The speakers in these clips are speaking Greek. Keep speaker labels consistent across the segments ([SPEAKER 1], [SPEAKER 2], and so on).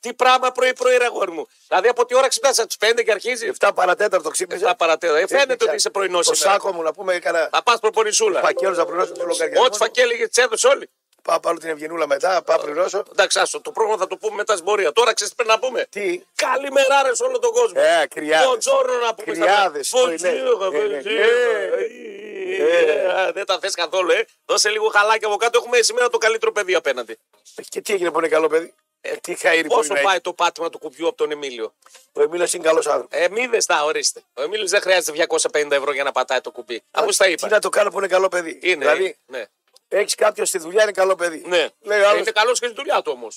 [SPEAKER 1] Τι πράγμα πρωί-πρωί, ρε αγόρι μου. Δηλαδή από τι ώρα ξυπνάς, από τις 5 και αρχίζει.
[SPEAKER 2] 7 παρατέταρτο ξύπνησε.
[SPEAKER 1] 7 παρατέταρτο. Ε, φαίνεται ότι είσαι πρωινός
[SPEAKER 2] Το
[SPEAKER 1] σήμερα.
[SPEAKER 2] σάκο μου να πούμε έκανα
[SPEAKER 1] Θα πας προπονησούλα.
[SPEAKER 2] φακέλου να πληρώσω τους λογαριασμούς.
[SPEAKER 1] Ό,τι φακέλεγε τις έδωσε όλοι.
[SPEAKER 2] Πάω πάρω την ευγενούλα μετά, πάω πληρώσω.
[SPEAKER 1] Εντάξει, άστο, το πρόγραμμα θα το πούμε μετά στην πορεία. Τώρα ξέρεις πρέπει να πούμε.
[SPEAKER 2] Τι.
[SPEAKER 1] Καλημερά ρε σε όλο τον κόσμο.
[SPEAKER 2] Ε, κρυάδες.
[SPEAKER 1] Μποντζόρνο να πούμε. στα-
[SPEAKER 2] Κρυάδες, το είναι.
[SPEAKER 1] Μποντζίγα,
[SPEAKER 2] Ε, ναι.
[SPEAKER 1] μποντζίγα.
[SPEAKER 2] Ε,
[SPEAKER 1] Ε, Δεν τα θε καθόλου, ε. Δώσε λίγο χαλάκι από κάτω. Έχουμε σήμερα το καλύτερο παιδί απέναντι.
[SPEAKER 2] Και τι έγινε που είναι καλό παιδί. Ε, τι χαίρι που
[SPEAKER 1] Πόσο
[SPEAKER 2] είναι.
[SPEAKER 1] πάει το πάτημα του κουπιού από τον Εμίλιο.
[SPEAKER 2] Ο Εμίλο είναι καλός άνθρωπος.
[SPEAKER 1] Ε, μη δες τα, ορίστε. Ο Εμίλιος δεν χρειάζεται 250 ευρώ για να πατάει το κουμπί. Αφού στα
[SPEAKER 2] Ε, Τι
[SPEAKER 1] είπα.
[SPEAKER 2] να το κάνω που είναι καλό παιδί.
[SPEAKER 1] Είναι,
[SPEAKER 2] δηλαδή,
[SPEAKER 1] ναι.
[SPEAKER 2] έχεις κάποιος στη δουλειά είναι καλό παιδί.
[SPEAKER 1] ναι.
[SPEAKER 2] Λέει άλλο.
[SPEAKER 1] Είναι καλός και στη δουλειά του όμως.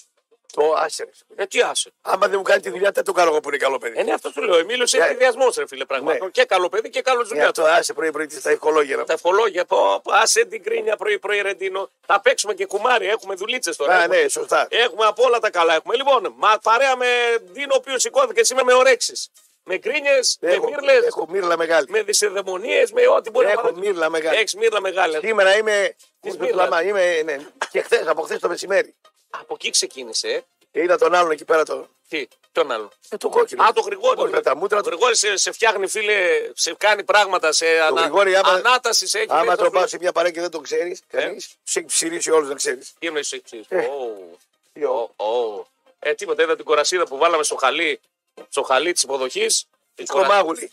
[SPEAKER 2] Το άσερε.
[SPEAKER 1] Ε, τι άσε.
[SPEAKER 2] Άμα δεν μου κάνει τη δουλειά, δεν το κάνω εγώ που είναι καλό παιδί.
[SPEAKER 1] Ε, ναι, αυτό σου λέω. Ο Εμίλιο είναι
[SPEAKER 2] Ναι.
[SPEAKER 1] ιδιασμό, ρε φίλε, πραγματικά.
[SPEAKER 2] Ναι.
[SPEAKER 1] Και καλό παιδί και καλός στη
[SPEAKER 2] Ε,
[SPEAKER 1] δουλειά του.
[SPEAKER 2] το άσε πρωί πρωί τι στα ευχολόγια.
[SPEAKER 1] Τα ευχολόγια. Πω, πω, άσε την κρίνια πρωί-πρωί, Ρεντίνο. Θα παίξουμε και κουμάρι. Έχουμε δουλίτσες τώρα.
[SPEAKER 2] Α,
[SPEAKER 1] έχουμε,
[SPEAKER 2] ναι, σωστά.
[SPEAKER 1] έχουμε από όλα τα καλά. Έχουμε. Λοιπόν, μα, παρέα με Ντίνο, ο οποίος σηκώθηκε σήμερα με ορέξει. Με κρίνιε, με
[SPEAKER 2] Έχω,
[SPEAKER 1] μύρλε,
[SPEAKER 2] έχω μύρλα μεγάλη.
[SPEAKER 1] με δυσιδαιμονίε, με ό,τι μπορεί
[SPEAKER 2] Έχω
[SPEAKER 1] να
[SPEAKER 2] μύρλα μεγάλη.
[SPEAKER 1] Έχεις μύρλα μεγάλη.
[SPEAKER 2] Σήμερα είμαι.
[SPEAKER 1] Της
[SPEAKER 2] Μου
[SPEAKER 1] μύρλας.
[SPEAKER 2] λαμά, είμαι ναι. και χθες, από χθες το μεσημέρι.
[SPEAKER 1] Από εκεί ξεκίνησε. ε.
[SPEAKER 2] Και είδα τον άλλον εκεί πέρα το.
[SPEAKER 1] Τι, τον άλλο.
[SPEAKER 2] Ε, το κόκκινο.
[SPEAKER 1] Α, το Γρηγόρη.
[SPEAKER 2] Όχι, με τα μούτρα
[SPEAKER 1] Ο
[SPEAKER 2] του.
[SPEAKER 1] Γρηγόρης σε, σε φτιάχνει, φίλε, σε κάνει πράγματα, σε ανα...
[SPEAKER 2] Γρηγόρη, άμα-
[SPEAKER 1] ανάτασης σε έχει.
[SPEAKER 2] Άμα
[SPEAKER 1] λέει,
[SPEAKER 2] το πας σε μια παρέα και δεν τον ξέρεις,
[SPEAKER 1] Ε.
[SPEAKER 2] κανείς, του έχει ψηρίσει όλους, δεν ξέρεις.
[SPEAKER 1] Τι εννοείς, εξής.
[SPEAKER 2] Ε.
[SPEAKER 1] Ω. Ω, ω. Ε, τίποτα, είδα την κορασίδα που βάλαμε στο χαλί, στο χαλί της υποδοχής.
[SPEAKER 2] Το μάγουλι.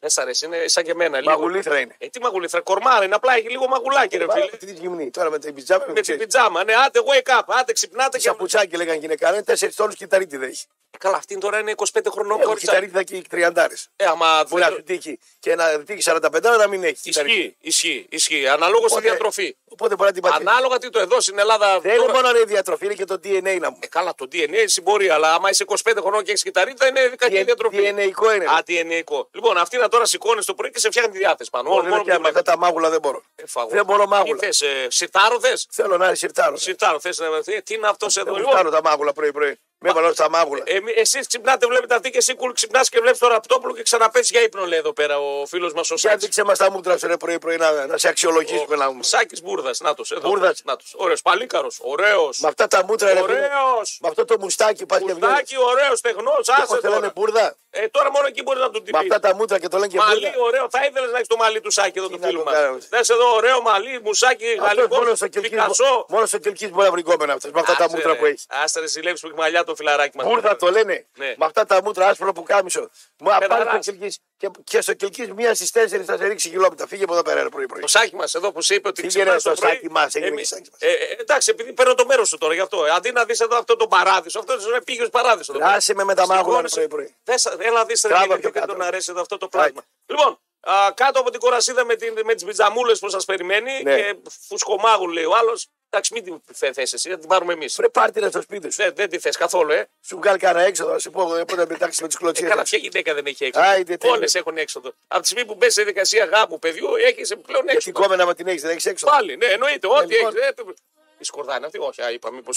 [SPEAKER 1] Δεν σ' αρέσει, είναι σαν και εμένα. λίγο.
[SPEAKER 2] Μαγουλήθρα είναι.
[SPEAKER 1] Ε, τι μαγουλήθρα, κορμάρα, είναι απλά έχει λίγο μαγουλάκι, ρε φίλε.
[SPEAKER 2] Πάρα- Τι τη γυμνή. Τώρα με την πιτζάμα
[SPEAKER 1] Με
[SPEAKER 2] δεν
[SPEAKER 1] την
[SPEAKER 2] ξέρεις.
[SPEAKER 1] πιτζάμα, ναι, άντε, wake up, άντε, ξυπνάτε και. Ε,
[SPEAKER 2] Σαπουτσάκι λέγανε γυναίκα, είναι τέσσερις τόνους κυταρίτη δεν έχει.
[SPEAKER 1] Καλά, αυτήν τώρα είναι 25 χρονών
[SPEAKER 2] Έχουν
[SPEAKER 1] κόρτσα.
[SPEAKER 2] κυταρίτιδα και τριαντάρες.
[SPEAKER 1] Ε, άμα
[SPEAKER 2] Μπορεί να
[SPEAKER 1] δεν-
[SPEAKER 2] σου τύχει και να τύχει 45 να μην έχει. κυταρίτιδα.
[SPEAKER 1] Ισχύει, ισχύει, ισχύει. Αναλόγω στη
[SPEAKER 2] Οπότε-
[SPEAKER 1] διατροφή.
[SPEAKER 2] Οπότε μπορεί να την πατήσει.
[SPEAKER 1] Ανάλογα τι το εδώ στην Ελλάδα.
[SPEAKER 2] Δεν είναι
[SPEAKER 1] τώρα-
[SPEAKER 2] μόνο η διατροφή, είναι και το DNA να μου.
[SPEAKER 1] Ε, καλά, το DNA συμπορεί, αλλά άμα είσαι 25 χρονών και έχεις κυταρίτιδα, είναι κακή διατροφή.
[SPEAKER 2] DNA -ικό είναι.
[SPEAKER 1] Α, DNA -κο. Λοιπόν, αυτή να τώρα σηκώνεις το πρωί και σε φτιάχνει τη διάθεση πάνω.
[SPEAKER 2] Μόνο
[SPEAKER 1] Μόνο,
[SPEAKER 2] δεν
[SPEAKER 1] μόνο
[SPEAKER 2] πιάνω,
[SPEAKER 1] με
[SPEAKER 2] αυτά τα μάγουλα δεν μπορώ.
[SPEAKER 1] Ε, φαγό.
[SPEAKER 2] Δεν μπορώ μάγουλα.
[SPEAKER 1] Τι θες, ε, σιτάρο θες.
[SPEAKER 2] Θέλω να είναι σιρτάρο.
[SPEAKER 1] Σιτάρο θες να βρεθεί. Τι είναι αυτός εδώ.
[SPEAKER 2] Δεν
[SPEAKER 1] Λοιπόν,
[SPEAKER 2] φτάνω τα μάγουλα πρωί-πρωί. Με βαλώ στα μάγουλα.
[SPEAKER 1] ε, εσείς ξυπνάτε, βλέπετε αυτή και εσύ κουλ ξυπνάς και βλέπεις το ραπτόπουλο και ξαναπέσεις για ύπνο λέει εδώ πέρα ο φίλος μας ο
[SPEAKER 2] Για
[SPEAKER 1] Σάκης.
[SPEAKER 2] δείξε μας τα μούτρα σου ρε πρωί-πρωί να, να σε αξιολογήσουμε να μου.
[SPEAKER 1] Ο Σάκης Μπούρδας, νάτος. Εδώ.
[SPEAKER 2] Μπούρδας.
[SPEAKER 1] Νάτος. Ωραίος, παλίκαρος, ωραίος.
[SPEAKER 2] Με αυτά τα μούτρα ρε φίλε.
[SPEAKER 1] Ωραίος.
[SPEAKER 2] Με αυτό το μουστάκι πας και βγαίνει.
[SPEAKER 1] Κουρδάκι, ωραίος, τεχνός, άσε
[SPEAKER 2] Πώ το λένε
[SPEAKER 1] τώρα.
[SPEAKER 2] μπουρδα.
[SPEAKER 1] Ε, τώρα μόνο εκεί μπορείς να τον
[SPEAKER 2] Με
[SPEAKER 1] τυπήσεις.
[SPEAKER 2] αυτά τα μούτρα και το λένε και
[SPEAKER 1] Μαλί,
[SPEAKER 2] μπουρδα.
[SPEAKER 1] ωραίο. Θα ήθελες να έχεις το μαλλί του Σάκη εδώ του
[SPEAKER 2] να
[SPEAKER 1] φίλου
[SPEAKER 2] το
[SPEAKER 1] μα.
[SPEAKER 2] κάνω.
[SPEAKER 1] Θες εδώ ωραίο μαλλί, μουσάκι,
[SPEAKER 2] Αυτός
[SPEAKER 1] γαλλικός.
[SPEAKER 2] μόνος στο κελκί.
[SPEAKER 1] Πικασό.
[SPEAKER 2] Μόνος στο κελκί μπορεί να βρει κόμενα αυτός. Με αυτά τα
[SPEAKER 1] Άσε,
[SPEAKER 2] μούτρα
[SPEAKER 1] ρε.
[SPEAKER 2] που έχεις.
[SPEAKER 1] Άσε ρε ζηλέψει που έχει μαλλιά το φιλαράκι μας.
[SPEAKER 2] Μπούρδα το λένε.
[SPEAKER 1] Ναι.
[SPEAKER 2] Με αυτά τα μούτρα άσπρο που κάμισο. Μου
[SPEAKER 1] Πεταράς.
[SPEAKER 2] απάντησε στο κελκί. Και, και στο κελκί μίας στις τέσσερις θα σε ρίξει χιλιόμετρα. Φύγε από εδώ πέρα ρε, πρωί-πρωί.
[SPEAKER 1] Το σάκι μας εδώ που σε είπε ότι
[SPEAKER 2] Φύγε,
[SPEAKER 1] ξυπνά
[SPEAKER 2] ρε,
[SPEAKER 1] το
[SPEAKER 2] στο
[SPEAKER 1] πρωί.
[SPEAKER 2] σάκι μας, έγινε
[SPEAKER 1] εμείς-
[SPEAKER 2] και σάκι μας.
[SPEAKER 1] Ε, ε, εντάξει, επειδή παίρνω το μέρος σου τώρα γι' αυτό. Ε, Αντί να δεις εδώ αυτό το παράδεισο, αυτό είναι πήγες παράδεισο. εδώ πέρα.
[SPEAKER 2] Άσε με με τα μάγουλα ρε,
[SPEAKER 1] Σηκώνεσαι.
[SPEAKER 2] πρωί-πρωι.
[SPEAKER 1] Θες, έλα δεις ρε
[SPEAKER 2] Τράβα
[SPEAKER 1] φίλε,
[SPEAKER 2] πιο
[SPEAKER 1] γιατί δεν
[SPEAKER 2] κάτω.
[SPEAKER 1] τον αρέσει εδώ αυτό το πράγμα. Λοιπόν, α, κάτω από την κορασίδα με, την, με τις πιτζαμούλες που σας περιμένει
[SPEAKER 2] Ναι.
[SPEAKER 1] και φουσκομάγουν λέει ο άλλος. Εντάξει μην την θε- θες εσύ, θα την πάρουμε εμείς.
[SPEAKER 2] Πρέπει πάρτε στο σπίτι σου.
[SPEAKER 1] Δεν, δεν τη θες καθόλου ε.
[SPEAKER 2] Σου βγάλει κανένα έξοδο, να σου πω εγώ, πότε πετάξεις με τις
[SPEAKER 1] Ε,
[SPEAKER 2] κλωτσίε.
[SPEAKER 1] Καλά, ποια γυναίκα δεν έχει έξοδο.
[SPEAKER 2] Άιντε, τέλειο.
[SPEAKER 1] Όλες έχουν έξοδο. Από τη στιγμή που μπες σε δικασία γάμου παιδιού, έχεις πλέον
[SPEAKER 2] Γιατί
[SPEAKER 1] έξοδο.
[SPEAKER 2] κόμενα με την έχεις, δεν έχεις έξοδο.
[SPEAKER 1] Πάλι, ναι, εννοείται. Ό,τι ε,
[SPEAKER 2] λοιπόν.
[SPEAKER 1] έχεις. Η σκορδά είναι αυτή, όχι, α, είπα, μήπως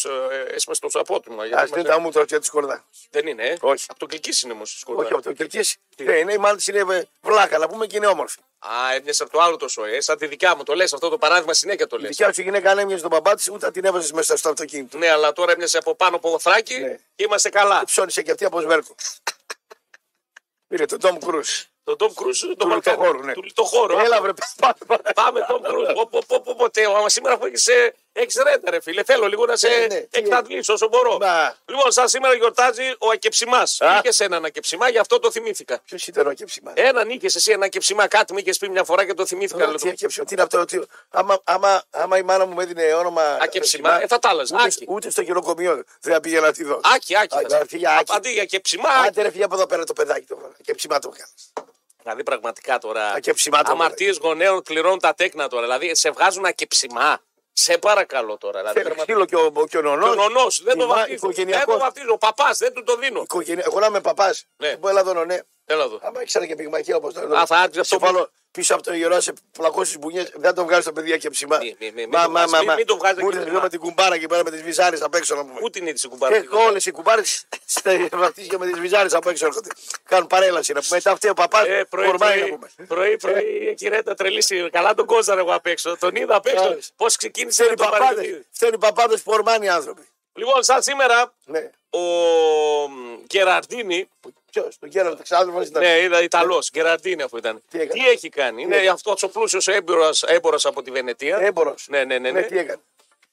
[SPEAKER 1] έσπασε το σαπότημα.
[SPEAKER 2] Α είναι τα μούτρα και τη κορδά.
[SPEAKER 1] Δεν είναι, ε.
[SPEAKER 2] Όχι.
[SPEAKER 1] Από το κλικί είναι όμως η σκορδά.
[SPEAKER 2] Όχι από το κερκίσει. Ναι, είναι, η μάλιστα είναι ε, βλάκα, να πούμε και είναι όμορφη.
[SPEAKER 1] Α, έπιασε από το άλλο το σοέ, ε, σαν τη δικιά μου. Το λες αυτό το παράδειγμα συνέχεια το
[SPEAKER 2] Η
[SPEAKER 1] λες.
[SPEAKER 2] δικιά σου γυναίκα αν έμεινε στον μπαμπά της, ούτε την έβαζες μέσα στο αυτοκίνητο.
[SPEAKER 1] Ναι, αλλά τώρα έπιασε από πάνω από θράκι
[SPEAKER 2] Ναι.
[SPEAKER 1] και είμαστε καλά.
[SPEAKER 2] Ψώνησε και αυτή από σβέρκο. Πήρε τον Τόμ Κρού.
[SPEAKER 1] Το Tom Cruise το
[SPEAKER 2] λιτοχώρου, ναι.
[SPEAKER 1] Του λιτοχώρου.
[SPEAKER 2] Έλα
[SPEAKER 1] Πάμε,
[SPEAKER 2] βρε, πάμε. πάμε.
[SPEAKER 1] Πάμε, Tom Cruise. Πω, πω, πω, πω, ποτέ. Άμα σήμερα που έχεις, ε, έχεις ρέντα, ρε φίλε. Θέλω λίγο να σε
[SPEAKER 2] Ε, ναι, τι
[SPEAKER 1] εκτατλήσω όσο μπορώ.
[SPEAKER 2] Μα.
[SPEAKER 1] Λοιπόν, σαν σήμερα γιορτάζει ο Ακεψιμάς.
[SPEAKER 2] Α.
[SPEAKER 1] Είχε έναν Ακεψιμά, γι' αυτό το θυμήθηκα.
[SPEAKER 2] Ποιος ήταν ο Ακεψημά.
[SPEAKER 1] Έναν είχε εσύ ένα Ακεψιμά, κάτι μου είχες πει μια φορά και το θυμήθηκα.
[SPEAKER 2] Καλά,
[SPEAKER 1] λέω,
[SPEAKER 2] Ε, Τι Ακεψημά, τι είναι αυτό. τι- Άμα, άμα, άμα η μάνα μου με έδινε όνομα.
[SPEAKER 1] Ακεψημά, ε, θα τα άλλαζα.
[SPEAKER 2] ούτε-
[SPEAKER 1] Άκη.
[SPEAKER 2] Ούτε στο χειροκομείο δεν θα πήγαινα να τη δω.
[SPEAKER 1] Άκη, άκη.
[SPEAKER 2] Α,
[SPEAKER 1] θα σε-
[SPEAKER 2] α, φύγε, Άκη.
[SPEAKER 1] Αντί για Ακεψιμά,
[SPEAKER 2] Άντε ρε φύγε από εδώ πέρα το παιδάκι το Ακεψημά το έκανε.
[SPEAKER 1] Δηλαδή πραγματικά τώρα.
[SPEAKER 2] Ακεψιμά το
[SPEAKER 1] Αμαρτίες γονέων κληρώνουν τα τέκνα τώρα. Δηλαδή σε βγάζουν ακεψιμά. Σε παρακαλώ τώρα. Δηλαδή,
[SPEAKER 2] Φέρε
[SPEAKER 1] πραγματικά.
[SPEAKER 2] Ξύλο και ο, ο- και ο νονός.
[SPEAKER 1] Ο νονός, δεν το
[SPEAKER 2] Μα-
[SPEAKER 1] βαφτίζω. Δεν
[SPEAKER 2] οικογενειακός.
[SPEAKER 1] το βαφτίζω. Ο παπάς δεν του το δίνω.
[SPEAKER 2] Οικογένεια- Εγώ να είμαι παπάς.
[SPEAKER 1] Ναι.
[SPEAKER 2] Μου έλα εδώ, ναι.
[SPEAKER 1] Έλα εδώ.
[SPEAKER 2] Άμα ήξερα και πυγμαχία όπω τώρα.
[SPEAKER 1] Α, θα άρχισε αυτό
[SPEAKER 2] Σε
[SPEAKER 1] που-
[SPEAKER 2] βάλω πίσω από το ιερό, σε πλακώσεις μπουνιές. Δεν το βγάζει το παιδί και ψημά.
[SPEAKER 1] Μη- μη- μη- μη ναι, το βγάζεις, μη- μη το βγάζεις
[SPEAKER 2] Μου
[SPEAKER 1] και
[SPEAKER 2] ήρθε
[SPEAKER 1] ψημά.
[SPEAKER 2] εδώ με την κουμπάρα και πέρα με τις βυζάρες απ' έξω να μου.
[SPEAKER 1] Πού την είδηση κουμπάρα.
[SPEAKER 2] Έχω όλες οι κουμπάρες βαφτίσει και με τις βυζάρες απ' έξω έρχονται. Κάνουν παρέλαση να πούμε. Τα αυτή ο παπάς
[SPEAKER 1] Ε, πρωί,
[SPEAKER 2] κορμάει να
[SPEAKER 1] πρωί,
[SPEAKER 2] πούμε. Ε.
[SPEAKER 1] πρωί, πρωί, εκεί ρέτα τρελήσει. Καλά τον κόζαρα εγώ απ' έξω. Τον είδα απ' έξω.
[SPEAKER 2] Άρεσε.
[SPEAKER 1] Πώς
[SPEAKER 2] Ε,
[SPEAKER 1] ξεκίνησε με
[SPEAKER 2] Φταίνουν οι
[SPEAKER 1] το
[SPEAKER 2] παπάδες
[SPEAKER 1] παρελθόν.
[SPEAKER 2] φταίνουν οι παπάδες που ορμάνε οι άνθρωποι.
[SPEAKER 1] Λοιπόν, σαν σήμερα
[SPEAKER 2] Ναι.
[SPEAKER 1] ο Γκεραρντίνη,
[SPEAKER 2] Ποιος, τον Γκέραλτ, εξάδελφο ήταν.
[SPEAKER 1] ναι, είδα Ιταλό, Γκεραρντίνη αυτό ήταν.
[SPEAKER 2] Τι έκανε? Ναι.
[SPEAKER 1] έχει κάνει, είναι αυτός ο πλούσιος έμπορος από τη Βενετία.
[SPEAKER 2] Έμπορος.
[SPEAKER 1] Ναι, ναι, ναι. ναι.
[SPEAKER 2] ναι, τι έκανε.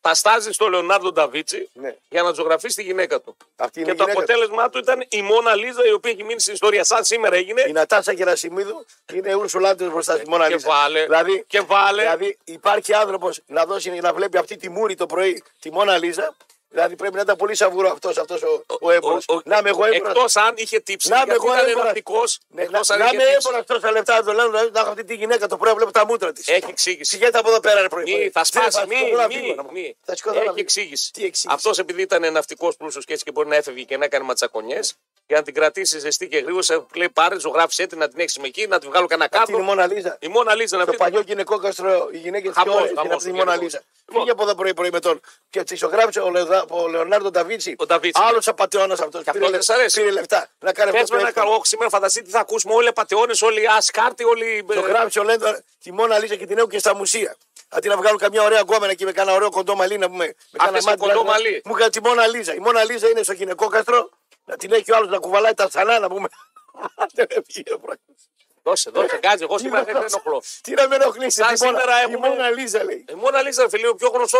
[SPEAKER 1] Τα στάζει στο Λεωνάρντο Νταβίτσι
[SPEAKER 2] Ναι.
[SPEAKER 1] για να ζωγραφεί τη γυναίκα του.
[SPEAKER 2] Αυτή είναι
[SPEAKER 1] και
[SPEAKER 2] η
[SPEAKER 1] το
[SPEAKER 2] γυναίκα. του.
[SPEAKER 1] αποτέλεσμά του ήταν η Μόνα Λίζα, η οποία έχει μείνει στην ιστορία. Σαν σήμερα έγινε.
[SPEAKER 2] Η Νατάσα Κερασιμίδου είναι Ούρσουλάντε μπροστά στη Μόνα
[SPEAKER 1] και
[SPEAKER 2] Λίζα.
[SPEAKER 1] βάλε.
[SPEAKER 2] Δηλαδή,
[SPEAKER 1] και βάλε.
[SPEAKER 2] δηλαδή υπάρχει άνθρωπος να, δώσει- να βλέπει αυτή τη μούρη το πρωί τη Μόνα Λίζα. Δηλαδή πρέπει να ήταν πολύ σαβούρο αυτός αυτός ο, ο έμπορος.
[SPEAKER 1] Ο- ο-
[SPEAKER 2] Να είμαι εγώ έμπορος.
[SPEAKER 1] Εκτός αν είχε τύψει.
[SPEAKER 2] Να είμαι
[SPEAKER 1] γιατί
[SPEAKER 2] εγώ
[SPEAKER 1] ήταν
[SPEAKER 2] έμπορα.
[SPEAKER 1] ενοχλητικός,
[SPEAKER 2] Ναι, να,
[SPEAKER 1] εκτός αν
[SPEAKER 2] να
[SPEAKER 1] είχε
[SPEAKER 2] με
[SPEAKER 1] τύψει.
[SPEAKER 2] έμπορα τόσα λεφτά το λέω, να έχω αυτή τη γυναίκα το πρωί, βλέπω τα μούτρα της.
[SPEAKER 1] Έχει εξήγηση.
[SPEAKER 2] Σιγέτα από εδώ πέρα, ρε πρωί.
[SPEAKER 1] Μη,
[SPEAKER 2] πρωί.
[SPEAKER 1] θα
[SPEAKER 2] Δεν
[SPEAKER 1] σπάσει. Μη,
[SPEAKER 2] σηκωθώ να
[SPEAKER 1] μη,
[SPEAKER 2] φύγω, να μου.
[SPEAKER 1] μη.
[SPEAKER 2] Θα σηκωθώ να
[SPEAKER 1] Έχει
[SPEAKER 2] φύγω.
[SPEAKER 1] εξήγηση.
[SPEAKER 2] Τι εξήγηση.
[SPEAKER 1] Αυτός επειδή ήταν ναυτικό πλούσιος και έτσι και μπορεί να έφευγε και να έκανε ματσακονιές, για να την κρατήσει ζεστή και γρήγορα, σε λέει πάρες, ζωγράφησε την, να την έχεις με εκεί, να τη βγάλω κανένα
[SPEAKER 2] Αυτή είναι η
[SPEAKER 1] κάτω.
[SPEAKER 2] Μόνα Λίζα.
[SPEAKER 1] Η Μόνα Λίζα να
[SPEAKER 2] Το
[SPEAKER 1] πει.
[SPEAKER 2] παλιό γυναικό καστρο, οι γυναίκες τη
[SPEAKER 1] Χαμός,
[SPEAKER 2] Κιόρη,
[SPEAKER 1] χαμός,
[SPEAKER 2] αυτή η
[SPEAKER 1] γενικός.
[SPEAKER 2] Μόνα Λίζα.
[SPEAKER 1] Λοιπόν.
[SPEAKER 2] Φύγε από εδώ πρωί-πρωί με τον. Και τη ογράφησε ο, Λεωδα- ο Λεωνάρντο Νταβίτσι.
[SPEAKER 1] Ο Νταβίτσι.
[SPEAKER 2] Άλλο απαταιώνα αυτό.
[SPEAKER 1] αυτός δεν σ' αρέσει.
[SPEAKER 2] Πήρε λεφτά. Να κάνει
[SPEAKER 1] Πες
[SPEAKER 2] αυτό.
[SPEAKER 1] με ένα καλό, όχι, σήμερα φανταστείτε τι θα ακούσουμε. Όλοι πατεώνες, όλοι ασκάρτοι, όλοι. ε,
[SPEAKER 2] Το γράψει ο Λέντο τη Μόνα Λίζα και την έχουν και στα μουσεία. Αντί να βγάλουν καμιά ωραία γκόμενα και με κάνα ωραίο κοντό μαλλί να πούμε. Με κάνα
[SPEAKER 1] Αυτές είναι
[SPEAKER 2] μάτι,
[SPEAKER 1] κοντό
[SPEAKER 2] να-
[SPEAKER 1] μαλλί.
[SPEAKER 2] Μου έκανε τη Μόνα Λίζα. Η Μόνα Λίζα είναι στο γυναικό καστρό. Να την έχει ο άλλος να κουβαλάει τα σανά να πούμε. Δεν έφυγε, βρε.
[SPEAKER 1] Δώσε, δώσε, κάτσε. Εγώ σήμερα δεν ενοχλώ.
[SPEAKER 2] Τι να με ενοχλήσει.
[SPEAKER 1] Σαν
[SPEAKER 2] τη Μόνα-
[SPEAKER 1] σήμερα
[SPEAKER 2] Η
[SPEAKER 1] έχουμε-
[SPEAKER 2] Μόνα Λίζα λέει.
[SPEAKER 1] Η Μόνα Λίζα, φίλε, ο πιο γνωστός,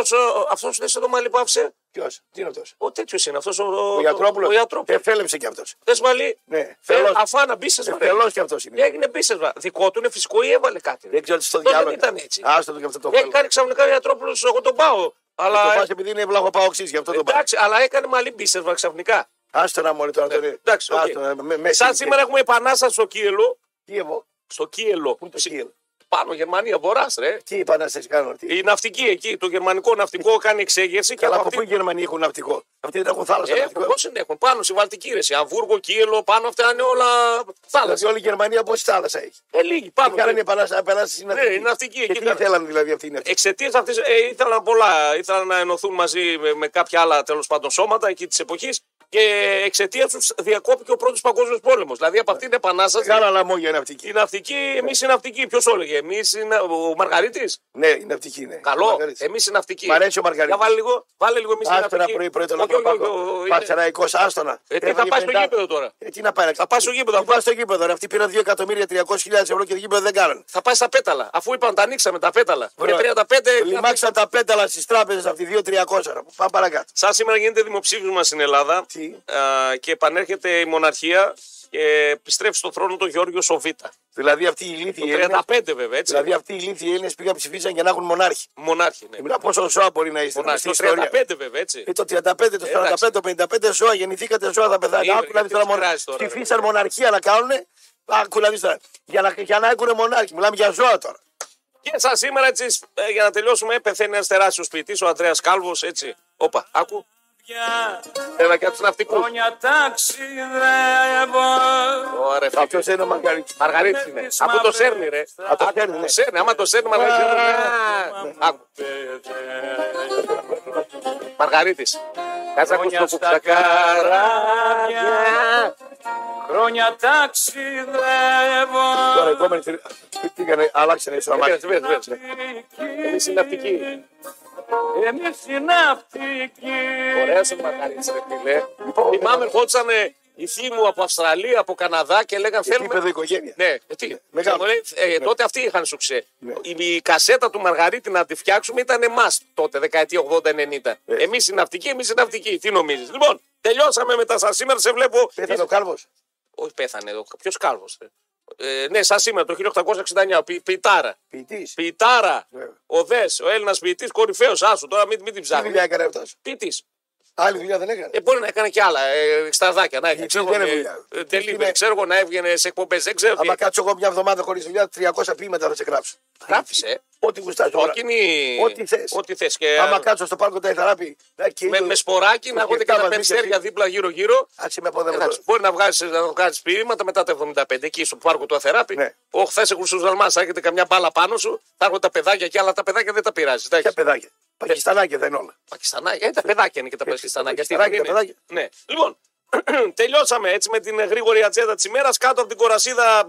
[SPEAKER 1] αυτό που δεν σε το μαλλί που άφησε.
[SPEAKER 2] Ποιος, τι είναι αυτός.
[SPEAKER 1] Ο τέτοιος είναι αυτός. Ο,
[SPEAKER 2] Ο
[SPEAKER 1] Ο
[SPEAKER 2] Γιατρόπουλο.
[SPEAKER 1] Γιατρόπουλος.
[SPEAKER 2] Εφέλεψε κι αυτός.
[SPEAKER 1] Θες μαλλί.
[SPEAKER 2] Ναι,
[SPEAKER 1] Ε,
[SPEAKER 2] φελός.
[SPEAKER 1] αφάνα μπίσες
[SPEAKER 2] Εφελό κι αυτός
[SPEAKER 1] Και
[SPEAKER 2] είναι.
[SPEAKER 1] έγινε πίστευμα. Δικό του είναι φυσικό ή έβαλε κάτι.
[SPEAKER 2] Δεν ξέρω τι στο
[SPEAKER 1] Τότε
[SPEAKER 2] διάλογο.
[SPEAKER 1] Ε, δεν ήταν έτσι. Ε,
[SPEAKER 2] Άστο το και αυτό το Ε,
[SPEAKER 1] Έχει
[SPEAKER 2] φέλος.
[SPEAKER 1] κάνει ξαφνικά για τρόπουλο, εγώ τον πάω.
[SPEAKER 2] Το
[SPEAKER 1] Αλλά,
[SPEAKER 2] πα επειδή είναι βλαχοπαοξή γι' αυτό το πα.
[SPEAKER 1] Ε, εντάξει, αλλά έκανε μαλλί μπίσεσβα ξαφνικά.
[SPEAKER 2] Άστο να μόλι τώρα. τον-
[SPEAKER 1] εντάξει, οκ.
[SPEAKER 2] Άστο να- ε, με- με-
[SPEAKER 1] Σαν
[SPEAKER 2] με-
[SPEAKER 1] σήμερα έχουμε επανάσταση στο Κίελο.
[SPEAKER 2] Κίεβο.
[SPEAKER 1] Στο Κίελο.
[SPEAKER 2] Πού είναι το Κίεβο.
[SPEAKER 1] Πάνω Γερμανία, βορρά, ρε.
[SPEAKER 2] Τι είπα να σα κάνω. τι.
[SPEAKER 1] Η ναυτική εκεί, το γερμανικό ναυτικό κάνει εξέγερση και
[SPEAKER 2] Καλά,
[SPEAKER 1] Ε, από
[SPEAKER 2] από πού οι
[SPEAKER 1] αυτή. Ε,
[SPEAKER 2] Γερμανοί έχουν ναυτικό. Αυτοί δεν έχουν θάλασσα ναυτικό.
[SPEAKER 1] Έχουν, πώς την έχουν. Πάνω στη Βαλτική ρε. σε Αμβούργο, Κίελο, πάνω αυτά είναι όλα
[SPEAKER 2] Δηλαδή
[SPEAKER 1] θάλασσα.
[SPEAKER 2] όλη η Γερμανία πόση θάλασσα έχει.
[SPEAKER 1] Ε, λίγοι
[SPEAKER 2] Τι
[SPEAKER 1] πάνω.
[SPEAKER 2] κάνανε επανάσταση επανάσταση είναι
[SPEAKER 1] Ναι, η ναυτική
[SPEAKER 2] Και
[SPEAKER 1] εκεί
[SPEAKER 2] τι
[SPEAKER 1] ήταν.
[SPEAKER 2] θέλανε δηλαδή αυτοί οι ναυτικοί.
[SPEAKER 1] Εξαιτίας αυτής ε, ήθελαν πολλά. Ήθελαν να ενωθούν μαζί με, με κάποια άλλα τέλος πάντων σώματα εκεί της εποχής και εξαιτία τους διακόπηκε ο πρώτος παγκόσμιος πόλεμος. Δηλαδή από αυτή την επανάσταση.
[SPEAKER 2] Κάνα λαμόγια ναυτική.
[SPEAKER 1] Η ναυτική, εμείς οι ναυτικοί. Ποιος το έλεγε, εμείς ο Μαργαρίτης.
[SPEAKER 2] Ναι, η ναυτική είναι.
[SPEAKER 1] Καλό,
[SPEAKER 2] Μαργαρίτης.
[SPEAKER 1] εμείς οι ναυτικοί.
[SPEAKER 2] Μ' αρέσει ο Μαργαρίτης.
[SPEAKER 1] Για βάλε λίγο, βάλε λίγο εμείς οι ναυτικοί.
[SPEAKER 2] Άστονα πρωί πρωί τον
[SPEAKER 1] Όχι, όχι, όχι,
[SPEAKER 2] Απροπάκο.
[SPEAKER 1] είναι-
[SPEAKER 2] Παρσεραϊκό, άστονα.
[SPEAKER 1] Ε, τι,
[SPEAKER 2] Έφαγε
[SPEAKER 1] θα πάει στο
[SPEAKER 2] 50.
[SPEAKER 1] γήπεδο τώρα.
[SPEAKER 2] Ε, τι να πάει,
[SPEAKER 1] Θα πάει στο γήπεδο,
[SPEAKER 2] Θα
[SPEAKER 1] αφού-
[SPEAKER 2] πάει στο γήπεδο. ρε. Αυτοί πήραν 2.300.000 ευρώ και το γήπεδο δεν κάνανε.
[SPEAKER 1] Θα πάει στα πέταλα. Αφού είπαν τα ανοίξαμε τα πέταλα.
[SPEAKER 2] Ωραία.
[SPEAKER 1] Είναι 35.
[SPEAKER 2] Λιμάξαν τα πέταλα στις τράπεζες αυτή, 2-300. Πάμε παρακάτω.
[SPEAKER 1] Σαν σήμερα γίνεται δημοψήφισμα στην Ελλάδα
[SPEAKER 2] Τι?
[SPEAKER 1] α, και επανέρχεται η μοναρχία και επιστρέφει στον θρόνο το Γιώργιο Σοβίτα.
[SPEAKER 2] Δηλαδή αυτοί οι ηλίθιοι Έλληνε.
[SPEAKER 1] 35 βέβαια, έτσι.
[SPEAKER 2] Δηλαδή αυτοί οι ηλίθιοι Έλληνες πήγαν ψηφίσαν για να έχουν μονάρχη.
[SPEAKER 1] Μονάρχη, ναι.
[SPEAKER 2] Ε, Μιλάω πόσο ζώα μπορεί να είστε
[SPEAKER 1] Μονάρχη.
[SPEAKER 2] στην
[SPEAKER 1] Το
[SPEAKER 2] ιστορία.
[SPEAKER 1] 35 βέβαια, έτσι.
[SPEAKER 2] Ε, το 35, το 45,
[SPEAKER 1] Εντάξει.
[SPEAKER 2] το 55 ζώα, γεννηθήκατε ζώα θα πεθάνετε.
[SPEAKER 1] Ε,
[SPEAKER 2] Άκου να δεις
[SPEAKER 1] γιατί
[SPEAKER 2] τώρα
[SPEAKER 1] τους κράζεις
[SPEAKER 2] μονάρχη.
[SPEAKER 1] τώρα, ρε.
[SPEAKER 2] Ψηφίσαν μοναρχία να κάνουν. Άκου να δεις τώρα. Για να, για να έχουν μονάρχη. Μιλάμε για ζώα τώρα.
[SPEAKER 1] Και σαν σήμερα, έτσι, ε, για να τελειώσουμε, πεθαίνει ένας τεράστιος ποιητή, ο Αντρέα Κάλβος, έτσι. Όπα, άκου.
[SPEAKER 3] Για
[SPEAKER 1] Ένα και από του ναυτικού.
[SPEAKER 3] χρόνια ταξιδεύω
[SPEAKER 1] Ωραία, φίλε.
[SPEAKER 2] Αυτό είναι ο Μαργαρίτης.
[SPEAKER 1] Μαργαρίτης είναι.
[SPEAKER 3] τις
[SPEAKER 1] Από το
[SPEAKER 3] μαύρες
[SPEAKER 1] Σέρνη, ρε.
[SPEAKER 3] στράτες.
[SPEAKER 2] Από το Σέρνη, ναι.
[SPEAKER 1] Σέρνη, άμα το Σέρνη, Μαργαρίτη. Α, Άκου. Μαργαρίτης. Κάτσε να ακούσει το
[SPEAKER 3] Χρόνια στα καράβια Χρόνια ταξιδεύω
[SPEAKER 2] Τώρα η επόμενη. θηρή- Τι έκανε, άλλαξε ένα
[SPEAKER 1] Μαγκάρι.
[SPEAKER 2] ισομάτι.
[SPEAKER 1] Εμείς οι ναυτικοί.
[SPEAKER 3] Εμείς οι ναυτικοί
[SPEAKER 1] Ωραία, σε Μαργαρίτη, ρε φίλε. Λοιπόν, Θυμάμαι, ερχόντουσαν ε, οι θύμοι μου από Αυστραλία, από Καναδά και λέγαν θέλουμε.
[SPEAKER 2] Επίπεδο οικογένεια.
[SPEAKER 1] Ναι, ε, τι.
[SPEAKER 2] Μεγάλο.
[SPEAKER 1] Ξέρω, λέει, ε, Τότε αυτοί είχαν σουξέ.
[SPEAKER 2] Ναι.
[SPEAKER 1] Η, η κασέτα του Μαργαρίτη να τη φτιάξουμε ήταν εμάς τότε, δεκαετία 80-90.
[SPEAKER 2] Ε.
[SPEAKER 1] Εμείς οι ναυτικοί, εμείς οι ναυτικοί. Τι νομίζεις. Λοιπόν, τελειώσαμε μετά σας σήμερα. Σε βλέπω.
[SPEAKER 2] Πέθανε ο κάλβος.
[SPEAKER 1] Όχι, πέθανε εδώ. Ποιος κάλβος. Ε, ναι, σα σήμερα το 1869. Πι, πιτάρα.
[SPEAKER 2] Ποιητής. Τι
[SPEAKER 1] Πιτάρα.
[SPEAKER 2] Βέβαια.
[SPEAKER 1] Ο Δες, ο Έλληνας ποιητής, κορυφαίος άσου. Τώρα μην, μην την ψάχνει.
[SPEAKER 2] δουλειά έκανε αυτό.
[SPEAKER 1] Ποιητής.
[SPEAKER 2] Άλλη δουλειά δεν έκανε.
[SPEAKER 1] Ε, μπορεί να έκανε και άλλα. Ε, σταρδάκια να έκανε.
[SPEAKER 2] Ποιητής
[SPEAKER 1] Ξέρω,
[SPEAKER 2] δεν
[SPEAKER 1] εγώ,
[SPEAKER 2] είναι
[SPEAKER 1] ε,
[SPEAKER 2] δουλειά.
[SPEAKER 1] ε,
[SPEAKER 2] Ποιητής
[SPEAKER 1] delivery,
[SPEAKER 2] είναι-
[SPEAKER 1] ξέρω εγώ να έβγαινε σε εκπομπές. Δεν ξέρω. ε, τι.
[SPEAKER 2] Άμα κάτσω εγώ μια εβδομάδα χωρίς δουλειά, 300 ποίηματα θα σε γράψω.
[SPEAKER 1] Γράφεις, ε.
[SPEAKER 2] Ό,τι γουστάζω. όλα.
[SPEAKER 1] Κόκκινη.
[SPEAKER 2] Ό,τι θες.
[SPEAKER 1] Ό,τι θες. Και,
[SPEAKER 2] Άμα
[SPEAKER 1] α,
[SPEAKER 2] κάτσω στο πάρκο τα ηθαράπη. να
[SPEAKER 1] Ε, με,
[SPEAKER 2] κυλήσω.
[SPEAKER 1] με σποράκι να έρχονται και τα
[SPEAKER 2] Σκεφτάμαστε και
[SPEAKER 1] πενιστέρια
[SPEAKER 2] εσύ.
[SPEAKER 1] δίπλα γύρω-γύρω.
[SPEAKER 2] Άσε με από εδώ με
[SPEAKER 1] Εντάξει,
[SPEAKER 2] τώρα.
[SPEAKER 1] μπορεί να βγάζεις να το κάνεις ποίηματα μετά τα 75 εκεί στο πάρκο του Αθεράπη.
[SPEAKER 2] Ναι.
[SPEAKER 1] Όχι, θα είσαι χρυσοδαλμά. Θα έρχεται καμιά μπάλα πάνω σου, θα έρχονται τα παιδάκια και άλλα τα παιδάκια δεν τα πειράζεις. εντάξει.
[SPEAKER 2] Ποια παιδάκια. Πακιστανάκια δεν είναι όλα.
[SPEAKER 1] Πακιστανάκια. Ε, τα παιδάκια είναι και τα Πακιστανάκια.
[SPEAKER 2] Πακιστανάκια,
[SPEAKER 1] Τι είναι.
[SPEAKER 2] τα παιδάκια.
[SPEAKER 1] Ναι. Λοιπόν, τελειώσαμε έτσι με την γρήγορη ατζέντα της ημέρας. Κάτω από την κορασίδα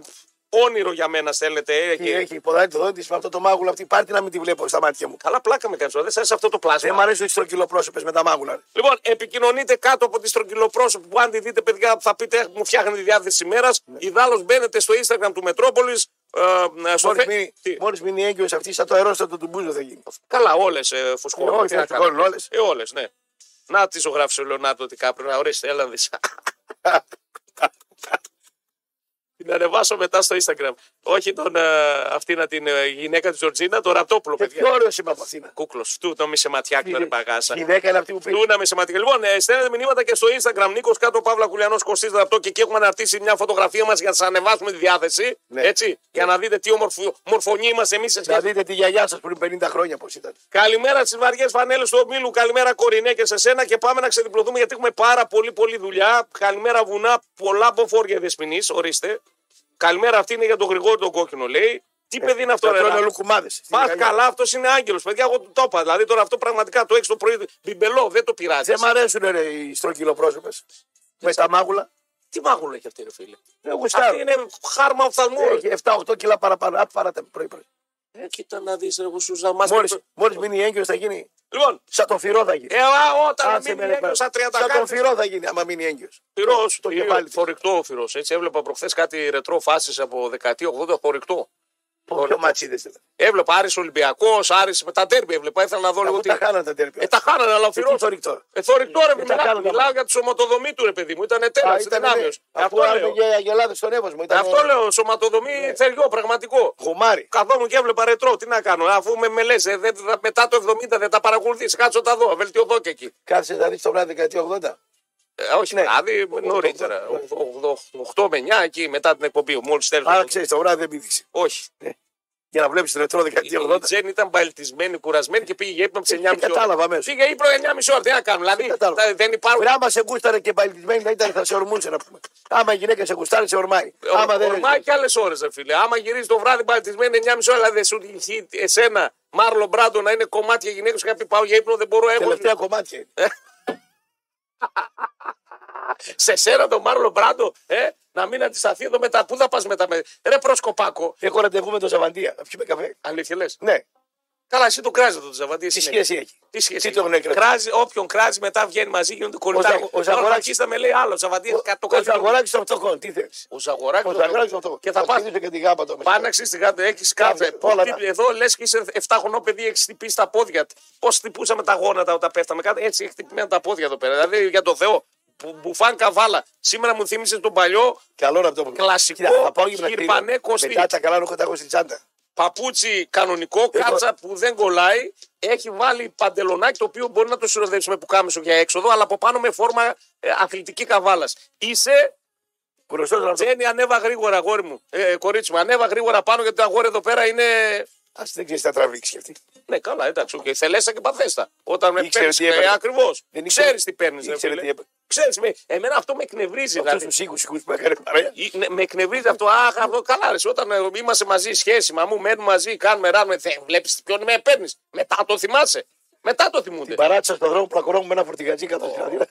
[SPEAKER 1] όνειρο για μένα στέλνετε. ε,
[SPEAKER 2] Έχει,
[SPEAKER 1] και-
[SPEAKER 2] έχει ποδάρι το δόντι με αυτό το μάγουλα αυτή. Πάρτε να μην τη βλέπω στα μάτια μου.
[SPEAKER 1] Καλά πλάκα με κάνεις, δεν σε αυτό το
[SPEAKER 2] Δεν
[SPEAKER 1] πλάσμα.
[SPEAKER 2] μ' αρέσουν οι στρογγυλοπρόσωπες με τα μάγουλα.
[SPEAKER 1] Λοιπόν, επικοινωνείτε κάτω από τη στρογγυλοπρόσωπη που αν τη δείτε, παιδιά, θα πείτε «Ε, μου φτιάχνει τη διάθεση ημέρας.
[SPEAKER 2] Ναι.
[SPEAKER 1] Ιδάλω μπαίνετε στο Instagram του Μετρόπολη. Ε, στο
[SPEAKER 2] Μόλις
[SPEAKER 1] Fe- Τι,
[SPEAKER 2] μείνει, μόλις μείνει έγκυος αυτής, σαν το αερόστατο του Μπούζο θα γίνει.
[SPEAKER 1] Καλά, όλες ε, φουσκώνουν.
[SPEAKER 2] Όχι,
[SPEAKER 1] Τι να
[SPEAKER 2] δεν
[SPEAKER 1] κάνουμε.
[SPEAKER 2] φουσκώνουν όλες.
[SPEAKER 1] Ε, όλες, ναι. Να τη ζωγράφησε ο Λεωνάτο Τικάπριο, να ορίστε, έλα δεις. Ε,
[SPEAKER 2] Ε,
[SPEAKER 1] Την ανεβάσω μετά στο Instagram. Όχι τον, ε, αυτή να την ε, γυναίκα της Τζορτζίνα, το ραπτόπουλο,
[SPEAKER 2] Και
[SPEAKER 1] παιδιά.
[SPEAKER 2] πιο ωραίο είμαι από αυτήν.
[SPEAKER 1] Κούκλος, του το μη σε ματιάκι, τον παγάσα.
[SPEAKER 2] Η γυναίκα είναι αυτή που πει.
[SPEAKER 1] Του να με σημαντικά. Λοιπόν, ε, στέλνετε μηνύματα και στο Instagram Νίκος Κάτω Παύλα Κουλιανός Κωστής Δαπτό και εκεί έχουμε αναρτήσει μια φωτογραφία μας για να σας ανεβάσουμε τη διάθεση.
[SPEAKER 2] Ναι.
[SPEAKER 1] Έτσι, για να δείτε τι όμορφο μορφωνή είμαστε εμείς σε σχέση.
[SPEAKER 2] Να δείτε τη γιαγιά σας πριν 50 χρόνια πώς ήταν.
[SPEAKER 1] Καλημέρα στις βαριές φανέλες του Ομίλου. Καλημέρα Κορινέ και σε σένα και πάμε να ξεδιπλωθούμε γιατί έχουμε πάρα πολύ πολύ δουλειά. Καλημέρα βουνά, πολλά μποφόρια δεσμηνή, ορίστε. Καλημέρα αυτή είναι για τον Γρηγόρη τον κόκκινο, λέει. Τι παιδί είναι αυτό,
[SPEAKER 2] Θα
[SPEAKER 1] ρε.
[SPEAKER 2] Ε, τρώνε
[SPEAKER 1] Ράπτη?
[SPEAKER 2] λουκουμάδε.
[SPEAKER 1] Πας καλά, αυτός είναι άγγελος. Παιδιά, εγώ του το είπα. Δηλαδή τώρα αυτό πραγματικά το έχει το πρωί. Μπιμπελό, δεν το πειράζει.
[SPEAKER 2] Δεν μ' αρέσουν ρε, οι στρογγυλοπρόσωπες. Με τα μάγουλα.
[SPEAKER 1] Τι μάγουλα έχει αυτή, ρε φίλε.
[SPEAKER 2] Δεν γουστάρω.
[SPEAKER 1] Αυτή είναι χάρμα οφθαλμού. ρε.
[SPEAKER 2] Έχει 7-8 κιλά παραπάνω. Α, παράτα πρωί-πρωί.
[SPEAKER 1] Ε, κοίτα να δεις, εγώ σου ζαμάσαι.
[SPEAKER 2] Μόλι μόλις μείνει έγκυος θα γίνει.
[SPEAKER 1] Λοιπόν,
[SPEAKER 2] Σαν τον φυρό θα γίνει.
[SPEAKER 1] ε, α, όταν
[SPEAKER 2] Άσε με,
[SPEAKER 1] μείνει
[SPEAKER 2] ρε,
[SPEAKER 1] έγκυο στα 30
[SPEAKER 2] Σαν τον
[SPEAKER 1] κάτι.
[SPEAKER 2] φυρό θα γίνει, άμα μείνει έγκυο.
[SPEAKER 1] Πυρό, το
[SPEAKER 2] το κεφάλι της.
[SPEAKER 1] Φορικτό ο φυρό. Έτσι έβλεπα προχθές κάτι ρετρό φάσεις από δεκαετία 80 χορυκτό.
[SPEAKER 2] Ποιο ματσίδε ήταν.
[SPEAKER 1] Έβλεπα Άρης Ολυμπιακός, Άρης με τα τέρμπι. Έβλεπα, ήθελα να δω λίγο
[SPEAKER 2] Αφού
[SPEAKER 1] τι.
[SPEAKER 2] τα χάνανε τα
[SPEAKER 1] Ε,
[SPEAKER 2] τέρπια.
[SPEAKER 1] τα χάνανε, αλλά ο
[SPEAKER 2] Τι
[SPEAKER 1] φυρό.
[SPEAKER 2] θορυκτό.
[SPEAKER 1] Ε, θορυκτό ρε,
[SPEAKER 2] τα
[SPEAKER 1] μιλάω,
[SPEAKER 2] κάνανε.
[SPEAKER 1] μιλάω για τη σωματοδομή του ρε παιδί μου. Ήτανε
[SPEAKER 2] Α,
[SPEAKER 1] τέλειος,
[SPEAKER 2] ήταν
[SPEAKER 1] δυνάμιο.
[SPEAKER 2] Αφού
[SPEAKER 1] Αυτό λέω.
[SPEAKER 2] άραγε αγελάδε στον έβασμο. Ήταν
[SPEAKER 1] Αυτό λέω,
[SPEAKER 2] Ναι.
[SPEAKER 1] σωματοδομή θεριό, πραγματικό.
[SPEAKER 2] Χουμάρι.
[SPEAKER 1] Καθόμουν και έβλεπα ρετρό, τι να κάνω. Αφού με μελές, ε, δεν- θα- μετά το 70 δεν τα παρακολουθείς. Κάτσε τα δω, βελτιωθώ και εκεί.
[SPEAKER 2] Κάθισε να δεις το βράδυ δεκαετία 80.
[SPEAKER 1] Ε, όχι,
[SPEAKER 2] Ναι.
[SPEAKER 1] δηλαδή νωρίτερα. 8 με 9 εκεί μετά την εκπομπή. Μόλι
[SPEAKER 2] Άρα
[SPEAKER 1] τέλειωσε.
[SPEAKER 2] ξέρεις, το βράδυ δεν πήδηξε.
[SPEAKER 1] Όχι.
[SPEAKER 2] Για να βλέπεις ρετρό
[SPEAKER 1] Η
[SPEAKER 2] δεκαετία
[SPEAKER 1] η
[SPEAKER 2] 80.
[SPEAKER 1] Τζέν ήταν παλτισμένη, κουρασμένη και πήγε για ύπνο από τι 9.30 ώρα.
[SPEAKER 2] Ε, κατάλαβα αμέσως. Ε,
[SPEAKER 1] Πήγε ύπνο 9.30 ώρα. Τι να κάνουμε. Δηλαδή
[SPEAKER 2] κατάλαβα.
[SPEAKER 1] τα- δεν υπάρχουν.
[SPEAKER 2] Βρε, άμα σε γούσταρε και παλιτισμένη θα ήταν, θα σε ορμούσε να πούμε. Άμα η γυναίκα σε γουστάρει, σε ορμάει. Άμα δεν
[SPEAKER 1] Ορμάει και άλλες ώρες, ρε φίλε. Άμα γυρίζει το βράδυ παλτισμένη 9.30 ώρα, δηλαδή δεν σου τυχεί εσένα, Μάρλο Μπράντο, να είναι κομμάτια γυναίκα και να πει πάω για ύπνο, δεν μπορώ, έχω.
[SPEAKER 2] Τελευταία κομμάτια. είναι.
[SPEAKER 1] Σε σένα τον Μάρλο Μπράντο, ε, να μην αντισταθεί εδώ μετά. Πού θα πας μετά. με- Ρε προσκοπάκο.
[SPEAKER 2] Έχω ραντεβού με τον Σαβαντία. Θα πιούμε καφέ.
[SPEAKER 1] Αλήθεια λες.
[SPEAKER 2] Ναι,
[SPEAKER 1] Καλά, εσύ τον κράζει τον Τζαβαντή.
[SPEAKER 2] τι
[SPEAKER 1] εσύ είναι.
[SPEAKER 2] σχέση έχει.
[SPEAKER 1] Τι σχέση.
[SPEAKER 2] Τι τον έκραζε.
[SPEAKER 1] Κράζει, όποιον κράζει, μετά βγαίνει μαζί, γίνονται κολλητάκι.
[SPEAKER 2] Ζα- ο
[SPEAKER 1] Ο
[SPEAKER 2] Ζαγοράκης-
[SPEAKER 1] Ζαγοράκη θα με λέει άλλο. Ζαβαντή, το
[SPEAKER 2] Ο
[SPEAKER 1] κάνει.
[SPEAKER 2] Ζαγοράκη των φτωχών, τι θε.
[SPEAKER 1] Ο Ζαγοράκης.
[SPEAKER 2] Ο Ζαγοράκη των φτωχών.
[SPEAKER 1] Και θα πα.
[SPEAKER 2] χτύπησε και την γάμπα το μεσημέρι.
[SPEAKER 1] Πάναξε στην κάτω, έχει κάθε.
[SPEAKER 2] Κάθε, όλα τα-
[SPEAKER 1] Εδώ λες και είσαι 7 χρονών παιδί, έχεις χτυπήσει τα πόδια. Πώς χτυπούσαμε τα γόνατα όταν πέφταμε κάτω, έτσι έχεις χτυπημένα τα πόδια εδώ πέρα. Δηλαδή για το Θεό. Που- Μπουφάν καβάλα. Σήμερα μου θύμισες τον παλιό
[SPEAKER 2] Καλό να το πούμε.
[SPEAKER 1] Κλασικό
[SPEAKER 2] Κοίτα, θα πάω γυμναστήριο.
[SPEAKER 1] χιρπανέ κοστί.
[SPEAKER 2] Μετά τα καλά ρούχα τα έχω στην τσάντα.
[SPEAKER 1] παπούτσι κανονικό,
[SPEAKER 2] Έχω-
[SPEAKER 1] κάτσα που δεν κολλάει. Έχει βάλει παντελονάκι το οποίο μπορεί να το συνοδεύσει με πουκάμισο για έξοδο, αλλά από πάνω με φόρμα ε, αθλητική καβάλας. Είσαι
[SPEAKER 2] Γνωστός να το
[SPEAKER 1] Τζένι, ανέβα γρήγορα, αγόρι μου. Ε, κορίτσι μου, ανέβα γρήγορα πάνω γιατί το αγόρι εδώ πέρα είναι.
[SPEAKER 2] Ας δεν ξέρεις τι θα τραβήξει κι αυτή.
[SPEAKER 1] Ναι, καλά, εντάξει, okay. θελέστα και παθέστα. Όταν με
[SPEAKER 2] Ήξερε
[SPEAKER 1] παίρνεις,
[SPEAKER 2] τι έπαιρνε.
[SPEAKER 1] ακριβώς.
[SPEAKER 2] Δεν ήξερε-
[SPEAKER 1] Ξέρεις τι παίρνεις.
[SPEAKER 2] ήξερε τι έπαιρνε.
[SPEAKER 1] Ξέρεις, με, εμένα αυτό με εκνευρίζει.
[SPEAKER 2] Αυτού
[SPEAKER 1] Δηλαδή.
[SPEAKER 2] του οίκους οίκους που έκανε παρέα.
[SPEAKER 1] Ή- ναι, με εκνευρίζει αυτό. Αχ, αυτό καλά. Ρε, όταν ε, είμαστε μαζί, σχέση, μα μου μένουμε μαζί, κάνουμε ράνουμε. Βλέπεις ποιον με παίρνεις. Μετά το θυμάσαι. Μετά το θυμούνται.
[SPEAKER 2] Παράτησα στον δρόμο που ακρόμουν με ένα φορτηγατζί κατά την Αθήνα.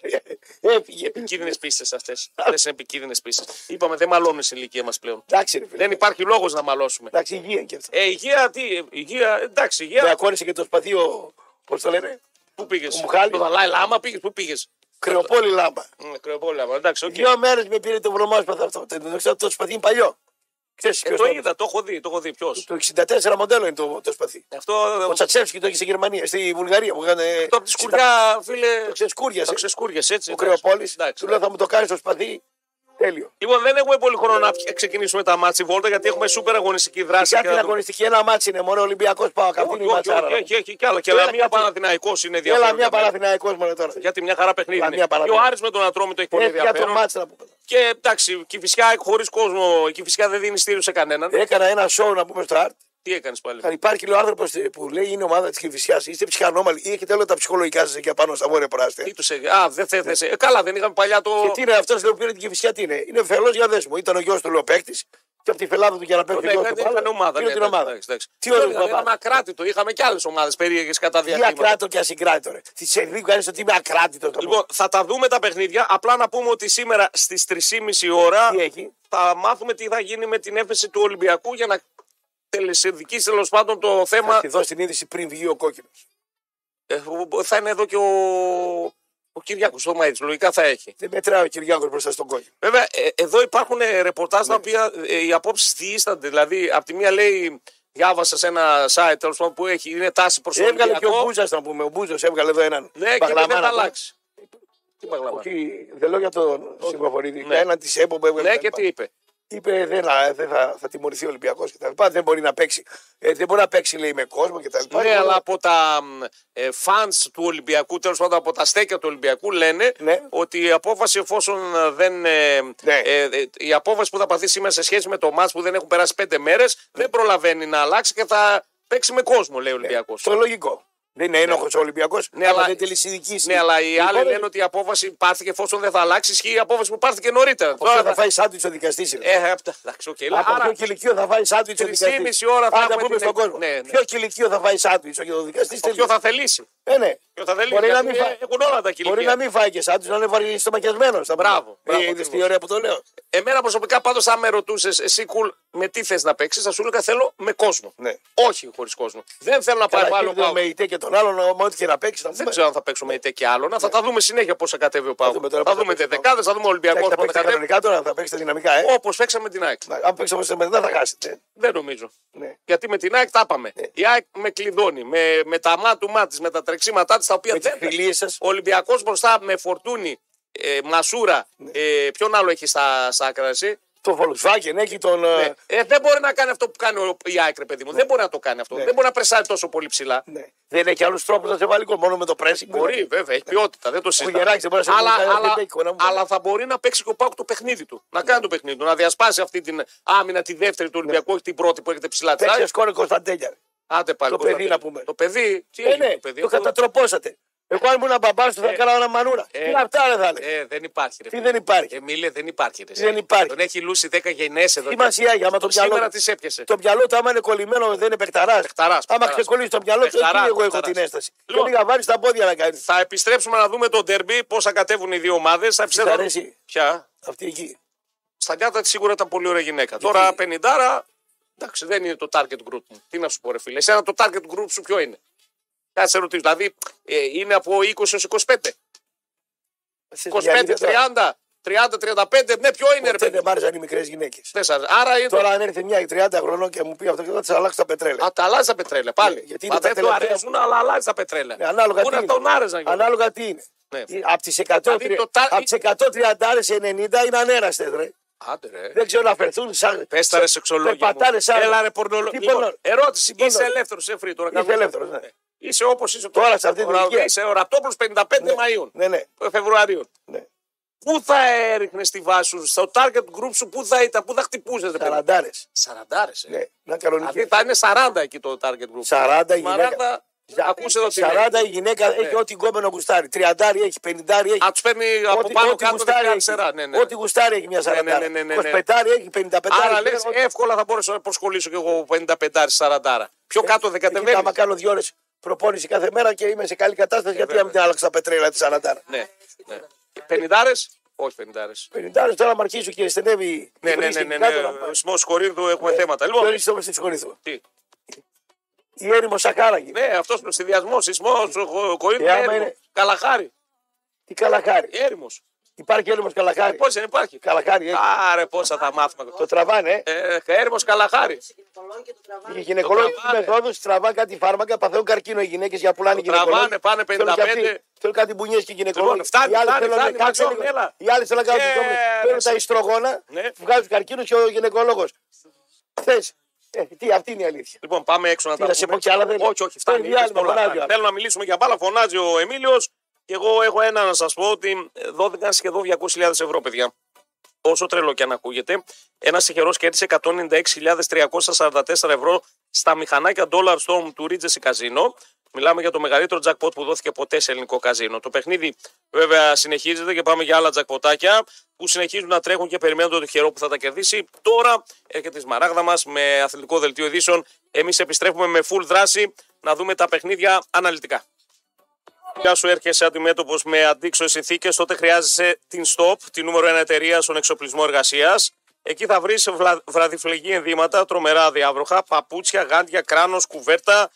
[SPEAKER 2] Ε, Έφυγε.
[SPEAKER 1] Επικίνδυνες πίστες αυτές. Αυτές είναι επικίνδυνες πίστες. Είπαμε, δεν μαλώνουν στην ηλικία μας πλέον.
[SPEAKER 2] Εντάξει, ρε φίλε.
[SPEAKER 1] Δεν υπάρχει λόγος να μαλώσουμε.
[SPEAKER 2] Εντάξει, υγεία και αυτό.
[SPEAKER 1] Ε, υγεία, τι, ε, υγεία, εντάξει,
[SPEAKER 2] Με
[SPEAKER 1] υγεία.
[SPEAKER 2] ακόρησε και το σπαθί ο. Πώς το λένε,
[SPEAKER 1] Πού πήγες.
[SPEAKER 2] Ναι, ο Μουχάλης.
[SPEAKER 1] Το Δαλάι Λάμα πήγες, πού πήγες.
[SPEAKER 2] Κρεοπόλη λάμπα.
[SPEAKER 1] Κρεοπόλαμα, εντάξει, οκ.
[SPEAKER 2] Δύο μέρες με πήρε το βρομάσπαθ αυτό. Το- Το το- το σπαθί είναι παλιό. Ξέρεις
[SPEAKER 1] Ε,
[SPEAKER 2] ποιος
[SPEAKER 1] το
[SPEAKER 2] το
[SPEAKER 1] είδα, το έχω δει, το έχω δει. Ποιος.
[SPEAKER 2] Το 64 μοντέλο είναι το, το σπαθί.
[SPEAKER 1] Ε, Αυτό.
[SPEAKER 2] Ο Τσατσεύσκι Ναι. το είχε στη Γερμανία, στη Βουλγαρία. Μου έκανε.
[SPEAKER 1] Το από τη σκουριά, φίλε.
[SPEAKER 2] Το ξεσκούριασε.
[SPEAKER 1] Το ξεσκούριε, έτσι.
[SPEAKER 2] Ο Κρεοπόλης.
[SPEAKER 1] Εντάξει.
[SPEAKER 2] Του λέω θα μου το κάνεις το σπαθί. Τέλειο.
[SPEAKER 1] Λοιπόν, δεν έχουμε πολύ χρόνο να πιε- ξεκινήσουμε τα μάτια βόλτα γιατί έχουμε σούπερ αγωνιστική δράση.
[SPEAKER 2] Κάτι
[SPEAKER 1] και να
[SPEAKER 2] Ε, την
[SPEAKER 1] το-
[SPEAKER 2] αγωνιστική, ένα μάτσι είναι μόνο Ολυμπιακός Πάο. Καυτή
[SPEAKER 1] Όχι,
[SPEAKER 2] είναι η
[SPEAKER 1] όχι,
[SPEAKER 2] ματσάρα.
[SPEAKER 1] όχι,
[SPEAKER 2] ρε.
[SPEAKER 1] Έχει έχει κι άλλα. Και
[SPEAKER 2] Έλα,
[SPEAKER 1] Λαμία
[SPEAKER 2] κάτσε.
[SPEAKER 1] Παναθηναϊκός είναι ενδιαφέρον.
[SPEAKER 2] Έλα μια
[SPEAKER 1] για μένα.
[SPEAKER 2] παραθυναϊκό μόνο τώρα.
[SPEAKER 1] Γιατί μια χαρά παιχνίδι.
[SPEAKER 2] Λαμία
[SPEAKER 1] είναι. Και ο
[SPEAKER 2] Παναθηναϊκός.
[SPEAKER 1] Άρης με τον Ατρόμητο έχει πολύ
[SPEAKER 2] Έχει για το
[SPEAKER 1] ενδιαφέρον.
[SPEAKER 2] μάτσι να πούμε.
[SPEAKER 1] Και εντάξει, και φυσικά χωρίς κόσμο, και φυσικά δεν δίνει στήριος σε κανέναν.
[SPEAKER 2] Έκανα ένα σοου να πούμε στο art.
[SPEAKER 1] Τι έκανες πάλι.
[SPEAKER 2] Αν υπάρχει λέει, ο άνθρωπος που λέει είναι ομάδα της Κυφυσιάς, είστε ψυχανόμαλοι, ή έχετε όλα τα ψυχολογικά σας εκεί απάνω στα βόρεια προάστια.
[SPEAKER 1] Τι τους έγινε. Α, δεν θέθεσαι. Ε, καλά, δεν είχαμε παλιά το.
[SPEAKER 2] Και τι είναι αυτός που πήρε την Κυφυσιά, τι είναι. Είναι φελός για δέσμο. Ήταν ο γιος του λέω παίκτης. και από τη φελάδα του για να παίρνει
[SPEAKER 1] Ναι,
[SPEAKER 2] και
[SPEAKER 1] ναι,
[SPEAKER 2] όχι.
[SPEAKER 1] είχαν ομάδα.
[SPEAKER 2] Πήρε
[SPEAKER 1] ναι,
[SPEAKER 2] την
[SPEAKER 1] εντάξει,
[SPEAKER 2] ομάδα.
[SPEAKER 1] εντάξει, εντάξει.
[SPEAKER 2] Τι ωραίο
[SPEAKER 1] Ναι,
[SPEAKER 2] που θα
[SPEAKER 1] ήταν
[SPEAKER 2] πάμε.
[SPEAKER 1] ακράτητο. Είχαμε και άλλες ομάδες περίεργες κατά
[SPEAKER 2] Τι
[SPEAKER 1] διαστήματα.
[SPEAKER 2] ακράτο και ασυγκράτητο. ρε. Τι σε λίγο κάνεις ότι είμαι ακράτητο. το
[SPEAKER 1] Λοιπόν, θα τα δούμε τα παιχνίδια. Απλά να πούμε ότι σήμερα στις 3.30 ώρα
[SPEAKER 2] πω. Τι έχει.
[SPEAKER 1] θα μάθουμε τι θα γίνει με την έφεση του Ολυμπιακού για να τελεσυνδικήσει τέλος πάντων το θέμα.
[SPEAKER 2] Θα τη δώσει την είδηση πριν βγει ο κόκκινος.
[SPEAKER 1] Ε, θα είναι εδώ και ο, ο Κυριάκος Θωμαίδη. Λογικά θα έχει.
[SPEAKER 2] Δεν μετράει ο Κυριάκος μπροστά στον κόκκινο.
[SPEAKER 1] Βέβαια, ε, εδώ υπάρχουν ε, ρεπορτάζ τα
[SPEAKER 2] Ναι.
[SPEAKER 1] οποία ε, οι απόψεις διήστανται. Δηλαδή, από τη μία λέει, διάβασα σε ένα site τέλος πάντων, που έχει, είναι τάση προ τον
[SPEAKER 2] Έβγαλε και ο
[SPEAKER 1] Ολυμπιακό.
[SPEAKER 2] Μπούζας να πούμε. Ο Μπούζο έβγαλε εδώ έναν.
[SPEAKER 1] Ναι, και δεν θα
[SPEAKER 2] μπαγλαμάνα.
[SPEAKER 1] αλλάξει. Τι παγλαμάνα.
[SPEAKER 2] Όχι, δεν λέω για τον Συμποφορίδη.
[SPEAKER 1] Ναι.
[SPEAKER 2] Για έναν της ΕΠΟ που έβγαλε.
[SPEAKER 1] Ναι,
[SPEAKER 2] τα
[SPEAKER 1] και
[SPEAKER 2] λοιπά.
[SPEAKER 1] τι είπε.
[SPEAKER 2] Είπε δεν, θα- δεν θα, θα τιμωρηθεί ο Ολυμπιακός κτλ. Δεν μπορεί να παίξει. Ε, δεν μπορεί να παίξει, λέει, με κόσμο κτλ.
[SPEAKER 1] Ναι, αλλά από τα ε, fans του Ολυμπιακού, τέλος πάντων από τα στέκια του Ολυμπιακού, λένε
[SPEAKER 2] Ναι.
[SPEAKER 1] ότι η απόφαση εφόσον ε, δεν. ε,
[SPEAKER 2] Ναι.
[SPEAKER 1] ε, ε, η απόφαση που θα παθεί σήμερα σε σχέση με το μάτς που δεν έχουν περάσει πέντε μέρες δεν προλαβαίνει να αλλάξει και θα παίξει με κόσμο, λέει ο Ολυμπιακός.
[SPEAKER 2] Το λογικό. Δεν είναι ένοχος ο Ολυμπιακός.
[SPEAKER 1] Ναι,
[SPEAKER 2] Ναι,
[SPEAKER 1] αλλά-
[SPEAKER 2] αλλά δεν τελεσυνδικήσει.
[SPEAKER 1] Ναι, αλλά οι άλλοι
[SPEAKER 2] Λοιπόν,
[SPEAKER 1] λένε ότι η απόφαση πάρθηκε εφόσον δεν θα αλλάξει. Ισχύει η απόφαση που πάρθηκε νωρίτερα.
[SPEAKER 2] Αυτό
[SPEAKER 1] Τώρα
[SPEAKER 2] θα
[SPEAKER 1] θα.
[SPEAKER 2] φάει σάντουιτ ο δικαστής.
[SPEAKER 1] Ε, αυτά, εντάξει, οκ.
[SPEAKER 2] Από
[SPEAKER 1] Άρα,
[SPEAKER 2] ποιο κυλικείο θα φάει σάντουιτ ο
[SPEAKER 1] τρεις
[SPEAKER 2] δικαστή.
[SPEAKER 1] ή μισή ώρα θα
[SPEAKER 2] Πάντα
[SPEAKER 1] έχουμε
[SPEAKER 2] πούμε
[SPEAKER 1] την
[SPEAKER 2] στον
[SPEAKER 1] εκ-
[SPEAKER 2] κόσμο.
[SPEAKER 1] Ναι, ναι.
[SPEAKER 2] Ποιο κυλικείο θα φάει σάντουιτ ο δικαστής.
[SPEAKER 1] ο ποιο θα θελήσει.
[SPEAKER 2] Ε, ναι.
[SPEAKER 1] Ποιο θα θελήσει.
[SPEAKER 2] Μπορεί να
[SPEAKER 1] γιατί
[SPEAKER 2] μην φάει.
[SPEAKER 1] Έχουν όλα τα
[SPEAKER 2] Μπορεί
[SPEAKER 1] κυλικά.
[SPEAKER 2] να μην φάει και σάντουιτ, να είναι βαρύ στομακιασμένο.
[SPEAKER 1] Μπράβο, μπράβο,
[SPEAKER 2] Είδε Ε, τι
[SPEAKER 1] ακριβώς.
[SPEAKER 2] ωραία που το λέω.
[SPEAKER 1] Εμένα προσωπικά πάντως, αν με ρωτούσες εσύ, κουλ, με τι θες να παίξεις, θα σου έλεγα θέλω με κόσμο.
[SPEAKER 2] Ναι.
[SPEAKER 1] Όχι χωρίς κόσμο. Δεν θέλω να πάρω άλλο
[SPEAKER 2] Παρακαλώ
[SPEAKER 1] πάγο.
[SPEAKER 2] με ητέ και τον άλλον, με ό,τι και να παίξεις. να
[SPEAKER 1] Δεν
[SPEAKER 2] πούμε.
[SPEAKER 1] ξέρω αν θα παίξουμε είτε και άλλο. Να θα τα δούμε συνέχεια πώ θα κατέβει ο Πάγο.
[SPEAKER 2] δούμε τώρα
[SPEAKER 1] Θα
[SPEAKER 2] πώς θα
[SPEAKER 1] δούμε τι
[SPEAKER 2] παίξεις ο
[SPEAKER 1] δεκάδες, θα δούμε Ολυμπιακό
[SPEAKER 2] Εντάξει, Θα
[SPEAKER 1] πώ θα
[SPEAKER 2] παίξετε
[SPEAKER 1] κατέβει.
[SPEAKER 2] κανονικά τώρα, θα παίξετε δυναμικά. Ε.
[SPEAKER 1] Όπως παίξαμε την ΑΕΚ.
[SPEAKER 2] Να- Αν παίξετε όπω μετά θα χάσετε.
[SPEAKER 1] Δεν νομίζω.
[SPEAKER 2] Ναι.
[SPEAKER 1] Γιατί με την ΑΕΚ τα πάμε. Η ΑΕΚ με κλειδώνει. Με, με τα μάτια τη, με τα τρεξίματά της, τα οποία
[SPEAKER 2] Με τις
[SPEAKER 1] δεν.
[SPEAKER 2] φιλίες σας.
[SPEAKER 1] Ο Ολυμπιακός μπροστά με φορτούνι, ε, μασούρα.
[SPEAKER 2] Ναι.
[SPEAKER 1] Ε, ποιον άλλο έχει στα, στα άκρα εσύ.
[SPEAKER 2] Το Volkswagen έχει τον.
[SPEAKER 1] Ναι.
[SPEAKER 2] ε,
[SPEAKER 1] Ε, δεν μπορεί να κάνει αυτό που κάνει ο- η ΑΕΚ, ρε παιδί μου. Δεν μπορεί να το κάνει αυτό.
[SPEAKER 2] Ναι.
[SPEAKER 1] Δεν μπορεί να πρεσάρει τόσο πολύ ψηλά.
[SPEAKER 2] ναι. Δεν έχει άλλους τρόπους να σε βάλει γκολ, μόνο με το pressing.
[SPEAKER 1] Μπορεί, βέβαια, έχει ποιότητα, δεν το συζητάμε.
[SPEAKER 2] Γεράκης δεν μπορεί να σε
[SPEAKER 1] αλλά,
[SPEAKER 2] βγάλει,
[SPEAKER 1] αλλά,
[SPEAKER 2] δεν παίκει, να μου
[SPEAKER 1] αλλά θα μπορεί να παίξει και ο Πάουκ το παιχνίδι του. Να κάνει το παιχνίδι του. Να διασπάσει αυτή την άμυνα, τη δεύτερη
[SPEAKER 2] Ναι.
[SPEAKER 1] του Ολυμπιακού, όχι την πρώτη που έρχεται ψηλά. της ΑΕΚ.
[SPEAKER 2] Τέτοια σκόρε Κωνσταντέλια.
[SPEAKER 1] Άντε πάλι.
[SPEAKER 2] Το
[SPEAKER 1] πώς θα
[SPEAKER 2] παιδί,
[SPEAKER 1] πει.
[SPEAKER 2] να πούμε.
[SPEAKER 1] Το παιδί, τι
[SPEAKER 2] Ε,
[SPEAKER 1] έγινε
[SPEAKER 2] ναι,
[SPEAKER 1] το παιδί.
[SPEAKER 2] το
[SPEAKER 1] αυτό-
[SPEAKER 2] κατατροπώσατε. Εγώ αν ήμουν μπαμπά του θα έκανα ένα μανούρα.
[SPEAKER 1] ε,
[SPEAKER 2] Τι είναι αυτά, ρε θα λέει.
[SPEAKER 1] Ε, δεν υπάρχει. Ρε,
[SPEAKER 2] Τι
[SPEAKER 1] φίλε.
[SPEAKER 2] δεν υπάρχει.
[SPEAKER 1] Εμίλια, δεν υπάρχει. Ρε,
[SPEAKER 2] Δεν υπάρχει.
[SPEAKER 1] Τον έχει λούσει 10 γενές εδώ.
[SPEAKER 2] Τι μα η άμα το
[SPEAKER 1] ε, Σήμερα
[SPEAKER 2] μυαλό.
[SPEAKER 1] τη έπιασε.
[SPEAKER 2] Το μυαλό του, άμα είναι κολλημένο, δεν είναι παιχταράς.
[SPEAKER 1] Παιχταράς,
[SPEAKER 2] Άμα
[SPEAKER 1] παιχταράς.
[SPEAKER 2] ξεκολλήσει το μυαλό του, εκεί
[SPEAKER 1] Παιχταράς,
[SPEAKER 2] εγώ έχω
[SPEAKER 1] παιχταράς.
[SPEAKER 2] την αίσθαση. Και
[SPEAKER 1] Λοιπόν.
[SPEAKER 2] λίγα βάρη στα πόδια να κάνεις.
[SPEAKER 1] Θα επιστρέψουμε να δούμε το ντερμπι, πώ θα κατέβουν οι δύο ομάδες. Θα
[SPEAKER 2] Τη
[SPEAKER 1] επιστρέψουμε.
[SPEAKER 2] αρέσει
[SPEAKER 1] Ποια.
[SPEAKER 2] αυτή εκεί.
[SPEAKER 1] Στα νιάτα σίγουρα ήταν πολύ ωραία γυναίκα. Τώρα 50 εντάξει, δεν είναι το target group μου. Τι να σου πω, ρε φίλε. Εσένα το target group σου ποιο είναι. Θα σε ρωτήσω. Δηλαδή ε, είναι από 20 έως 25. 25, 30, 30, 35. Ναι, ποιο είναι, ρε
[SPEAKER 2] Ποτέ
[SPEAKER 1] παιδί.
[SPEAKER 2] δεν μ' άρεσαν οι μικρές γυναίκες.
[SPEAKER 1] Δεν σας- Άρα είναι.
[SPEAKER 2] Τώρα αν έρθει μια 30 χρονών και μου πει αυτό, θα τη αλλάξω τα πετρέλαια.
[SPEAKER 1] Α, τα αλλάζεις τα πετρέλαια πάλι.
[SPEAKER 2] Ναι, γιατί
[SPEAKER 1] Μα
[SPEAKER 2] είναι τα
[SPEAKER 1] δεν το
[SPEAKER 2] τελευταία
[SPEAKER 1] αρέσουν, αλλά αλλάζεις τα πετρέλαια.
[SPEAKER 2] Ναι, ανάλογα
[SPEAKER 1] Μπορεί
[SPEAKER 2] τι
[SPEAKER 1] να
[SPEAKER 2] είναι.
[SPEAKER 1] τον άρεσαν. κιόλας.
[SPEAKER 2] Ανάλογα τι είναι.
[SPEAKER 1] Ναι.
[SPEAKER 2] Από τι 130
[SPEAKER 1] Δηλαδή το τα-
[SPEAKER 2] απ' τις 130 σε 90 είναι ανέραστες, ρε.
[SPEAKER 1] Άντε, ρε.
[SPEAKER 2] Δεν ξέρω να φερθούν σαν.
[SPEAKER 1] Πες τα ρε σεξολόγια. μου.
[SPEAKER 2] Περπατάνε σαν.
[SPEAKER 1] Έλα ρε πορνολο...
[SPEAKER 2] Τι
[SPEAKER 1] Λοιπόν,
[SPEAKER 2] πορνο-
[SPEAKER 1] ερώτηση.
[SPEAKER 2] τι
[SPEAKER 1] Είσαι
[SPEAKER 2] πορνο-
[SPEAKER 1] ελεύθερος, σε free τώρα.
[SPEAKER 2] Είσαι
[SPEAKER 1] κάνουμε-
[SPEAKER 2] ελεύθερος, ναι.
[SPEAKER 1] Είσαι όπως είσαι
[SPEAKER 2] Τώρα, σε αυτή την
[SPEAKER 1] Ωρα-
[SPEAKER 2] ηλικία.
[SPEAKER 1] Είσαι ο Ραπτόπουλο 55 Μαΐων.
[SPEAKER 2] Ναι, ναι.
[SPEAKER 1] Φεβρουαρίου.
[SPEAKER 2] ναι.
[SPEAKER 1] Πού θα έριχνε τη βάση σου, στο target group σου, πού θα ήταν, πού θα χτυπούσες.
[SPEAKER 2] Σαραντάρες.
[SPEAKER 1] Σαραντάρες, ε.
[SPEAKER 2] Ναι. Να
[SPEAKER 1] Δηλαδή
[SPEAKER 2] κανονική.
[SPEAKER 1] θα είναι 40 εκεί το target group.
[SPEAKER 2] 40 η γυναίκα.
[SPEAKER 1] Σαράντα. Ακούσε εδώ τι λέει.
[SPEAKER 2] 40 η γυναίκα έχει ό,τι γκόμενο γουστάρει. 30 έχει, 50 έχει.
[SPEAKER 1] Α, τους παίρνει από
[SPEAKER 2] Ό,τι-
[SPEAKER 1] πάνω
[SPEAKER 2] ό,τι
[SPEAKER 1] κάτω
[SPEAKER 2] γουστάρει
[SPEAKER 1] δεξιά
[SPEAKER 2] έχει.
[SPEAKER 1] αριστερά. Ναι, ναι.
[SPEAKER 2] Ό,τι γουστάρει έχει μια 40.
[SPEAKER 1] ναι, ναι, ναι, ναι.
[SPEAKER 2] 25 έχει, 55
[SPEAKER 1] Άρα
[SPEAKER 2] έχει,
[SPEAKER 1] λες
[SPEAKER 2] ό,τι-
[SPEAKER 1] εύκολα θα μπορέσω να προσχολήσω κι εγώ 55-40. Πιο
[SPEAKER 2] Ε,
[SPEAKER 1] κάτω δεν
[SPEAKER 2] Κοίτα, Άμα
[SPEAKER 1] κατεβαίνεις.
[SPEAKER 2] κάνω δύο ώρες προπόνηση κάθε μέρα και είμαι σε καλή κατάσταση, γιατί να μην την άλλαξα τα πετρέλα της 40.
[SPEAKER 1] Ε, Ναι. ναι. 50 Όχι 50
[SPEAKER 2] 50 τώρα μ' αρχίζει και στενεύει.
[SPEAKER 1] Ναι, ναι, ναι, ναι, ναι. Ο Σιμός Κορίνθου έχουμε θέματα.
[SPEAKER 2] Ποιο
[SPEAKER 1] Λοιπόν,
[SPEAKER 2] είναι το τη Κορίνθου.
[SPEAKER 1] τι.
[SPEAKER 2] Η έρημος Σακάραγη.
[SPEAKER 1] ναι, αυτός ο συνδυασμός, σεισμός, ο Κορίνθου,
[SPEAKER 2] Ε, άμα
[SPEAKER 1] έρημος.
[SPEAKER 2] είναι-
[SPEAKER 1] Καλαχάρη,
[SPEAKER 2] Τι καλαχάρι.
[SPEAKER 1] έρημος.
[SPEAKER 2] Υπάρχει έρημος καλαχάρι.
[SPEAKER 1] Ε. Πώς δεν υπάρχει.
[SPEAKER 2] Καλαχάρι, έχει.
[SPEAKER 1] Άρε πόσα θα μάθουμε.
[SPEAKER 2] Το τραβάνε, ε.
[SPEAKER 1] Ε, έρημος Καλαχάρη.
[SPEAKER 2] Οι γυναικολόγοι
[SPEAKER 1] το
[SPEAKER 2] του
[SPEAKER 1] τραβάνε.
[SPEAKER 2] μεθόδους τραβάνε κάτι φάρμακα, παθαίνουν καρκίνο οι γυναίκες για να πουλάνε
[SPEAKER 1] Το
[SPEAKER 2] γυναικολόγοι.
[SPEAKER 1] τραβάνε, πάνε
[SPEAKER 2] Θέλουν και αυτοί-
[SPEAKER 1] 55.
[SPEAKER 2] Θέλουν κάτι μπουνιές και γυναικολόγοι.
[SPEAKER 1] Λοιπόν, φτάνει,
[SPEAKER 2] Οι άλλοι
[SPEAKER 1] φτάνει,
[SPEAKER 2] θέλουν να
[SPEAKER 1] φτάνει,
[SPEAKER 2] κάτσουν
[SPEAKER 1] Ματσόνη,
[SPEAKER 2] λίγο.
[SPEAKER 1] έλα.
[SPEAKER 2] Οι άλλοι θέλουν να κάνουν
[SPEAKER 1] Ε,
[SPEAKER 2] τις δόμες.
[SPEAKER 1] ρε,
[SPEAKER 2] Παίρνουν τα
[SPEAKER 1] εσύ.
[SPEAKER 2] ιστρογόνα,
[SPEAKER 1] Ναι.
[SPEAKER 2] βγάζουν καρκίνο και ο γυναικολόγος. Χθε. Τι, αυτή είναι η αλήθεια.
[SPEAKER 1] Λοιπόν, πάμε έξω να
[SPEAKER 2] Τι να
[SPEAKER 1] τα
[SPEAKER 2] σε
[SPEAKER 1] πούμε.
[SPEAKER 2] πω κι άλλα δεν.
[SPEAKER 1] Όχι, όχι, φτάνει.
[SPEAKER 2] Παίρνει
[SPEAKER 1] είπες
[SPEAKER 2] διάλειμμα,
[SPEAKER 1] πολλά.
[SPEAKER 2] φωνάζει,
[SPEAKER 1] Θέλω να μιλήσουμε για μπάλα. Φωνάζει ο Εμίλιος. Και εγώ έχω ένα να σας πω ότι δόθηκαν σχεδόν 200.000 ευρώ, παιδιά. Όσο τρελό και αν ακούγεται. Ένα τυχερό κέρδισε 196.344 ευρώ στα μηχανάκια Dollar Storm του Ridges Casino. Μιλάμε για το μεγαλύτερο τζακπότ που δόθηκε ποτέ σε ελληνικό καζίνο. Το παιχνίδι βέβαια συνεχίζεται και πάμε για άλλα τζακποτάκια που συνεχίζουν να τρέχουν και περιμένουν το χερό που θα τα κερδίσει. Τώρα έρχεται η Σμαράγδα μας με αθλητικό δελτίο ειδήσεων. Εμείς επιστρέφουμε με full δράση να δούμε τα παιχνίδια αναλυτικά. Πια σου έρχεσαι αντιμέτωπος με αντίξωες συνθήκες, τότε χρειάζεσαι την STOP, τη νούμερο 1 εταιρεία στον εξοπλισμό εργασίας. Εκεί θα βρεις βλα... βραδιφλεγή ενδύματα, τρομερά διάβροχα, παπούτσια, γάντια, κράνος, κουβέρτα,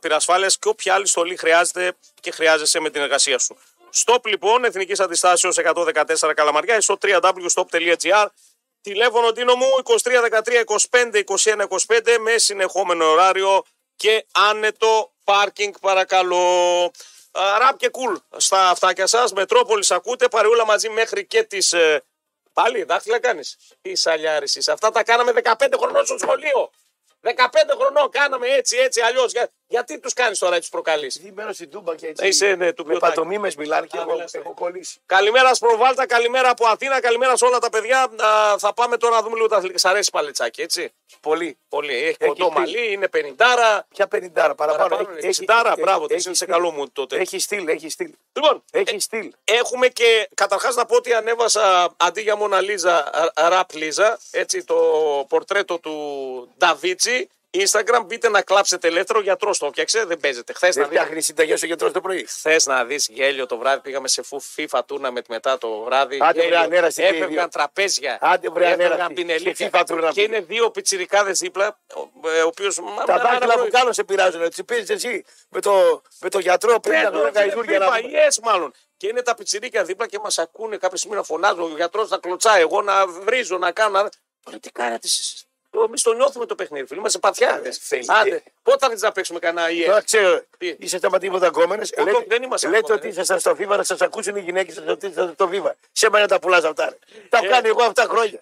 [SPEAKER 1] πυρασφάλειας και όποια άλλη στολή χρειάζεται και χρειάζεσαι με την εργασία σου. STOP λοιπόν, Εθνικής Αντιστάσεως 114 Καλαμαριά, στο www.stop.gr. Τηλέφωνο Τίνο μου 2313-25-2125 με συνεχόμενο ωράριο και άνετο πάρκινγκ παρακαλώ. Α, Ραπ και κουλ στα αυτάκια σας. Μετρόπολης ακούτε, παρεούλα μαζί μέχρι και τις... ε, Πάλι δάχτυλα κάνεις. Τι σαλιάρης είσαι. Αυτά τα κάναμε 15 χρονών στο σχολείο. 15 χρονών κάναμε έτσι, έτσι, αλλιώς. γιατί τους κάνεις τώρα, έτσι προκαλείς.
[SPEAKER 2] Τι μπαίνω στην τούμπα και έτσι.
[SPEAKER 1] Είσαι, ναι, του
[SPEAKER 2] με
[SPEAKER 1] Πιωτάκη.
[SPEAKER 2] πατομήμες μιλάνε και
[SPEAKER 1] Α,
[SPEAKER 2] εγώ
[SPEAKER 1] μιλάς,
[SPEAKER 2] έχω
[SPEAKER 1] ναι.
[SPEAKER 2] κολλήσει.
[SPEAKER 1] Καλημέρα Σπροβάλτα, καλημέρα από Αθήνα, καλημέρα σε όλα τα παιδιά. Α, θα πάμε τώρα να δούμε λίγο τα αθλητικά. Σ' αρέσει παλετσάκι, έτσι.
[SPEAKER 2] Πολύ.
[SPEAKER 1] Πολύ. Έχει κοντό
[SPEAKER 2] στυλ.
[SPEAKER 1] μαλλί, είναι 50.
[SPEAKER 2] Ποια 50 παραπάνω.
[SPEAKER 1] Παραπάνω, 60, μπράβο, της είναι σε
[SPEAKER 2] στυλ.
[SPEAKER 1] καλό μου τότε.
[SPEAKER 2] Έχει στυλ, έχει στυλ.
[SPEAKER 1] Λοιπόν,
[SPEAKER 2] Έχει στυλ.
[SPEAKER 1] Έχουμε και καταρχάς να πω ότι ανέβασα αντί για Μοναλίζα, ραπ Λίζα. Έτσι το πορτρέτο του Νταβίτσι. Instagram, μπείτε να κλάψετε ελεύθερο. γιατρός το έφτιαξε, δεν παίζεται. Χθες να
[SPEAKER 2] Δεν
[SPEAKER 1] δει.
[SPEAKER 2] φτιάχνει συνταγέ ο γιατρός το πρωί.
[SPEAKER 1] Χθες να δεις γέλιο το βράδυ, πήγαμε σε φου FIFA tournament μετά το βράδυ.
[SPEAKER 2] Άντε, βρε,
[SPEAKER 1] γέλιο.
[SPEAKER 2] ανέραστη και οι δύο.
[SPEAKER 1] Έφευγαν τραπέζια.
[SPEAKER 2] Άντε, βρε,
[SPEAKER 1] έφευγαν
[SPEAKER 2] ανέραστη.
[SPEAKER 1] πινελίκια.
[SPEAKER 2] Και FIFA tournament.
[SPEAKER 1] Και είναι δύο πιτσιρικάδες δίπλα, ο, ε, ο οποίος...
[SPEAKER 2] Τα δάχτυλα που κάνω σε πειράζουν. Τι πήρες εσύ με το, με το γιατρό πέντε
[SPEAKER 1] Πέτρο,
[SPEAKER 2] χρόνια γαϊδούρια να πούμε.
[SPEAKER 1] yes, μάλλον. Και είναι τα πιτσιρίκια δίπλα και μας ακούνε κάποια στιγμή να φωνάζω. Ο γιατρός να κλωτσάει, εγώ να βρίζω, να κάνω. Να... Τώρα τι κάνατε εσείς. Εμεί το νιώθουμε το παιχνίδι, φίλοι. Είμαστε παθιάδε.
[SPEAKER 2] Ε, θέλει. Ε,
[SPEAKER 1] Άντε, πότε θα να παίξουμε κανένα Ε, ES.
[SPEAKER 2] Τώρα ξέρω,
[SPEAKER 1] Τι?
[SPEAKER 2] είσαστε ματίποτα γκόμενε.
[SPEAKER 1] Εγώ δεν είμαστε
[SPEAKER 2] Λέτε
[SPEAKER 1] ακόμα,
[SPEAKER 2] ότι
[SPEAKER 1] ναι.
[SPEAKER 2] ήσασταν στο φίβα να σας ακούσουν οι γυναίκες σα ότι ήσασταν στο φίβα. Σε μένα τα πουλάς αυτά. ρε. Τα
[SPEAKER 1] Ε.
[SPEAKER 2] κάνω εγώ αυτά χρόνια.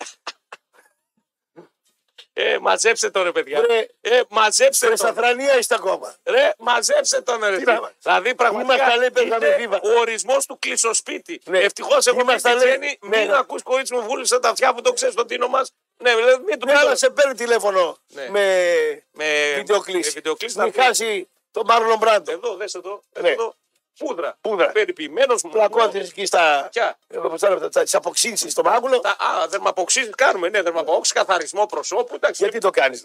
[SPEAKER 1] Ε, μαζέψτε τον, ρε παιδιά.
[SPEAKER 2] Ρε.
[SPEAKER 1] Ε, μαζέψτε
[SPEAKER 2] Στην
[SPEAKER 1] τον.
[SPEAKER 2] σταθρανία είστε ακόμα.
[SPEAKER 1] Ρε, μαζέψτε τον, ρε.
[SPEAKER 2] Τι
[SPEAKER 1] φίλε.
[SPEAKER 2] να-
[SPEAKER 1] Δηλαδή, πραγματικά
[SPEAKER 2] Ήμασταν, λέει, παίζαμε
[SPEAKER 1] είναι
[SPEAKER 2] βίβα.
[SPEAKER 1] ο ορισμός του κλεισοσπίτι.
[SPEAKER 2] Ναι.
[SPEAKER 1] Ευτυχώς εγώ είμαι
[SPEAKER 2] Ήμασταν,
[SPEAKER 1] στην
[SPEAKER 2] λέει,
[SPEAKER 1] Τζέννη.
[SPEAKER 2] ναι,
[SPEAKER 1] Μην
[SPEAKER 2] ναι.
[SPEAKER 1] ακούς κορίτσι μου βούλησε τα αυτιά που το ξέρεις τον τίνο μας. Ναι, δηλαδή, μην του
[SPEAKER 2] Ναι, αλλά
[SPEAKER 1] κάνω.
[SPEAKER 2] σε παίρνει τηλέφωνο
[SPEAKER 1] Ναι.
[SPEAKER 2] με,
[SPEAKER 1] Με
[SPEAKER 2] βιντεοκλήση.
[SPEAKER 1] με βιντεοκλήση θα
[SPEAKER 2] Μην
[SPEAKER 1] βγει.
[SPEAKER 2] χάσει τον Μάρλον Μπράντο.
[SPEAKER 1] Εδώ, δέστε το.
[SPEAKER 2] Ναι.
[SPEAKER 1] Εδώ. Πούδρα.
[SPEAKER 2] Πούδρα.
[SPEAKER 1] Περιποιημένος μου.
[SPEAKER 2] Πλακώθηκε εκεί στα.
[SPEAKER 1] ε, Ποια?
[SPEAKER 2] Εγώ πώς τα λέμε, τα- Τις αποξίνσει στο μάγουλο.
[SPEAKER 1] Τα- Α, δερμαποξίσει κάνουμε. Ναι, δερμαποξίσει, καθαρισμό προσώπου. Εντάξει,
[SPEAKER 2] Γιατί το κάνεις.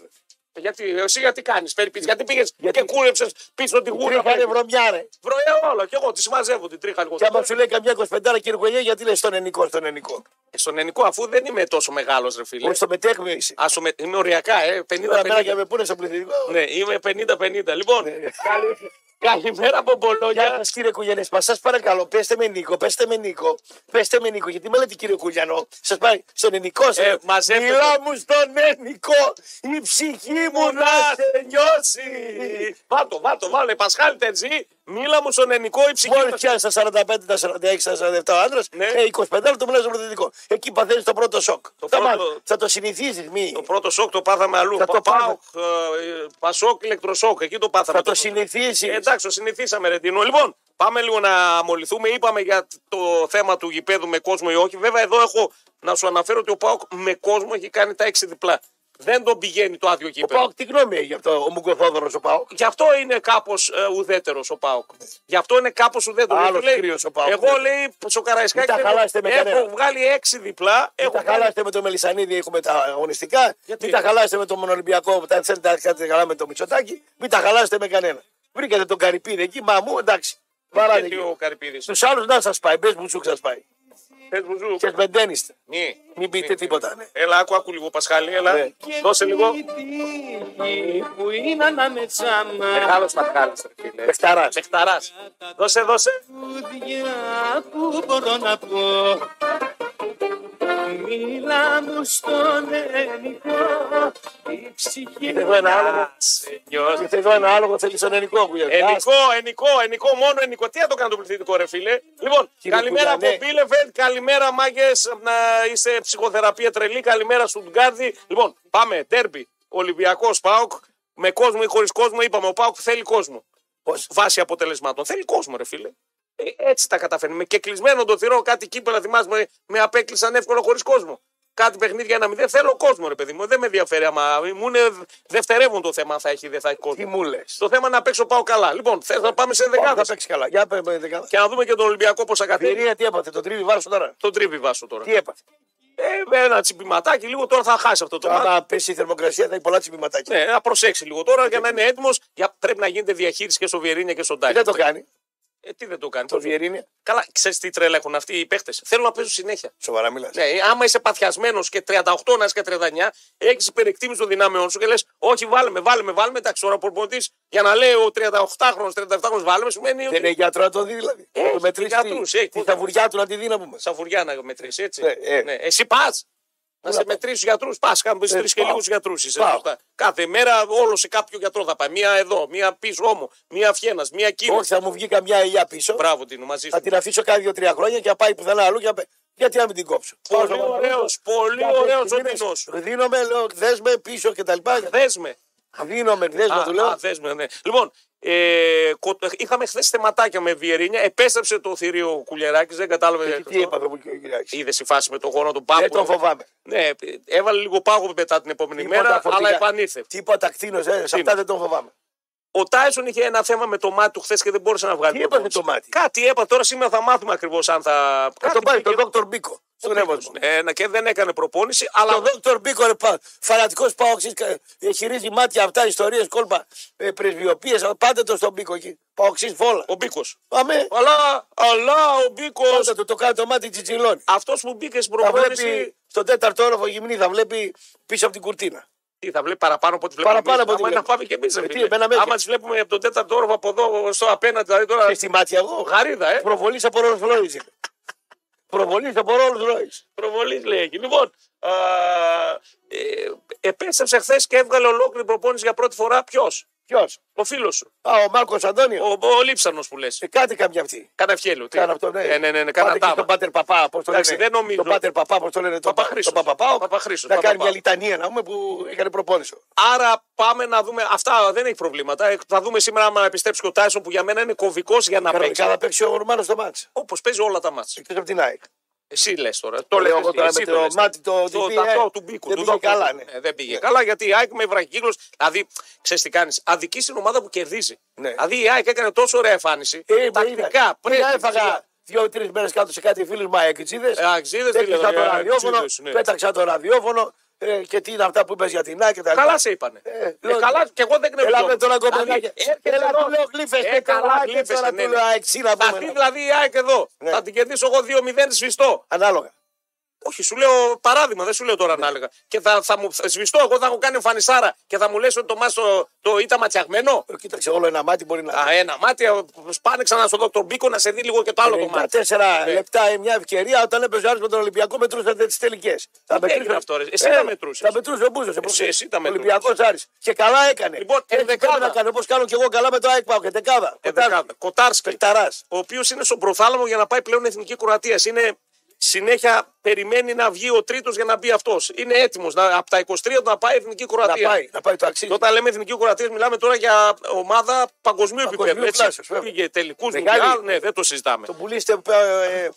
[SPEAKER 1] γιατί, εσύ γιατί κάνεις, περιποιήσει. Γιατί πήγες
[SPEAKER 2] Γιατί-
[SPEAKER 1] και κούρεψες πίσω τη γούρα.
[SPEAKER 2] Τρίχα είναι βρωμιά, ρε.
[SPEAKER 1] Βρωέ όλα. Και εγώ τη μαζεύω την τρίχα λίγο.
[SPEAKER 2] Και άμα σου λέει καμιά 25 κυρκολιέ, γιατί λες τον ενικό, στον ενικό.
[SPEAKER 1] Στον ελληνικό, αφού δεν είμαι τόσο μεγάλος, ρε φίλε.
[SPEAKER 2] Όχι στο μετέχνιο είσαι.
[SPEAKER 1] Ας με... Είμαι οριακά, ε. 50-50.
[SPEAKER 2] Τώρα μέρα για με πούνε στο πληθυντικό.
[SPEAKER 1] Ναι, είμαι 50-50. Λοιπόν,
[SPEAKER 2] Ναι.
[SPEAKER 1] καλη- καλημέρα από
[SPEAKER 2] Γεια
[SPEAKER 1] Μπολόνια.
[SPEAKER 2] σας κύριε Κουλιανέ, μα σας παρακαλώ, πέστε με Νίκο, πέστε με Νίκο, πέστε με Νίκο, γιατί με λέτε κύριο Κουλιανό, σας πάει στον ενικό σας.
[SPEAKER 1] Ε, μαζεύτε
[SPEAKER 2] Μιλά μου στον ενικό, η ψυχή μου να σε νιώσει.
[SPEAKER 1] νιώσει. Βάτο, βάτο, βάλε. Πασχάλη Τερζή, μίλα μου στον ελληνικό η ψυχή.
[SPEAKER 2] Μόλι
[SPEAKER 1] μας-
[SPEAKER 2] πιάνεις στα 45, τα 46, τα 47 ο άντρας,
[SPEAKER 1] Ναι.
[SPEAKER 2] ε, 25 το μιλάει στο πρωτοδυτικό. Εκεί παθαίνεις το πρώτο σοκ.
[SPEAKER 1] Το
[SPEAKER 2] θα,
[SPEAKER 1] πρώτο-
[SPEAKER 2] μάθεις, θα το συνηθίζει, μη.
[SPEAKER 1] Το πρώτο σοκ το πάθαμε αλλού.
[SPEAKER 2] Θα
[SPEAKER 1] Πα-
[SPEAKER 2] το
[SPEAKER 1] Πάω, ε, Πασόκ, ηλεκτροσόκ. Εκεί το πάθαμε.
[SPEAKER 2] Θα το
[SPEAKER 1] πρώτο.
[SPEAKER 2] συνηθίσεις.
[SPEAKER 1] Ε, Εντάξει, το συνηθίσαμε, Ρεντίνο. Λοιπόν, πάμε λίγο να αμολυθούμε. Είπαμε για το θέμα του γηπέδου με κόσμο ή όχι. Βέβαια, εδώ έχω να σου αναφέρω ότι ο Πάοκ με κόσμο έχει κάνει τα έξι διπλά. Δεν τον πηγαίνει το άδειο
[SPEAKER 2] Ο
[SPEAKER 1] γήπεδο.
[SPEAKER 2] Πάοκ τι γνώμη έχει αυτό, ο Μουγκοθόδωρος ο Πάοκ.
[SPEAKER 1] Γι' αυτό είναι κάπως ουδέτερος ο Πάοκ. Γι' αυτό είναι κάπως ουδέτερος.
[SPEAKER 2] Άλλος κρύος ο ΠΑΟΚ.
[SPEAKER 1] Εγώ λέει στο Καραϊσκάκι
[SPEAKER 2] Μην τα χαλάσετε με
[SPEAKER 1] έχω
[SPEAKER 2] κανένα.
[SPEAKER 1] βγάλει έξι διπλά. Έχω
[SPEAKER 2] τα
[SPEAKER 1] βγάλει-
[SPEAKER 2] χαλάσετε με το Μελισανίδη, έχουμε τα αγωνιστικά.
[SPEAKER 1] Γιατί?
[SPEAKER 2] Μην τα χαλάσετε με τον Μονολυμπιακό, που τα θέλετε να κάνετε καλά με τον Μητσοτάκη. Μην τα χαλάσετε με κανένα. Βρήκατε τον Καρυπίδη εκεί, μα μου εντάξει. Βαράνε
[SPEAKER 1] Γιατί
[SPEAKER 2] εκεί.
[SPEAKER 1] ο Καρυπίδης.
[SPEAKER 2] Στου άλλους να σας πάει, μπες μπουτσούκ σα πάει.
[SPEAKER 1] Θες μου ζου.
[SPEAKER 2] Και μπεντένιστε.
[SPEAKER 1] Μη.
[SPEAKER 2] Μην πείτε τίποτα. Ναι.
[SPEAKER 1] Έλα, άκου, άκου λίγο Πασχάλη, έλα.
[SPEAKER 2] Ναι.
[SPEAKER 1] Δώσε λίγο.
[SPEAKER 3] που είναι αναμετσάμα
[SPEAKER 1] Μεγάλος Πασχάλης, ρε φίλε.
[SPEAKER 2] Πεχταράς.
[SPEAKER 1] Πεχταράς. Δώσε, δώσε.
[SPEAKER 3] Τραγούδια που μπορώ να πω Μίλα μου στον ελληνικό Η ψυχή
[SPEAKER 2] Εδώ ένα άλλο.
[SPEAKER 1] Σε νιώθω.
[SPEAKER 2] Και εδώ ένα άλογο θέλεις στον ελληνικό που
[SPEAKER 1] Ενικό, ενικό, ενικό, μόνο ενικό. Τι θα το κάνω το πληθυντικό, ρε φίλε. Λοιπόν,
[SPEAKER 2] Κύριε
[SPEAKER 1] καλημέρα από
[SPEAKER 2] Κουλιανέ.
[SPEAKER 1] Μπίλεφελτ, καλημέρα μάγκες. Να είστε ψυχοθεραπεία τρελή, καλημέρα Στουτγκάρδη. Λοιπόν, πάμε, τέρμπι. Ολυμπιακός Πάοκ. Με κόσμο ή χωρίς κόσμο, είπαμε, ο Πάοκ θέλει κόσμο.
[SPEAKER 2] Πώς?
[SPEAKER 1] Βάσει αποτελεσμάτων. Θέλει κόσμο, ρε φίλε. Ε, έτσι τα καταφέρνουμε. Και κλεισμένο το θηρό, κάτι κύπελα θυμάσαι με απέκλεισαν εύκολα χωρίς κόσμο. κάτι παιχνίδια ένα μηδέν. Θέλω κόσμο, ρε παιδί μου. Δεν με ενδιαφέρει άμα μου είναι δευτερεύον το θέμα αν θα έχει ή δεν θα έχει κόσμο.
[SPEAKER 2] Τι μου λες.
[SPEAKER 1] Το θέμα είναι να παίξω πάω καλά. Λοιπόν, θε- θα πάμε σε
[SPEAKER 2] Θα
[SPEAKER 1] δεκάδα
[SPEAKER 2] παίξεις καλά. Για πέμπε δεκάδα.
[SPEAKER 1] και να δούμε και τον Ολυμπιακό πώ θα καθίσει.
[SPEAKER 2] Φυρία τι έπαθε, το τρίβι βάρος τώρα.
[SPEAKER 1] Τον τρίβει βάσο τώρα.
[SPEAKER 2] Τι έπαθε.
[SPEAKER 1] Ε, με ένα τσιπηματάκι λίγο τώρα θα χάσει αυτό το μάτι.
[SPEAKER 2] Άμα πέσει η θερμοκρασία θα έχει πολλά τσιμπηματάκια.
[SPEAKER 1] Ναι, να προσέξει λίγο τώρα για να είναι έτοιμος. Πρέπει να γίνεται διαχείριση και στο Βιερίνια και στον
[SPEAKER 2] Και
[SPEAKER 1] Τάκη.
[SPEAKER 2] δεν το κάνει.
[SPEAKER 1] Ε, τι δεν το κάνει.
[SPEAKER 2] Το Βιερίνη.
[SPEAKER 1] Καλά, ξέρεις τι τρέλα έχουν αυτοί οι παίχτε. Θέλουν να παίζουν συνέχεια.
[SPEAKER 2] Σοβαρά μιλάς.
[SPEAKER 1] Ναι, άμα είσαι παθιασμένος και 38 να είσαι και 39, έχεις υπερεκτίμηση των δυνάμεών σου και λες: Όχι, βάλουμε, βάλουμε, βάλουμε. Εντάξει, τώρα ο προπονητή για να λέει ο 38χρονο, 37χρονο, βάλουμε, σημαίνει
[SPEAKER 2] Δεν
[SPEAKER 1] ότι.
[SPEAKER 2] έχει γιατρό να το δει δηλαδή.
[SPEAKER 1] Ε, Έχει
[SPEAKER 2] Θα το μετρήσει.
[SPEAKER 1] γιατρούς, έχει.
[SPEAKER 2] τη- Τη θαυουριά του να τη δει να πούμε.
[SPEAKER 1] Σαν φουριά να μετρήσει, έτσι.
[SPEAKER 2] Ε, ε.
[SPEAKER 1] Ναι. Εσύ πας. Να σε
[SPEAKER 2] πάω.
[SPEAKER 1] μετρήσει του γιατρούς, πας. Κάνουμε
[SPEAKER 2] Ε,
[SPEAKER 1] τρεις και
[SPEAKER 2] πάω.
[SPEAKER 1] λίγους γιατρούς. είσαι,
[SPEAKER 2] Πάω.
[SPEAKER 1] σωστά. Κάθε μέρα όλο σε κάποιο γιατρό θα πάει. Μία εδώ, μία πίσω μου, μία φιένα, μία κύριο.
[SPEAKER 2] Όχι, θα μου βγει καμιά ελιά πίσω.
[SPEAKER 1] Μπράβο, Τίνο, μαζί
[SPEAKER 2] Θα
[SPEAKER 1] σου.
[SPEAKER 2] την αφήσω κάτι δύο-τρία χρόνια και να πάει πουθενά αλλού. και να πέ- Γιατί να μην την κόψω. Πάω
[SPEAKER 1] Πολύ
[SPEAKER 2] στο Παναγενικό.
[SPEAKER 1] ωραίο, πολύ
[SPEAKER 2] Κάθε
[SPEAKER 1] ωραίος ο
[SPEAKER 2] μήνες
[SPEAKER 1] Τίνος.
[SPEAKER 2] Δίνομαι, λέω, δέσμε πίσω και τα λοιπά.
[SPEAKER 1] Δέσμε.
[SPEAKER 2] Δίνομαι, δέσμε,
[SPEAKER 1] Α,
[SPEAKER 2] του λέω.
[SPEAKER 1] α, θες με, ναι. Λοιπόν, ε, κο- είχαμε χθες θεματάκια με Βιερίνια. Επέστρεψε το θηρίο Κουλιαράκης, δεν κατάλαβε.
[SPEAKER 2] Και Ε, Τι έπαθε μου κυριάξει.
[SPEAKER 1] Είδε η φάση με τον γόνο τον
[SPEAKER 2] Δεν
[SPEAKER 1] Πάπου.
[SPEAKER 2] τον φοβάμαι.
[SPEAKER 1] ναι, έβαλε λίγο πάγο μετά την επόμενη
[SPEAKER 2] Τίποτα
[SPEAKER 1] μέρα, αλλά
[SPEAKER 2] φορτηγά.
[SPEAKER 1] επανήλθε.
[SPEAKER 2] Τίποτα κτίνος, ε, σε αυτά δεν τον φοβάμαι.
[SPEAKER 1] Ο Τάισον είχε ένα θέμα με το μάτι του χθες και δεν μπόρεσε να βγάλει.
[SPEAKER 2] Τι έπαθε
[SPEAKER 1] προπόνηση.
[SPEAKER 2] το μάτι?
[SPEAKER 1] Κάτι έπαθε. Τώρα σήμερα θα μάθουμε ακριβώς αν θα.
[SPEAKER 2] Θα
[SPEAKER 1] Κάτι
[SPEAKER 2] τον πάει
[SPEAKER 1] πήγε-
[SPEAKER 2] τον Δόκτωρ Μπίκο. Στον Εύωσμο.
[SPEAKER 1] Ε, να- και δεν έκανε προπόνηση, αλλά
[SPEAKER 2] Το Δόκτωρ Μπίκο, ρε, πα, φανατικός πάω, χειρίζει μάτια αυτά, ιστορίες, κόλπα, ε, πρεσβειοποίες, αλλά Πάντε το στον Μπίκο εκεί. Παοξής φόλα.
[SPEAKER 1] ο Μπίκος.
[SPEAKER 2] Αμέ,
[SPEAKER 1] Αλλά, αλλά ο Μπίκος.
[SPEAKER 2] πάντα του το κάνει το μάτι τσιτσιλώνει.
[SPEAKER 1] Αυτός που μπήκε στην
[SPEAKER 2] Θα
[SPEAKER 1] προπόνηση.
[SPEAKER 2] βλέπει στον τέταρτο όροφο γυμνή, θα βλέπει πίσω από την κουρτίνα.
[SPEAKER 1] Τι θα βλέπει παραπάνω από ό,τι βλέπουμε.
[SPEAKER 2] Παραπάνω
[SPEAKER 1] εμείς.
[SPEAKER 2] από ό,τι
[SPEAKER 1] Άμα να
[SPEAKER 2] βλέπουμε.
[SPEAKER 1] πάμε και εμεί.
[SPEAKER 2] Ε, τι, εμένα με
[SPEAKER 1] Άμα
[SPEAKER 2] έφυγε.
[SPEAKER 1] τις βλέπουμε από τον τέταρτο όροφο από εδώ στο απέναντι, δηλαδή τώρα.
[SPEAKER 2] Και Ε, στη μάτια εγώ,
[SPEAKER 1] Γαρίδα, ε.
[SPEAKER 2] προβολής από Rolls Royce. είναι. Προβολής από Rolls Royce.
[SPEAKER 1] Προβολής λέει εκεί. Λοιπόν, α, ε, επέστρεψε χθες και έβγαλε ολόκληρη προπόνηση για πρώτη φορά. Ποιος,
[SPEAKER 2] Ποιος.
[SPEAKER 1] ο φίλος σου,
[SPEAKER 2] Α, ο Μάρκος Αντώνιο.
[SPEAKER 1] ο, ο Λείψανος που λες.
[SPEAKER 2] Ε, Κάτι καμιά αυτή.
[SPEAKER 1] Καναφιέλου. τι.
[SPEAKER 2] Κάνα αυτό, ναι.
[SPEAKER 1] Ε, ναι, ναι, ναι, κάνα
[SPEAKER 2] Πάτε και
[SPEAKER 1] τάμα.
[SPEAKER 2] στον Πάτερ Παπά, πώς το λένε.
[SPEAKER 1] Εντάξει, δεν νομίζω.
[SPEAKER 2] Τον Πάτερ Παπά, πώς το λένε. Τον
[SPEAKER 1] Παπαχρήστος.
[SPEAKER 2] Τον Παπαπάο.
[SPEAKER 1] Παπαχρήστος,
[SPEAKER 2] Να κάνει
[SPEAKER 1] Παπαπάο.
[SPEAKER 2] μια λιτανία να πούμε που
[SPEAKER 1] Ε,
[SPEAKER 2] έκανε προπόνηση.
[SPEAKER 1] Άρα πάμε να δούμε. Αυτά δεν έχει προβλήματα. Ε, Θα δούμε σήμερα άμα επιστρέψει και ο Τάισον που για μένα είναι κομβικό για να παίξει.
[SPEAKER 2] Κανονικά θα Ε, παίξει ο Ρουμάνος στο μάτς.
[SPEAKER 1] Όπως παίζει όλα τα μάτια.
[SPEAKER 2] Εκτός από την ΑΕΚ.
[SPEAKER 1] Εσύ λες τώρα.
[SPEAKER 2] Το
[SPEAKER 1] λες
[SPEAKER 2] λέω
[SPEAKER 1] εσύ,
[SPEAKER 2] εγώ τώρα
[SPEAKER 1] εσύ
[SPEAKER 2] με
[SPEAKER 1] το
[SPEAKER 2] το
[SPEAKER 1] λες.
[SPEAKER 2] μάτι το
[SPEAKER 1] Το
[SPEAKER 2] DP,
[SPEAKER 1] ταυτό
[SPEAKER 2] ε,
[SPEAKER 1] του μπίκου.
[SPEAKER 2] Δεν
[SPEAKER 1] του
[SPEAKER 2] πήγε
[SPEAKER 1] Δόκτωρα.
[SPEAKER 2] καλά, ναι.
[SPEAKER 1] Ε, δεν πήγε καλά γιατί η ΑΕΚ με βραχικύκλο. Δηλαδή, ξέρεις τι κάνεις. Αδική την ομάδα που κερδίζει.
[SPEAKER 2] Ναι.
[SPEAKER 1] Δηλαδή η ΑΕΚ έκανε τόσο ωραία εμφάνιση.
[SPEAKER 2] Ε,
[SPEAKER 1] τακτικά πρέπει.
[SPEAKER 2] Πριν έφαγα δύο-τρει μέρες κάτω σε κάτι φίλου μου αεκτσίδε.
[SPEAKER 1] Ε, αεξίδες, τι λέγανε,
[SPEAKER 2] το
[SPEAKER 1] ε,
[SPEAKER 2] ραδιόφωνο.
[SPEAKER 1] αεξίδες, ναι.
[SPEAKER 2] Πέταξα το ραδιόφωνο. ε, Και τι είναι αυτά που είπες για την ΑΕΚ και τα
[SPEAKER 1] Καλά
[SPEAKER 2] λοιπά.
[SPEAKER 1] σε είπανε.
[SPEAKER 2] Ε,
[SPEAKER 1] Ε,
[SPEAKER 2] λέω-
[SPEAKER 1] καλά, και εγώ δεν
[SPEAKER 2] Έλα
[SPEAKER 1] γνωρίζω.
[SPEAKER 2] με τώρα Ε,
[SPEAKER 1] Δηλαδή,
[SPEAKER 2] κοπελάκια.
[SPEAKER 1] έρχεται
[SPEAKER 2] Έλα
[SPEAKER 1] εδώ.
[SPEAKER 2] του λέω γλύφες.
[SPEAKER 1] Ε,
[SPEAKER 2] και
[SPEAKER 1] καλά
[SPEAKER 2] καλά
[SPEAKER 1] γλύφες,
[SPEAKER 2] Τώρα
[SPEAKER 1] ναι,
[SPEAKER 2] του
[SPEAKER 1] ναι.
[SPEAKER 2] λέω αεξίδα
[SPEAKER 1] Θα
[SPEAKER 2] πούμε,
[SPEAKER 1] δει
[SPEAKER 2] να-
[SPEAKER 1] δηλαδή η ΑΕΚ εδώ.
[SPEAKER 2] Ναι.
[SPEAKER 1] Θα την κερδίσω εγώ 2-0 σβηστό.
[SPEAKER 2] Ανάλογα.
[SPEAKER 1] Όχι, σου λέω παράδειγμα, δεν σου λέω
[SPEAKER 2] Ναι.
[SPEAKER 1] τώρα ανάλογα. Και θα, θα μου θα σβηστώ, εγώ θα έχω κάνει εμφανισάρα και θα μου λες ότι το μάτι το, το ήταν ματιαγμένο.
[SPEAKER 2] Ε, Κοίταξε, όλο ένα μάτι μπορεί να.
[SPEAKER 1] Α, ένα μάτι, α, σπάνε ξανά στον Δόκτωρ Μπίκο να σε δει λίγο και το άλλο το μάτι.
[SPEAKER 2] 94
[SPEAKER 1] Ναι.
[SPEAKER 2] λεπτά ε, μια ευκαιρία όταν έπαιζε ο Άρης με τον Ολυμπιακό μετρούσατε τις τελικές.
[SPEAKER 1] Τι έγινε αυτό, ρε. Εσύ τα μετρούσες.
[SPEAKER 2] Ε, Τα μετρούσε ο Μπούζος.
[SPEAKER 1] Εσύ- εσύ τα μετρούσες.
[SPEAKER 2] Ολυμπιακός Άρης. Και καλά έκανε.
[SPEAKER 1] Λοιπόν,
[SPEAKER 2] Έτσι
[SPEAKER 1] ενδεκάδα.
[SPEAKER 2] πρέπει να κάνει όπως κάνω και εγώ καλά με το ΑΕΚ Πάο και δεκάδα.
[SPEAKER 1] Κοτάρσκι,
[SPEAKER 2] Πεκταράς.
[SPEAKER 1] ο οποίος είναι στον προθάλαμο για να πάει πλέον εθνική Κροατίας. Είναι συνέχεια περιμένει να βγει ο τρίτος για να μπει αυτός. Είναι έτοιμος από τα 23 του να πάει εθνική
[SPEAKER 2] Να
[SPEAKER 1] Κροατία.
[SPEAKER 2] πάει, να πάει το αξίζει.
[SPEAKER 1] Και όταν λέμε εθνική Κροατία, μιλάμε τώρα για ομάδα παγκοσμίου επίπεδου. έτσι.
[SPEAKER 2] κλάσσες, βέβαια.
[SPEAKER 1] Πήγε τελικούς
[SPEAKER 2] Μεγάλη.
[SPEAKER 1] Μουντιάλ, ναι, δεν το συζητάμε.
[SPEAKER 2] Τον πουλήσετε. ε, ε,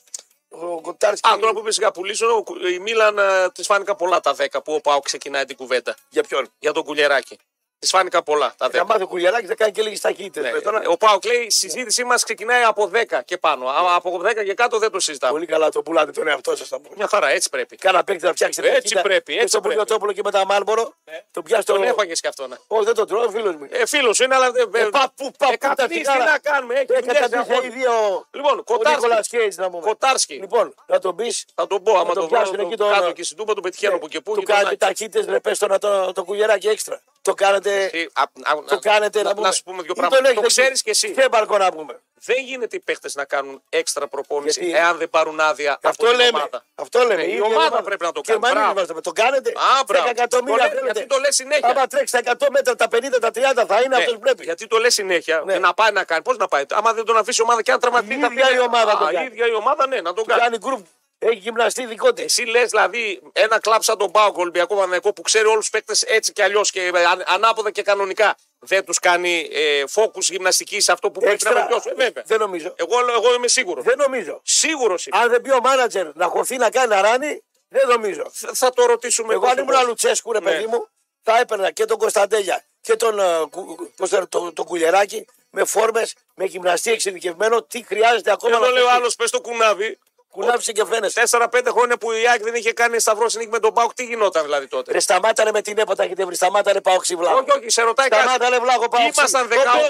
[SPEAKER 2] Ο Κοτάρσκι.
[SPEAKER 1] Α, τώρα που είπε για πουλήσω, ο Κου- η Μίλαν της φάνηκα πολλά τα 10 που ο Πάο ξεκινάει την κουβέντα.
[SPEAKER 2] Για ποιον.
[SPEAKER 1] Για τον Κουλιεράκη. Τη φάνηκα πολλά τα 10.
[SPEAKER 2] Να μάθει ο Κουλιαράκης να κάνει και λίγε ταχύτητε.
[SPEAKER 1] Ναι, τώρα, ο Πάοκ λέει η συζήτησή μας ξεκινάει από 10 και πάνω. Α, Από 10 και κάτω δεν το συζητάμε.
[SPEAKER 2] Πολύ καλά το πουλάτε τον εαυτό σας.
[SPEAKER 1] Μια χαρά, έτσι πρέπει.
[SPEAKER 2] Κάνα παίκτη να φτιάξετε.
[SPEAKER 1] Έτσι
[SPEAKER 2] ταχύτητα.
[SPEAKER 1] πρέπει,
[SPEAKER 2] Και
[SPEAKER 1] έτσι
[SPEAKER 2] Στον
[SPEAKER 1] πρέπει. Ναι.
[SPEAKER 2] Πουλιοτόπουλο και με τα Μάρμπορο. Τον πιάσεις
[SPEAKER 1] Τον
[SPEAKER 2] τον.
[SPEAKER 1] έφαγε και αυτό. Ναι.
[SPEAKER 2] Όχι, δεν τον τρώω, φίλος μου.
[SPEAKER 1] Ε, φίλος είναι, αλλά δεν.
[SPEAKER 2] Ε, παππού, παππού,
[SPEAKER 1] ε, καπνίζει, τι να κάνουμε, έχει δουλειές να
[SPEAKER 2] Έχει
[SPEAKER 1] κάνουμε.
[SPEAKER 2] οι δύο.
[SPEAKER 1] Λοιπόν,
[SPEAKER 2] Ο Νίκολα
[SPEAKER 1] Κοτάρσκι.
[SPEAKER 2] Κέιτ να μου
[SPEAKER 1] Κοτάρσκι.
[SPEAKER 2] Λοιπόν, να τον πεις.
[SPEAKER 1] Θα τον πω, άμα
[SPEAKER 2] τον
[SPEAKER 1] το βρω.
[SPEAKER 2] πιάσουν
[SPEAKER 1] Το,
[SPEAKER 2] εκεί
[SPEAKER 1] το,
[SPEAKER 2] τον- ε,
[SPEAKER 1] κάτω και στην τούπα του πετυχαίνω που και που.
[SPEAKER 2] Του
[SPEAKER 1] και τον
[SPEAKER 2] κάνετε
[SPEAKER 1] Άκη.
[SPEAKER 2] ταχύτητες, ρε πες το να το, το κουλιεράκι έξτρα. Το κάνετε.
[SPEAKER 1] Ε, α, α, να-
[SPEAKER 2] Το κάνετε να,
[SPEAKER 1] να,
[SPEAKER 2] πούμε.
[SPEAKER 1] να σου πούμε δύο
[SPEAKER 2] Ή
[SPEAKER 1] πράγματα. Το
[SPEAKER 2] έχετε
[SPEAKER 1] ξέρει
[SPEAKER 2] πει.
[SPEAKER 1] κι εσύ.
[SPEAKER 2] Στέμπαρκο να πούμε.
[SPEAKER 1] Δεν γίνεται οι παίχτες να κάνουν έξτρα προπόνηση
[SPEAKER 2] Γιατί?
[SPEAKER 1] εάν δεν πάρουν άδεια από
[SPEAKER 2] Αυτό
[SPEAKER 1] την
[SPEAKER 2] λέμε.
[SPEAKER 1] ομάδα.
[SPEAKER 2] Αυτό λέμε.
[SPEAKER 1] Ναι, η
[SPEAKER 2] ίδια
[SPEAKER 1] ομάδα πρέπει να το κάνει.
[SPEAKER 2] Και εμείς
[SPEAKER 1] Μπράβο.
[SPEAKER 2] είμαστε. Το κάνετε.
[SPEAKER 1] Α, μπράβο.
[SPEAKER 2] 10 εκατομμύρια
[SPEAKER 1] Το λέ-
[SPEAKER 2] θέλετε.
[SPEAKER 1] γιατί το λες συνέχεια.
[SPEAKER 2] Άμα τρέξει τα 100 μέτρα, τα 50, τα 30 θα είναι
[SPEAKER 1] Ναι,
[SPEAKER 2] αυτός που πρέπει.
[SPEAKER 1] Γιατί το λες συνέχεια.
[SPEAKER 2] Ναι.
[SPEAKER 1] Να πάει να κάνει. Πώς να πάει. Άμα δεν τον αφήσει η ομάδα και αν τραυματίσει.
[SPEAKER 2] Η
[SPEAKER 1] θα
[SPEAKER 2] ίδια
[SPEAKER 1] πει,
[SPEAKER 2] η ομάδα
[SPEAKER 1] «Α,
[SPEAKER 2] το
[SPEAKER 1] η
[SPEAKER 2] κάνει».
[SPEAKER 1] ίδια η ομάδα, ναι, να τον κάνει.
[SPEAKER 2] Κάνει γκρουπ. Έχει γυμναστεί δικό τη.
[SPEAKER 1] Εσύ λες δηλαδή ένα κλαμπ σαν τον Πάοκ Ολυμπιακό Παναγενικό που ξέρει όλους τους παίκτες έτσι κι αλλιώς και ε, αν- ανάποδα και κανονικά. Δεν τους κάνει ε, focus γυμναστικής σε αυτό που πρέπει να
[SPEAKER 2] Έξτρα.
[SPEAKER 1] βελτιώσουν. Ε, βέβαια.
[SPEAKER 2] Δεν νομίζω.
[SPEAKER 1] Εγώ, εγώ είμαι σίγουρος.
[SPEAKER 2] Δεν νομίζω.
[SPEAKER 1] Σίγουρος είμαι.
[SPEAKER 2] Αν δεν πει ο μάνατζερ να χωθεί να κάνει να ράνει, Δεν νομίζω.
[SPEAKER 1] Θα- Θα το ρωτήσουμε.
[SPEAKER 2] Εγώ αν
[SPEAKER 1] πώς-
[SPEAKER 2] ήμουν Λουτσέσκου, ρε
[SPEAKER 1] Ναι.
[SPEAKER 2] παιδί μου, θα έπαιρνα και τον Κωνσταντέλια και τον, ε, κου- πώς το λένε, τον, τον Κουλιεράκη με φόρμες, με γυμναστή εξειδικευμένο. Τι χρειάζεται ακόμα
[SPEAKER 1] Εδώ λέει ο
[SPEAKER 2] φτιάξει.
[SPEAKER 1] άλλος, πες το κουνάβι.
[SPEAKER 2] Κουνάψε και φαίνεσαι.
[SPEAKER 1] 4-5 χρόνια που η ΑΕΚ δεν είχε κάνει σταυρό συνήκη με τον Πάουκ, τι γινόταν δηλαδή τότε.
[SPEAKER 2] Ρε σταμάτανε με την ΕΠΑ, τα έχετε βρει. Σταμάτανε πάω ξυβλά.
[SPEAKER 1] Όχι, όχι, σε ρωτάει κάτι.
[SPEAKER 2] Σταμάτανε βλάχο πάω
[SPEAKER 1] Ήμασταν 18-1.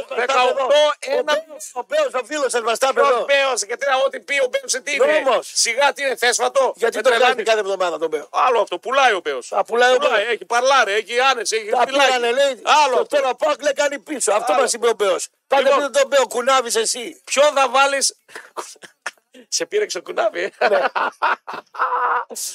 [SPEAKER 2] Ο Μπέος ο φίλος σας μας τα είπε
[SPEAKER 1] Ο
[SPEAKER 2] εδώ.
[SPEAKER 1] Μπέος, γιατί να ό,τι πει ο Μπέος, τι είναι.
[SPEAKER 2] Νόμος.
[SPEAKER 1] Σιγά τι είναι, θέσφατο.
[SPEAKER 2] Γιατί
[SPEAKER 1] Με
[SPEAKER 2] το κάνετε
[SPEAKER 1] τρελάνεις.
[SPEAKER 2] κάθε εβδομάδα τον Μπέο.
[SPEAKER 1] Άλλο αυτό, πουλάει ο Μπέος.
[SPEAKER 2] Α, πουλάει ο
[SPEAKER 1] Πουλάει,
[SPEAKER 2] Μπέος.
[SPEAKER 1] έχει παρλάρε, έχει άνεση, έχει
[SPEAKER 2] Τα
[SPEAKER 1] φυλάκι.
[SPEAKER 2] πήρανε λέει.
[SPEAKER 1] Άλλο
[SPEAKER 2] Το
[SPEAKER 1] αυτό.
[SPEAKER 2] τώρα ο Πάουκ λέει κάνει πίσω. Αυτό
[SPEAKER 1] Άλλο.
[SPEAKER 2] μας είπε ο Μπέος. Πάτε
[SPEAKER 1] Λοιπόν.
[SPEAKER 2] πείτε τον Μπέο, κουνάβεις εσύ.
[SPEAKER 1] Ποιον θα βάλεις... Σε πήρε ξεκουνάβι. ε.
[SPEAKER 2] Ναι.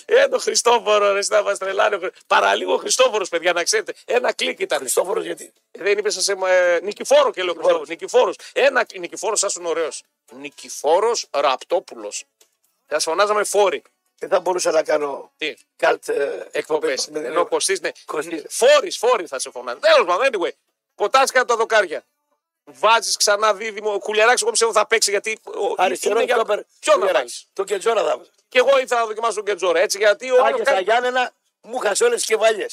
[SPEAKER 1] Ε, το Χριστόφορο, ρε, να μας τρελάνε. ο Χρυ- Παραλίγο ο Χριστόφορος, παιδιά, να ξέρετε. Ένα κλικ ήταν.
[SPEAKER 2] Χριστόφορος γιατί.
[SPEAKER 1] Δεν είπε σε ε, Νικηφόρο και λέω Χριστόφορο. Νικηφόρος. Ένα Νικηφόρος, σας είναι ωραίος. Νικηφόρος Ραπτόπουλος. Θα σας φωνάζαμε φόροι.
[SPEAKER 2] Δεν θα μπορούσα να κάνω
[SPEAKER 1] Τι,
[SPEAKER 2] καλτ ε,
[SPEAKER 1] εκπομπές.
[SPEAKER 2] εκπομπές.
[SPEAKER 1] Ενώ ο Κωστής, ναι.
[SPEAKER 2] Κωστής.
[SPEAKER 1] Φόρης, φόρη θα σε φωνάζουν. Τέλος πάντων, anyway. Κοτάζει κάτω τα δοκάρια. Βάζεις ξανά δίδυμο. Ο Κουλιαράκης εγώ πιστεύω θα παίξει γιατί. ο-
[SPEAKER 2] Αριστερό
[SPEAKER 1] είναι για-
[SPEAKER 2] στόπερ.
[SPEAKER 1] Ποιον θα
[SPEAKER 2] Κουλιεράκη.
[SPEAKER 1] βάλεις.
[SPEAKER 2] Το Κεντζόρα θα βάλεις.
[SPEAKER 1] Και εγώ ήθελα να δοκιμάσω τον Κετζόρα έτσι γιατί. ο-
[SPEAKER 2] Άγιε τα Γιάννενα μου χασε όλε τι κεβάλιε.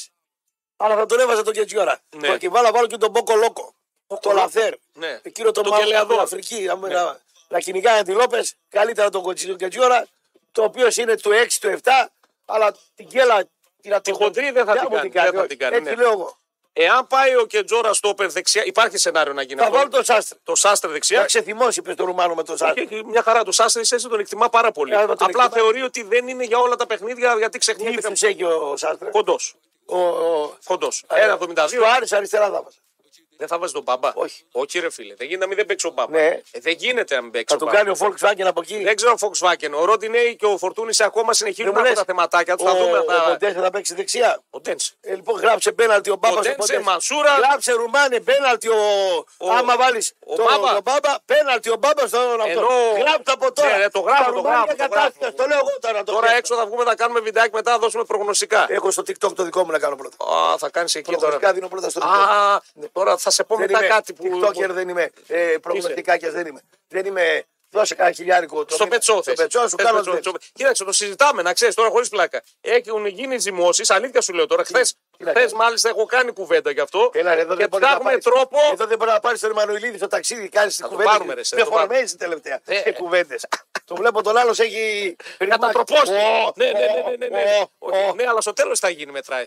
[SPEAKER 2] Αλλά θα τον έβαζα τον Κετζιόρα.
[SPEAKER 1] Ναι.
[SPEAKER 2] Ναι. Το κεβάλα βάλω και τον Μπόκο Λόκο. Το Λαθέρ.
[SPEAKER 1] Ναι.
[SPEAKER 2] Εκείνο το
[SPEAKER 1] Τον
[SPEAKER 2] μάλλον
[SPEAKER 1] Κελεαδό. Ναι.
[SPEAKER 2] από την Αφρική. Να, να, να κυνηγάει αντιλόπε. Καλύτερα τον Κοτζι- τον Κετζιόρα. Το οποίο είναι του 6, του 7. Αλλά την κέλα. Την ατομική-
[SPEAKER 1] χοντρή δεν θα την
[SPEAKER 2] μου
[SPEAKER 1] κάνει, δεν
[SPEAKER 2] κάνει,
[SPEAKER 1] θα
[SPEAKER 2] όχι.
[SPEAKER 1] την κάνει,
[SPEAKER 2] Έτσι
[SPEAKER 1] ναι.
[SPEAKER 2] λέω εγώ.
[SPEAKER 1] Εάν πάει ο Κετζόρα στο όπερ δεξιά, υπάρχει σενάριο να γίνει
[SPEAKER 2] Θα
[SPEAKER 1] αυτό.
[SPEAKER 2] βάλω τον Σάστρε.
[SPEAKER 1] Το Σάστρε
[SPEAKER 2] Να
[SPEAKER 1] δεξιά.
[SPEAKER 2] ξεθυμώσει, είπε το Ρουμάνο με τον Σάστρε.
[SPEAKER 1] Και μια χαρά. Το Σάστρε εσύ τον εκτιμά πάρα πολύ.
[SPEAKER 2] Ε, τον
[SPEAKER 1] Απλά
[SPEAKER 2] εκτιμά.
[SPEAKER 1] θεωρεί ότι δεν είναι για όλα τα παιχνίδια γιατί
[SPEAKER 2] Τι
[SPEAKER 1] ξεχνιέται.
[SPEAKER 2] ύφου έχει ο Σάστρε.
[SPEAKER 1] Κοντός.
[SPEAKER 2] Ο- ο- ε.
[SPEAKER 1] Κοντό.
[SPEAKER 2] Στο
[SPEAKER 1] 1,72.
[SPEAKER 2] Άρης αριστερά θα βάζα.
[SPEAKER 1] Δεν θα βάζεις τον μπαμπά.
[SPEAKER 2] Όχι.
[SPEAKER 1] Όχι, ρε φίλε. Δεν γίνεται να μην δεν παίξει ο μπαμπά.
[SPEAKER 2] Ναι.
[SPEAKER 1] Ε, δεν γίνεται να μην παίξει.
[SPEAKER 2] Θα
[SPEAKER 1] ο
[SPEAKER 2] τον
[SPEAKER 1] μπαμπά.
[SPEAKER 2] κάνει ο Volkswagen από εκεί.
[SPEAKER 1] Δεν ξέρω ο Volkswagen. Ο Ρόντινέι και ο Φορτούνης ακόμα συνεχίζουν
[SPEAKER 2] Δεν μου
[SPEAKER 1] να έχουν
[SPEAKER 2] λες. Ε,
[SPEAKER 1] τα θεματάκια τους.
[SPEAKER 2] Ο-
[SPEAKER 1] Θα δούμε.
[SPEAKER 2] Ο
[SPEAKER 1] θα-
[SPEAKER 2] Ποντέσε θα παίξει δεξιά.
[SPEAKER 1] Ο Ντένς.
[SPEAKER 2] Ε, λοιπόν, γράψε πέναλτι ο Μπάμπα.
[SPEAKER 1] Ο Ντένσε, Μανσούρα.
[SPEAKER 2] Γράψε Ρουμάνε πέναλτι ο.
[SPEAKER 1] Ο-
[SPEAKER 2] Άμα βάλεις
[SPEAKER 1] ο
[SPEAKER 2] τον
[SPEAKER 1] Μπάμπα.
[SPEAKER 2] τον Μπάμπα, πέναλτι ο Μπάμπα στον αυτό.
[SPEAKER 1] Ενώ-
[SPEAKER 2] Γράψτε από τώρα.
[SPEAKER 1] Ναι, ρε, το γράφω,
[SPEAKER 2] Τα
[SPEAKER 1] το
[SPEAKER 2] Ρουμάνια
[SPEAKER 1] γράφω, το
[SPEAKER 2] κατάσταση,
[SPEAKER 1] γράφω.
[SPEAKER 2] Το λέω εγώ τώρα. το
[SPEAKER 1] Τώρα
[SPEAKER 2] ξέρω.
[SPEAKER 1] έξω θα βγούμε, θα κάνουμε βιντεάκι μετά, θα δώσουμε προγνωστικά.
[SPEAKER 2] Έχω στο TikTok το δικό μου να κάνω πρώτα.
[SPEAKER 1] Α, θα κάνεις εκεί
[SPEAKER 2] Ε, Προγνωστικά
[SPEAKER 1] τώρα.
[SPEAKER 2] δίνω πρώτα στο TikTok.
[SPEAKER 1] Α, τώρα θα σε πω
[SPEAKER 2] Δεν
[SPEAKER 1] μετά
[SPEAKER 2] είμαι
[SPEAKER 1] κάτι που.
[SPEAKER 2] TikToker δεν είμαι. Ε, προγνωστικά και δεν είμαι. Δεν είμαι. Δώσε κανένα χιλιάρικο. το
[SPEAKER 1] Στο
[SPEAKER 2] μήνα.
[SPEAKER 1] πετσό θες.
[SPEAKER 2] Στο πετσό σου κάνω.
[SPEAKER 1] Κοίταξε, το συζητάμε, να ξέρεις τώρα χωρίς πλάκα. Έχουν γίνει ζυμώσεις, αλήθεια σου λέω τώρα. Χθες
[SPEAKER 2] τι να κάνεις.
[SPEAKER 1] μάλιστα έχω κάνει κουβέντα γι' αυτό.
[SPEAKER 2] Έλα, ρε, εδώ
[SPEAKER 1] και
[SPEAKER 2] δεν μπορεί να
[SPEAKER 1] ψάχνουμε
[SPEAKER 2] πάρεις-
[SPEAKER 1] τρόπο.
[SPEAKER 2] Εδώ δεν μπορεί να πάρεις τον Εμμανουηλίδη στο ταξίδι. Κάνεις την
[SPEAKER 1] το
[SPEAKER 2] κουβέντα.
[SPEAKER 1] πάρουμε, ρε, σε,
[SPEAKER 2] Με
[SPEAKER 1] το πάρουμε.
[SPEAKER 2] χορμέζει τελευταία.
[SPEAKER 1] Ε,
[SPEAKER 2] Σε
[SPEAKER 1] ε.
[SPEAKER 2] κουβέντες. Το βλέπω τον άλλος έχει.
[SPEAKER 1] Κατατροπώστε.
[SPEAKER 2] Ω,
[SPEAKER 1] Ναι, ναι, ναι,
[SPEAKER 2] ω,
[SPEAKER 1] ναι, ναι, ναι.
[SPEAKER 2] ω,
[SPEAKER 1] Όχι,
[SPEAKER 2] ω.
[SPEAKER 1] ναι, αλλά στο τέλος θα γίνει μετράει.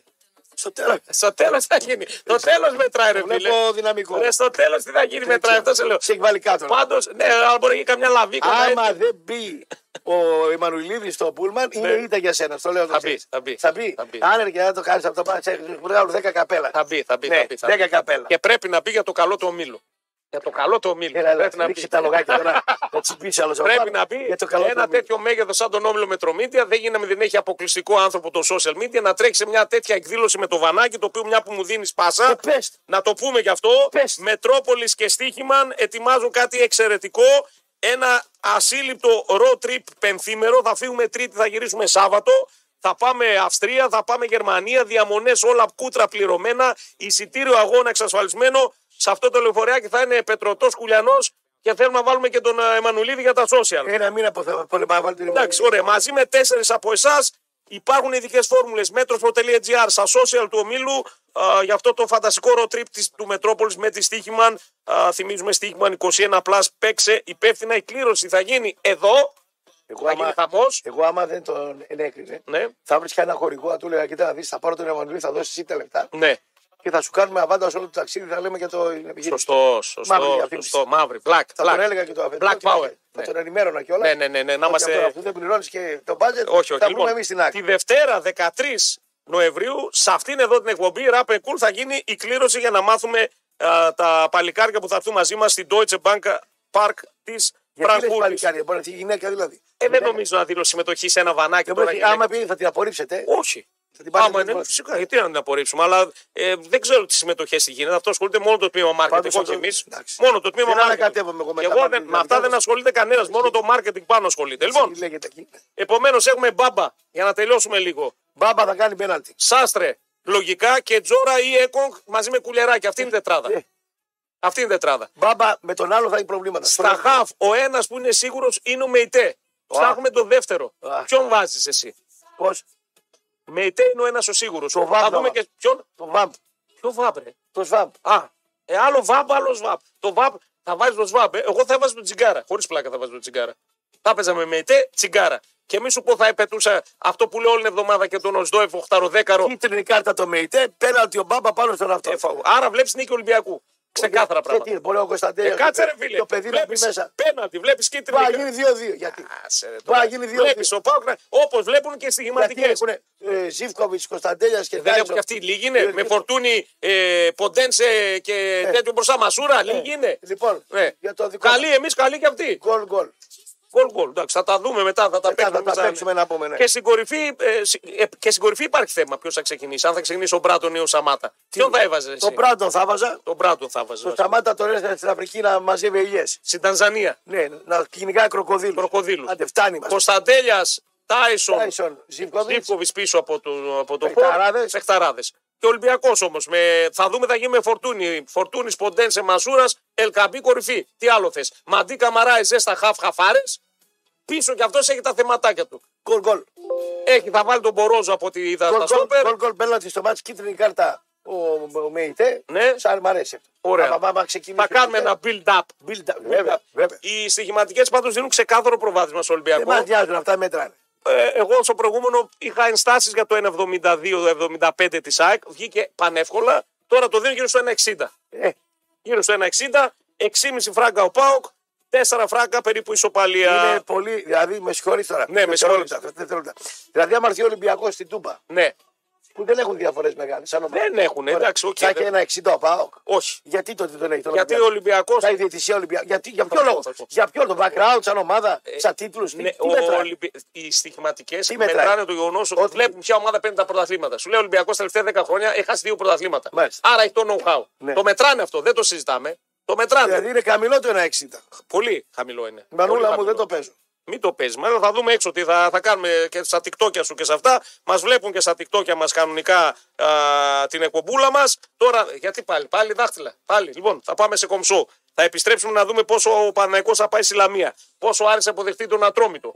[SPEAKER 2] Στο τέλο.
[SPEAKER 1] Στο τέλος θα γίνει. Το τέλος μετράει, ρε φίλε.
[SPEAKER 2] Βλέπω δυναμικό.
[SPEAKER 1] Ρε, στο τέλος τι θα γίνει μετράει, αυτό σε λέω.
[SPEAKER 2] Σε έχει βάλει κάτω.
[SPEAKER 1] Πάντως, ναι, αλλά μπορεί να γίνει καμιά λαβή. κανένα
[SPEAKER 2] Άμα
[SPEAKER 1] έτσι.
[SPEAKER 2] δεν μπει ο Εμμανουηλίδης στο Πούλμαν, είναι ήττα για σένα. Στο λέω. το
[SPEAKER 1] Ναι. Θα
[SPEAKER 2] ξέρεις.
[SPEAKER 1] μπει, θα μπει.
[SPEAKER 2] Θα μπει.
[SPEAKER 1] Θα μπει.
[SPEAKER 2] Αν ρε, και δεν το κάνεις αυτό, πάει σε άλλο 10 καπέλα.
[SPEAKER 1] Θα μπει, θα μπει.
[SPEAKER 2] Ναι,
[SPEAKER 1] θα μπει, θα μπει.
[SPEAKER 2] 10 καπέλα.
[SPEAKER 1] Και πρέπει να μπει για το καλό του ομίλου. Για το καλό του ομίλου.
[SPEAKER 2] Έλα,
[SPEAKER 1] πρέπει
[SPEAKER 2] έλα,
[SPEAKER 1] να
[SPEAKER 2] ρίξε
[SPEAKER 1] μπει.
[SPEAKER 2] τα λογάκια τώρα. Θα τσιμπήσει άλλος.
[SPEAKER 1] Πρέπει να πει
[SPEAKER 2] Για το καλό
[SPEAKER 1] ένα
[SPEAKER 2] του μήνυμα.
[SPEAKER 1] τέτοιο μέγεθος σαν τον Όμιλο Μετρομίντια. Δεν γίνεται να μην έχει αποκλειστικό άνθρωπο το social media να τρέξει σε μια τέτοια εκδήλωση με το βανάκι το οποίο μια που μου δίνεις πάσα.
[SPEAKER 2] Ε, πες.
[SPEAKER 1] Να το πούμε γι' αυτό.
[SPEAKER 2] Πες.
[SPEAKER 1] Μετρόπολης και Στίχημαν ετοιμάζουν κάτι εξαιρετικό. Ένα ασύλληπτο road trip πενθήμερο. Θα φύγουμε Τρίτη, θα γυρίσουμε Σάββατο. Θα πάμε Αυστρία, θα πάμε Γερμανία. Διαμονές όλα κούτρα πληρωμένα. Εισιτήριο αγώνα εξασφαλισμένο. Σε αυτό το λεωφορεάκι θα είναι Πετρωτός Κουλιανό και θέλουμε να βάλουμε και τον ε, Εμμανουλίδη για τα social.
[SPEAKER 2] Ένα μήνα που θα πολεμάει, βάλει την
[SPEAKER 1] Εντάξει, ωραία. Μαζί με τέσσερις από εσάς υπάρχουν ειδικές φόρμουλες. Μέτροπρο.gr στα social του ομίλου α, για αυτό το φανταστικό road trip της, του Μετρόπολης με τη Στίχημαν. Α, θυμίζουμε Στίχημαν 21 Plus. Παίξε υπεύθυνα. Η κλήρωση θα γίνει εδώ.
[SPEAKER 2] Εγώ
[SPEAKER 1] Θα γίνει
[SPEAKER 2] άμα,
[SPEAKER 1] χαμός.
[SPEAKER 2] εγώ άμα δεν τον ενέκρινε,
[SPEAKER 1] Ναι.
[SPEAKER 2] θα βρεις κανένα χορηγό, θα του έλεγα: Κοίτα, να δεις, θα πάρω τον Εμμανουήλ, θα δώσεις εσύ τα λεφτά
[SPEAKER 1] Ναι.
[SPEAKER 2] και θα σου κάνουμε αβάντα σε όλο το ταξίδι, θα λέμε και το την επιχείρηση.
[SPEAKER 1] Σωστό, σωστό,
[SPEAKER 2] Μαύρη
[SPEAKER 1] μαύρη,
[SPEAKER 2] διαφήμιση.
[SPEAKER 1] σωστό, μαύρη, black,
[SPEAKER 2] Θα
[SPEAKER 1] black.
[SPEAKER 2] τον έλεγα και το αφεντικό.
[SPEAKER 1] Black
[SPEAKER 2] και
[SPEAKER 1] Power.
[SPEAKER 2] Θα
[SPEAKER 1] Ναι.
[SPEAKER 2] τον ενημέρωνα κιόλας.
[SPEAKER 1] Ναι, ναι, ναι, ναι, να είμαστε-
[SPEAKER 2] Αφού δεν πληρώνεις και το budget,
[SPEAKER 1] Όχι, όχι.
[SPEAKER 2] θα
[SPEAKER 1] λοιπόν,
[SPEAKER 2] βρούμε εμείς την άκρη.
[SPEAKER 1] Τη Δευτέρα 13 Νοεμβρίου, σε αυτήν εδώ την εκπομπή, Rap and Cool, θα γίνει η κλήρωση για να μάθουμε α, τα παλικάρια που θα έρθουν μαζί μας στην Deutsche Bank Park της
[SPEAKER 2] Γιατί δεν
[SPEAKER 1] Φραγκούρη.
[SPEAKER 2] πάλι κάνει, μπορεί να είναι γυναίκα δηλαδή.
[SPEAKER 1] Ε, δεν νομίζω να δίνω συμμετοχή σε ένα βανάκι
[SPEAKER 2] Δεν
[SPEAKER 1] τώρα.
[SPEAKER 2] μπορεί-
[SPEAKER 1] γυναίκα.
[SPEAKER 2] Άμα πει θα την απορρίψετε.
[SPEAKER 1] Όχι.
[SPEAKER 2] Θα την πάρετε
[SPEAKER 1] Άμα
[SPEAKER 2] την
[SPEAKER 1] είναι,
[SPEAKER 2] πρώτη.
[SPEAKER 1] φυσικά, γιατί να την απορρίψουμε, αλλά ε, δεν ξέρω τις συμμετοχές τι γίνεται. Αυτό ασχολείται μόνο το τμήμα marketing,
[SPEAKER 2] Πάντως
[SPEAKER 1] όχι
[SPEAKER 2] αυτό-
[SPEAKER 1] εμείς.
[SPEAKER 2] εντάξει.
[SPEAKER 1] Μόνο το τμήμα
[SPEAKER 2] Δεν
[SPEAKER 1] marketing.
[SPEAKER 2] ανακατεύομαι εγώ με
[SPEAKER 1] Και
[SPEAKER 2] τα
[SPEAKER 1] εγώ
[SPEAKER 2] marketing
[SPEAKER 1] δεν, με
[SPEAKER 2] δηλαδή,
[SPEAKER 1] αυτά δεν
[SPEAKER 2] όπως-
[SPEAKER 1] ασχολείται κανένας, μόνο το marketing πάνω ασχολείται. Λοιπόν,
[SPEAKER 2] Τι λέγεται εκεί.
[SPEAKER 1] επομένως έχουμε μπάμπα για να τελειώσουμε λίγο.
[SPEAKER 2] Μπάμπα θα κάνει πέναλτι.
[SPEAKER 1] Σάστρε, λογικά και Τζόρα ή Έκογκ μαζί με κουλεράκι. Αυτή είναι η
[SPEAKER 2] Ε.
[SPEAKER 1] τετράδα. Αυτή είναι η τετράδα.
[SPEAKER 2] Μπάμπα με τον άλλο θα έχει προβλήματα.
[SPEAKER 1] Στα χαφ, ο ένας που είναι σίγουρος είναι ο Μεϊτέ. Ψάχνουμε τον δεύτερο.
[SPEAKER 2] Α.
[SPEAKER 1] Ποιον βάζεις εσύ.
[SPEAKER 2] Πώς.
[SPEAKER 1] Με ητέ είναι ο ένας ο σίγουρος.
[SPEAKER 2] Το Βάμπ,
[SPEAKER 1] Θα δούμε
[SPEAKER 2] Βάμπ.
[SPEAKER 1] και ποιον.
[SPEAKER 2] Το βαμπ.
[SPEAKER 1] Ποιο βάμπρε.
[SPEAKER 2] Το σβαμπ.
[SPEAKER 1] Α, ε, άλλο βάμπ, άλλο σβάμπ. Το βάμπ θα βάζεις το σβάμπ. ε. Εγώ θα έβαζα τον τσιγκάρα. Χωρίς πλάκα θα βάζω τον τσιγκάρα. Θα παίζαμε με ητέ, τσιγκάρα. Και μη σου πω θα επετούσα αυτό που λέω όλη την εβδομάδα και τον Οσδόεφ 8-10.
[SPEAKER 2] Κίτρινη κάρτα το ΜΕΙΤΕ, πέναλτι ο Μπάμπα πάνω στον αυτό.
[SPEAKER 1] Ε, Άρα βλέπεις νίκη Ολυμπιακού. Ξεκάθαρα
[SPEAKER 2] Και
[SPEAKER 1] πράγματα.
[SPEAKER 2] Ε, τι, μπορεί ο Κωνσταντέλια.
[SPEAKER 1] Ε, κάτσε ρε φίλε.
[SPEAKER 2] Το παιδί να μπει
[SPEAKER 1] Βλέπεις
[SPEAKER 2] μέσα.
[SPEAKER 1] Πέναντι, βλέπει κίτρινη.
[SPEAKER 2] Πάει να
[SPEAKER 1] κάρτα.
[SPEAKER 2] γίνει 2-2. Γιατί.
[SPEAKER 1] Άσε ρε
[SPEAKER 2] Μπορεί
[SPEAKER 1] τώρα.
[SPEAKER 2] να γίνει 2-2.
[SPEAKER 1] Βλέπεις ο Πάοκ όπως βλέπουν και οι
[SPEAKER 2] Γιατί
[SPEAKER 1] στοιχηματικές.
[SPEAKER 2] έχουν ε, Ζήφκοβιτ, Κωνσταντέλιας και
[SPEAKER 1] Δεν
[SPEAKER 2] Τάισον.
[SPEAKER 1] έχουν και αυτοί λίγοι
[SPEAKER 2] Ε,
[SPEAKER 1] είναι. Με φορτούνι ε, ποντένσε και τέτοιο μπροστά μασούρα. Λίγοι είναι.
[SPEAKER 2] Ε, Λοιπόν,
[SPEAKER 1] Ναι.
[SPEAKER 2] για το δικό
[SPEAKER 1] Καλοί εμείς, καλοί και αυτοί.
[SPEAKER 2] Γκολ, γκολ.
[SPEAKER 1] Γκολ γκολ. Εντάξει, θα τα δούμε μετά. Θα τα
[SPEAKER 2] Μετά
[SPEAKER 1] παίξουμε.
[SPEAKER 2] θα τα
[SPEAKER 1] εμείς,
[SPEAKER 2] παίξουμε
[SPEAKER 1] ναι.
[SPEAKER 2] να πούμε. ναι.
[SPEAKER 1] Και στην, κορυφή, ε, συ- ε, και στην κορυφή υπάρχει θέμα ποιος θα ξεκινήσει. Αν θα ξεκινήσει ο Μπράτον ή ο Σαμάτα. Ποιον θα έβαζε. Εσύ.
[SPEAKER 2] Το Μπράντον θα βάζα.
[SPEAKER 1] Τον Μπράτον θα έβαζε.
[SPEAKER 2] Το Σταμάτα τον έστειλε στην Αφρική να μαζεύει ελιές.
[SPEAKER 1] Στην Τανζανία.
[SPEAKER 2] Ναι, να κυνηγάει κροκοδίλους.
[SPEAKER 1] Κροκοδίλους.
[SPEAKER 2] Άντε, φτάνει μας.
[SPEAKER 1] Κωνσταντέλιας, Τάισον,
[SPEAKER 2] Τάισον, Ζήφκοβιτ.
[SPEAKER 1] Ζήφκοβιτ πίσω από το, από το
[SPEAKER 2] Παιχταράδες.
[SPEAKER 1] Πεχταράδες. Και Ολυμπιακός όμως. Θα δούμε, θα γίνει με φορτούνι. Φορτούνι Ποντένσε Μασούρας, Ελκαμπή κορυφή. Τι άλλο θες. Μαντί Καμαράες στα χαφ χαφάρες. Πίσω κι αυτός έχει τα θεματάκια του.
[SPEAKER 2] Γκολ, γκολ.
[SPEAKER 1] Έχει, θα βάλει τον Μπορόζο από τη είδα
[SPEAKER 2] Γκολ,
[SPEAKER 1] στα
[SPEAKER 2] γκολ,
[SPEAKER 1] σούπερ.
[SPEAKER 2] γκολ, γκολ, πέναλτι στο μάτι, κίτρινη κάρτα ο, ο Μεϊτέ.
[SPEAKER 1] Ναι.
[SPEAKER 2] Σαν μ' αρέσει αυτό.
[SPEAKER 1] Ωραία.
[SPEAKER 2] Άμα, άμα ξεκινήσει
[SPEAKER 1] Θα κάνουμε
[SPEAKER 2] ο Μεϊτέ,
[SPEAKER 1] ένα Ε, build-up.
[SPEAKER 2] build-up. Βέβαια, βέβαια.
[SPEAKER 1] Οι στοιχηματικές πάντως δίνουν ξεκάθαρο προβάδισμα στο
[SPEAKER 2] Δεν
[SPEAKER 1] Ολυμπιακό.
[SPEAKER 2] μα νοιάζουν αυτά μέτρα.
[SPEAKER 1] Ε, εγώ στο προηγούμενο είχα ενστάσεις για το 1,72-75 της ΑΕΚ. Βγήκε πανεύκολα. Τώρα το δίνω γύρω στο 1,60.
[SPEAKER 2] Ε,
[SPEAKER 1] γύρω στο 1,60, 6,5 φράγκα ο Πάοκ, 4 φράγκα περίπου ισοπαλία.
[SPEAKER 2] είναι πολύ. Δηλαδή, με συγχωρείς τώρα.
[SPEAKER 1] Ναι, με συγχωρείς.
[SPEAKER 2] Δευτερόλεπτα, δευτερόλεπτα. Δηλαδή, άμα έρθει ο Ολυμπιακός στην Τούμπα,
[SPEAKER 1] Ναι,
[SPEAKER 2] που δεν έχουν διαφορές μεγάλες. Σαν ομάδα.
[SPEAKER 1] δεν έχουν,
[SPEAKER 2] Ωραία.
[SPEAKER 1] εντάξει, οκ.
[SPEAKER 2] Θα έχει
[SPEAKER 1] δεν-
[SPEAKER 2] ένα 60 ο Πάοκ.
[SPEAKER 1] Όχι.
[SPEAKER 2] Γιατί τότε τον έχει τον
[SPEAKER 1] Γιατί ο
[SPEAKER 2] Ολυμπιακός.
[SPEAKER 1] Ολυμπιακό.
[SPEAKER 2] Θα η διαιτησία Ολυμπιακό. Γιατί, για
[SPEAKER 1] Θα
[SPEAKER 2] ποιο
[SPEAKER 1] πω,
[SPEAKER 2] λόγο.
[SPEAKER 1] θα πω.
[SPEAKER 2] Για ποιο το background, σαν ομάδα, σαν τίτλους.
[SPEAKER 1] Ναι,
[SPEAKER 2] τι
[SPEAKER 1] ο
[SPEAKER 2] μέτρα.
[SPEAKER 1] Ολυμπι... Οι στοιχηματικέ
[SPEAKER 2] Τι μετράει?
[SPEAKER 1] μετράνε το γεγονός ότι
[SPEAKER 2] Ότι-
[SPEAKER 1] βλέπουν ποια ομάδα παίρνει τα πρωταθλήματα. Σου λέει ο Ολυμπιακός τελευταία 10 χρόνια έχει χάσει δύο πρωταθλήματα.
[SPEAKER 2] Μάλιστα.
[SPEAKER 1] Άρα έχει το know-how.
[SPEAKER 2] Ναι.
[SPEAKER 1] Το μετράνε αυτό, δεν το συζητάμε. Το μετράνε.
[SPEAKER 2] Δηλαδή, είναι χαμηλό το 1,60.
[SPEAKER 1] Πολύ χαμηλό είναι.
[SPEAKER 2] Η Μανούλα
[SPEAKER 1] Πολύ
[SPEAKER 2] μου δεν
[SPEAKER 1] χαμηλό.
[SPEAKER 2] το παίζω.
[SPEAKER 1] Μην το παίζει. Μάλλον θα δούμε έξω τι θα, θα κάνουμε και στα TikTok σου και σε αυτά. Μας βλέπουν και στα TikTok μας κανονικά α, την εκπομπούλα μας. Τώρα, γιατί πάλι, πάλι δάχτυλα. Πάλι. Λοιπόν, θα πάμε σε κομψό. Θα επιστρέψουμε να δούμε πόσο ο Παναϊκό θα πάει στη Λαμία. Πόσο άρεσε αποδεχτεί τον Ατρόμητο.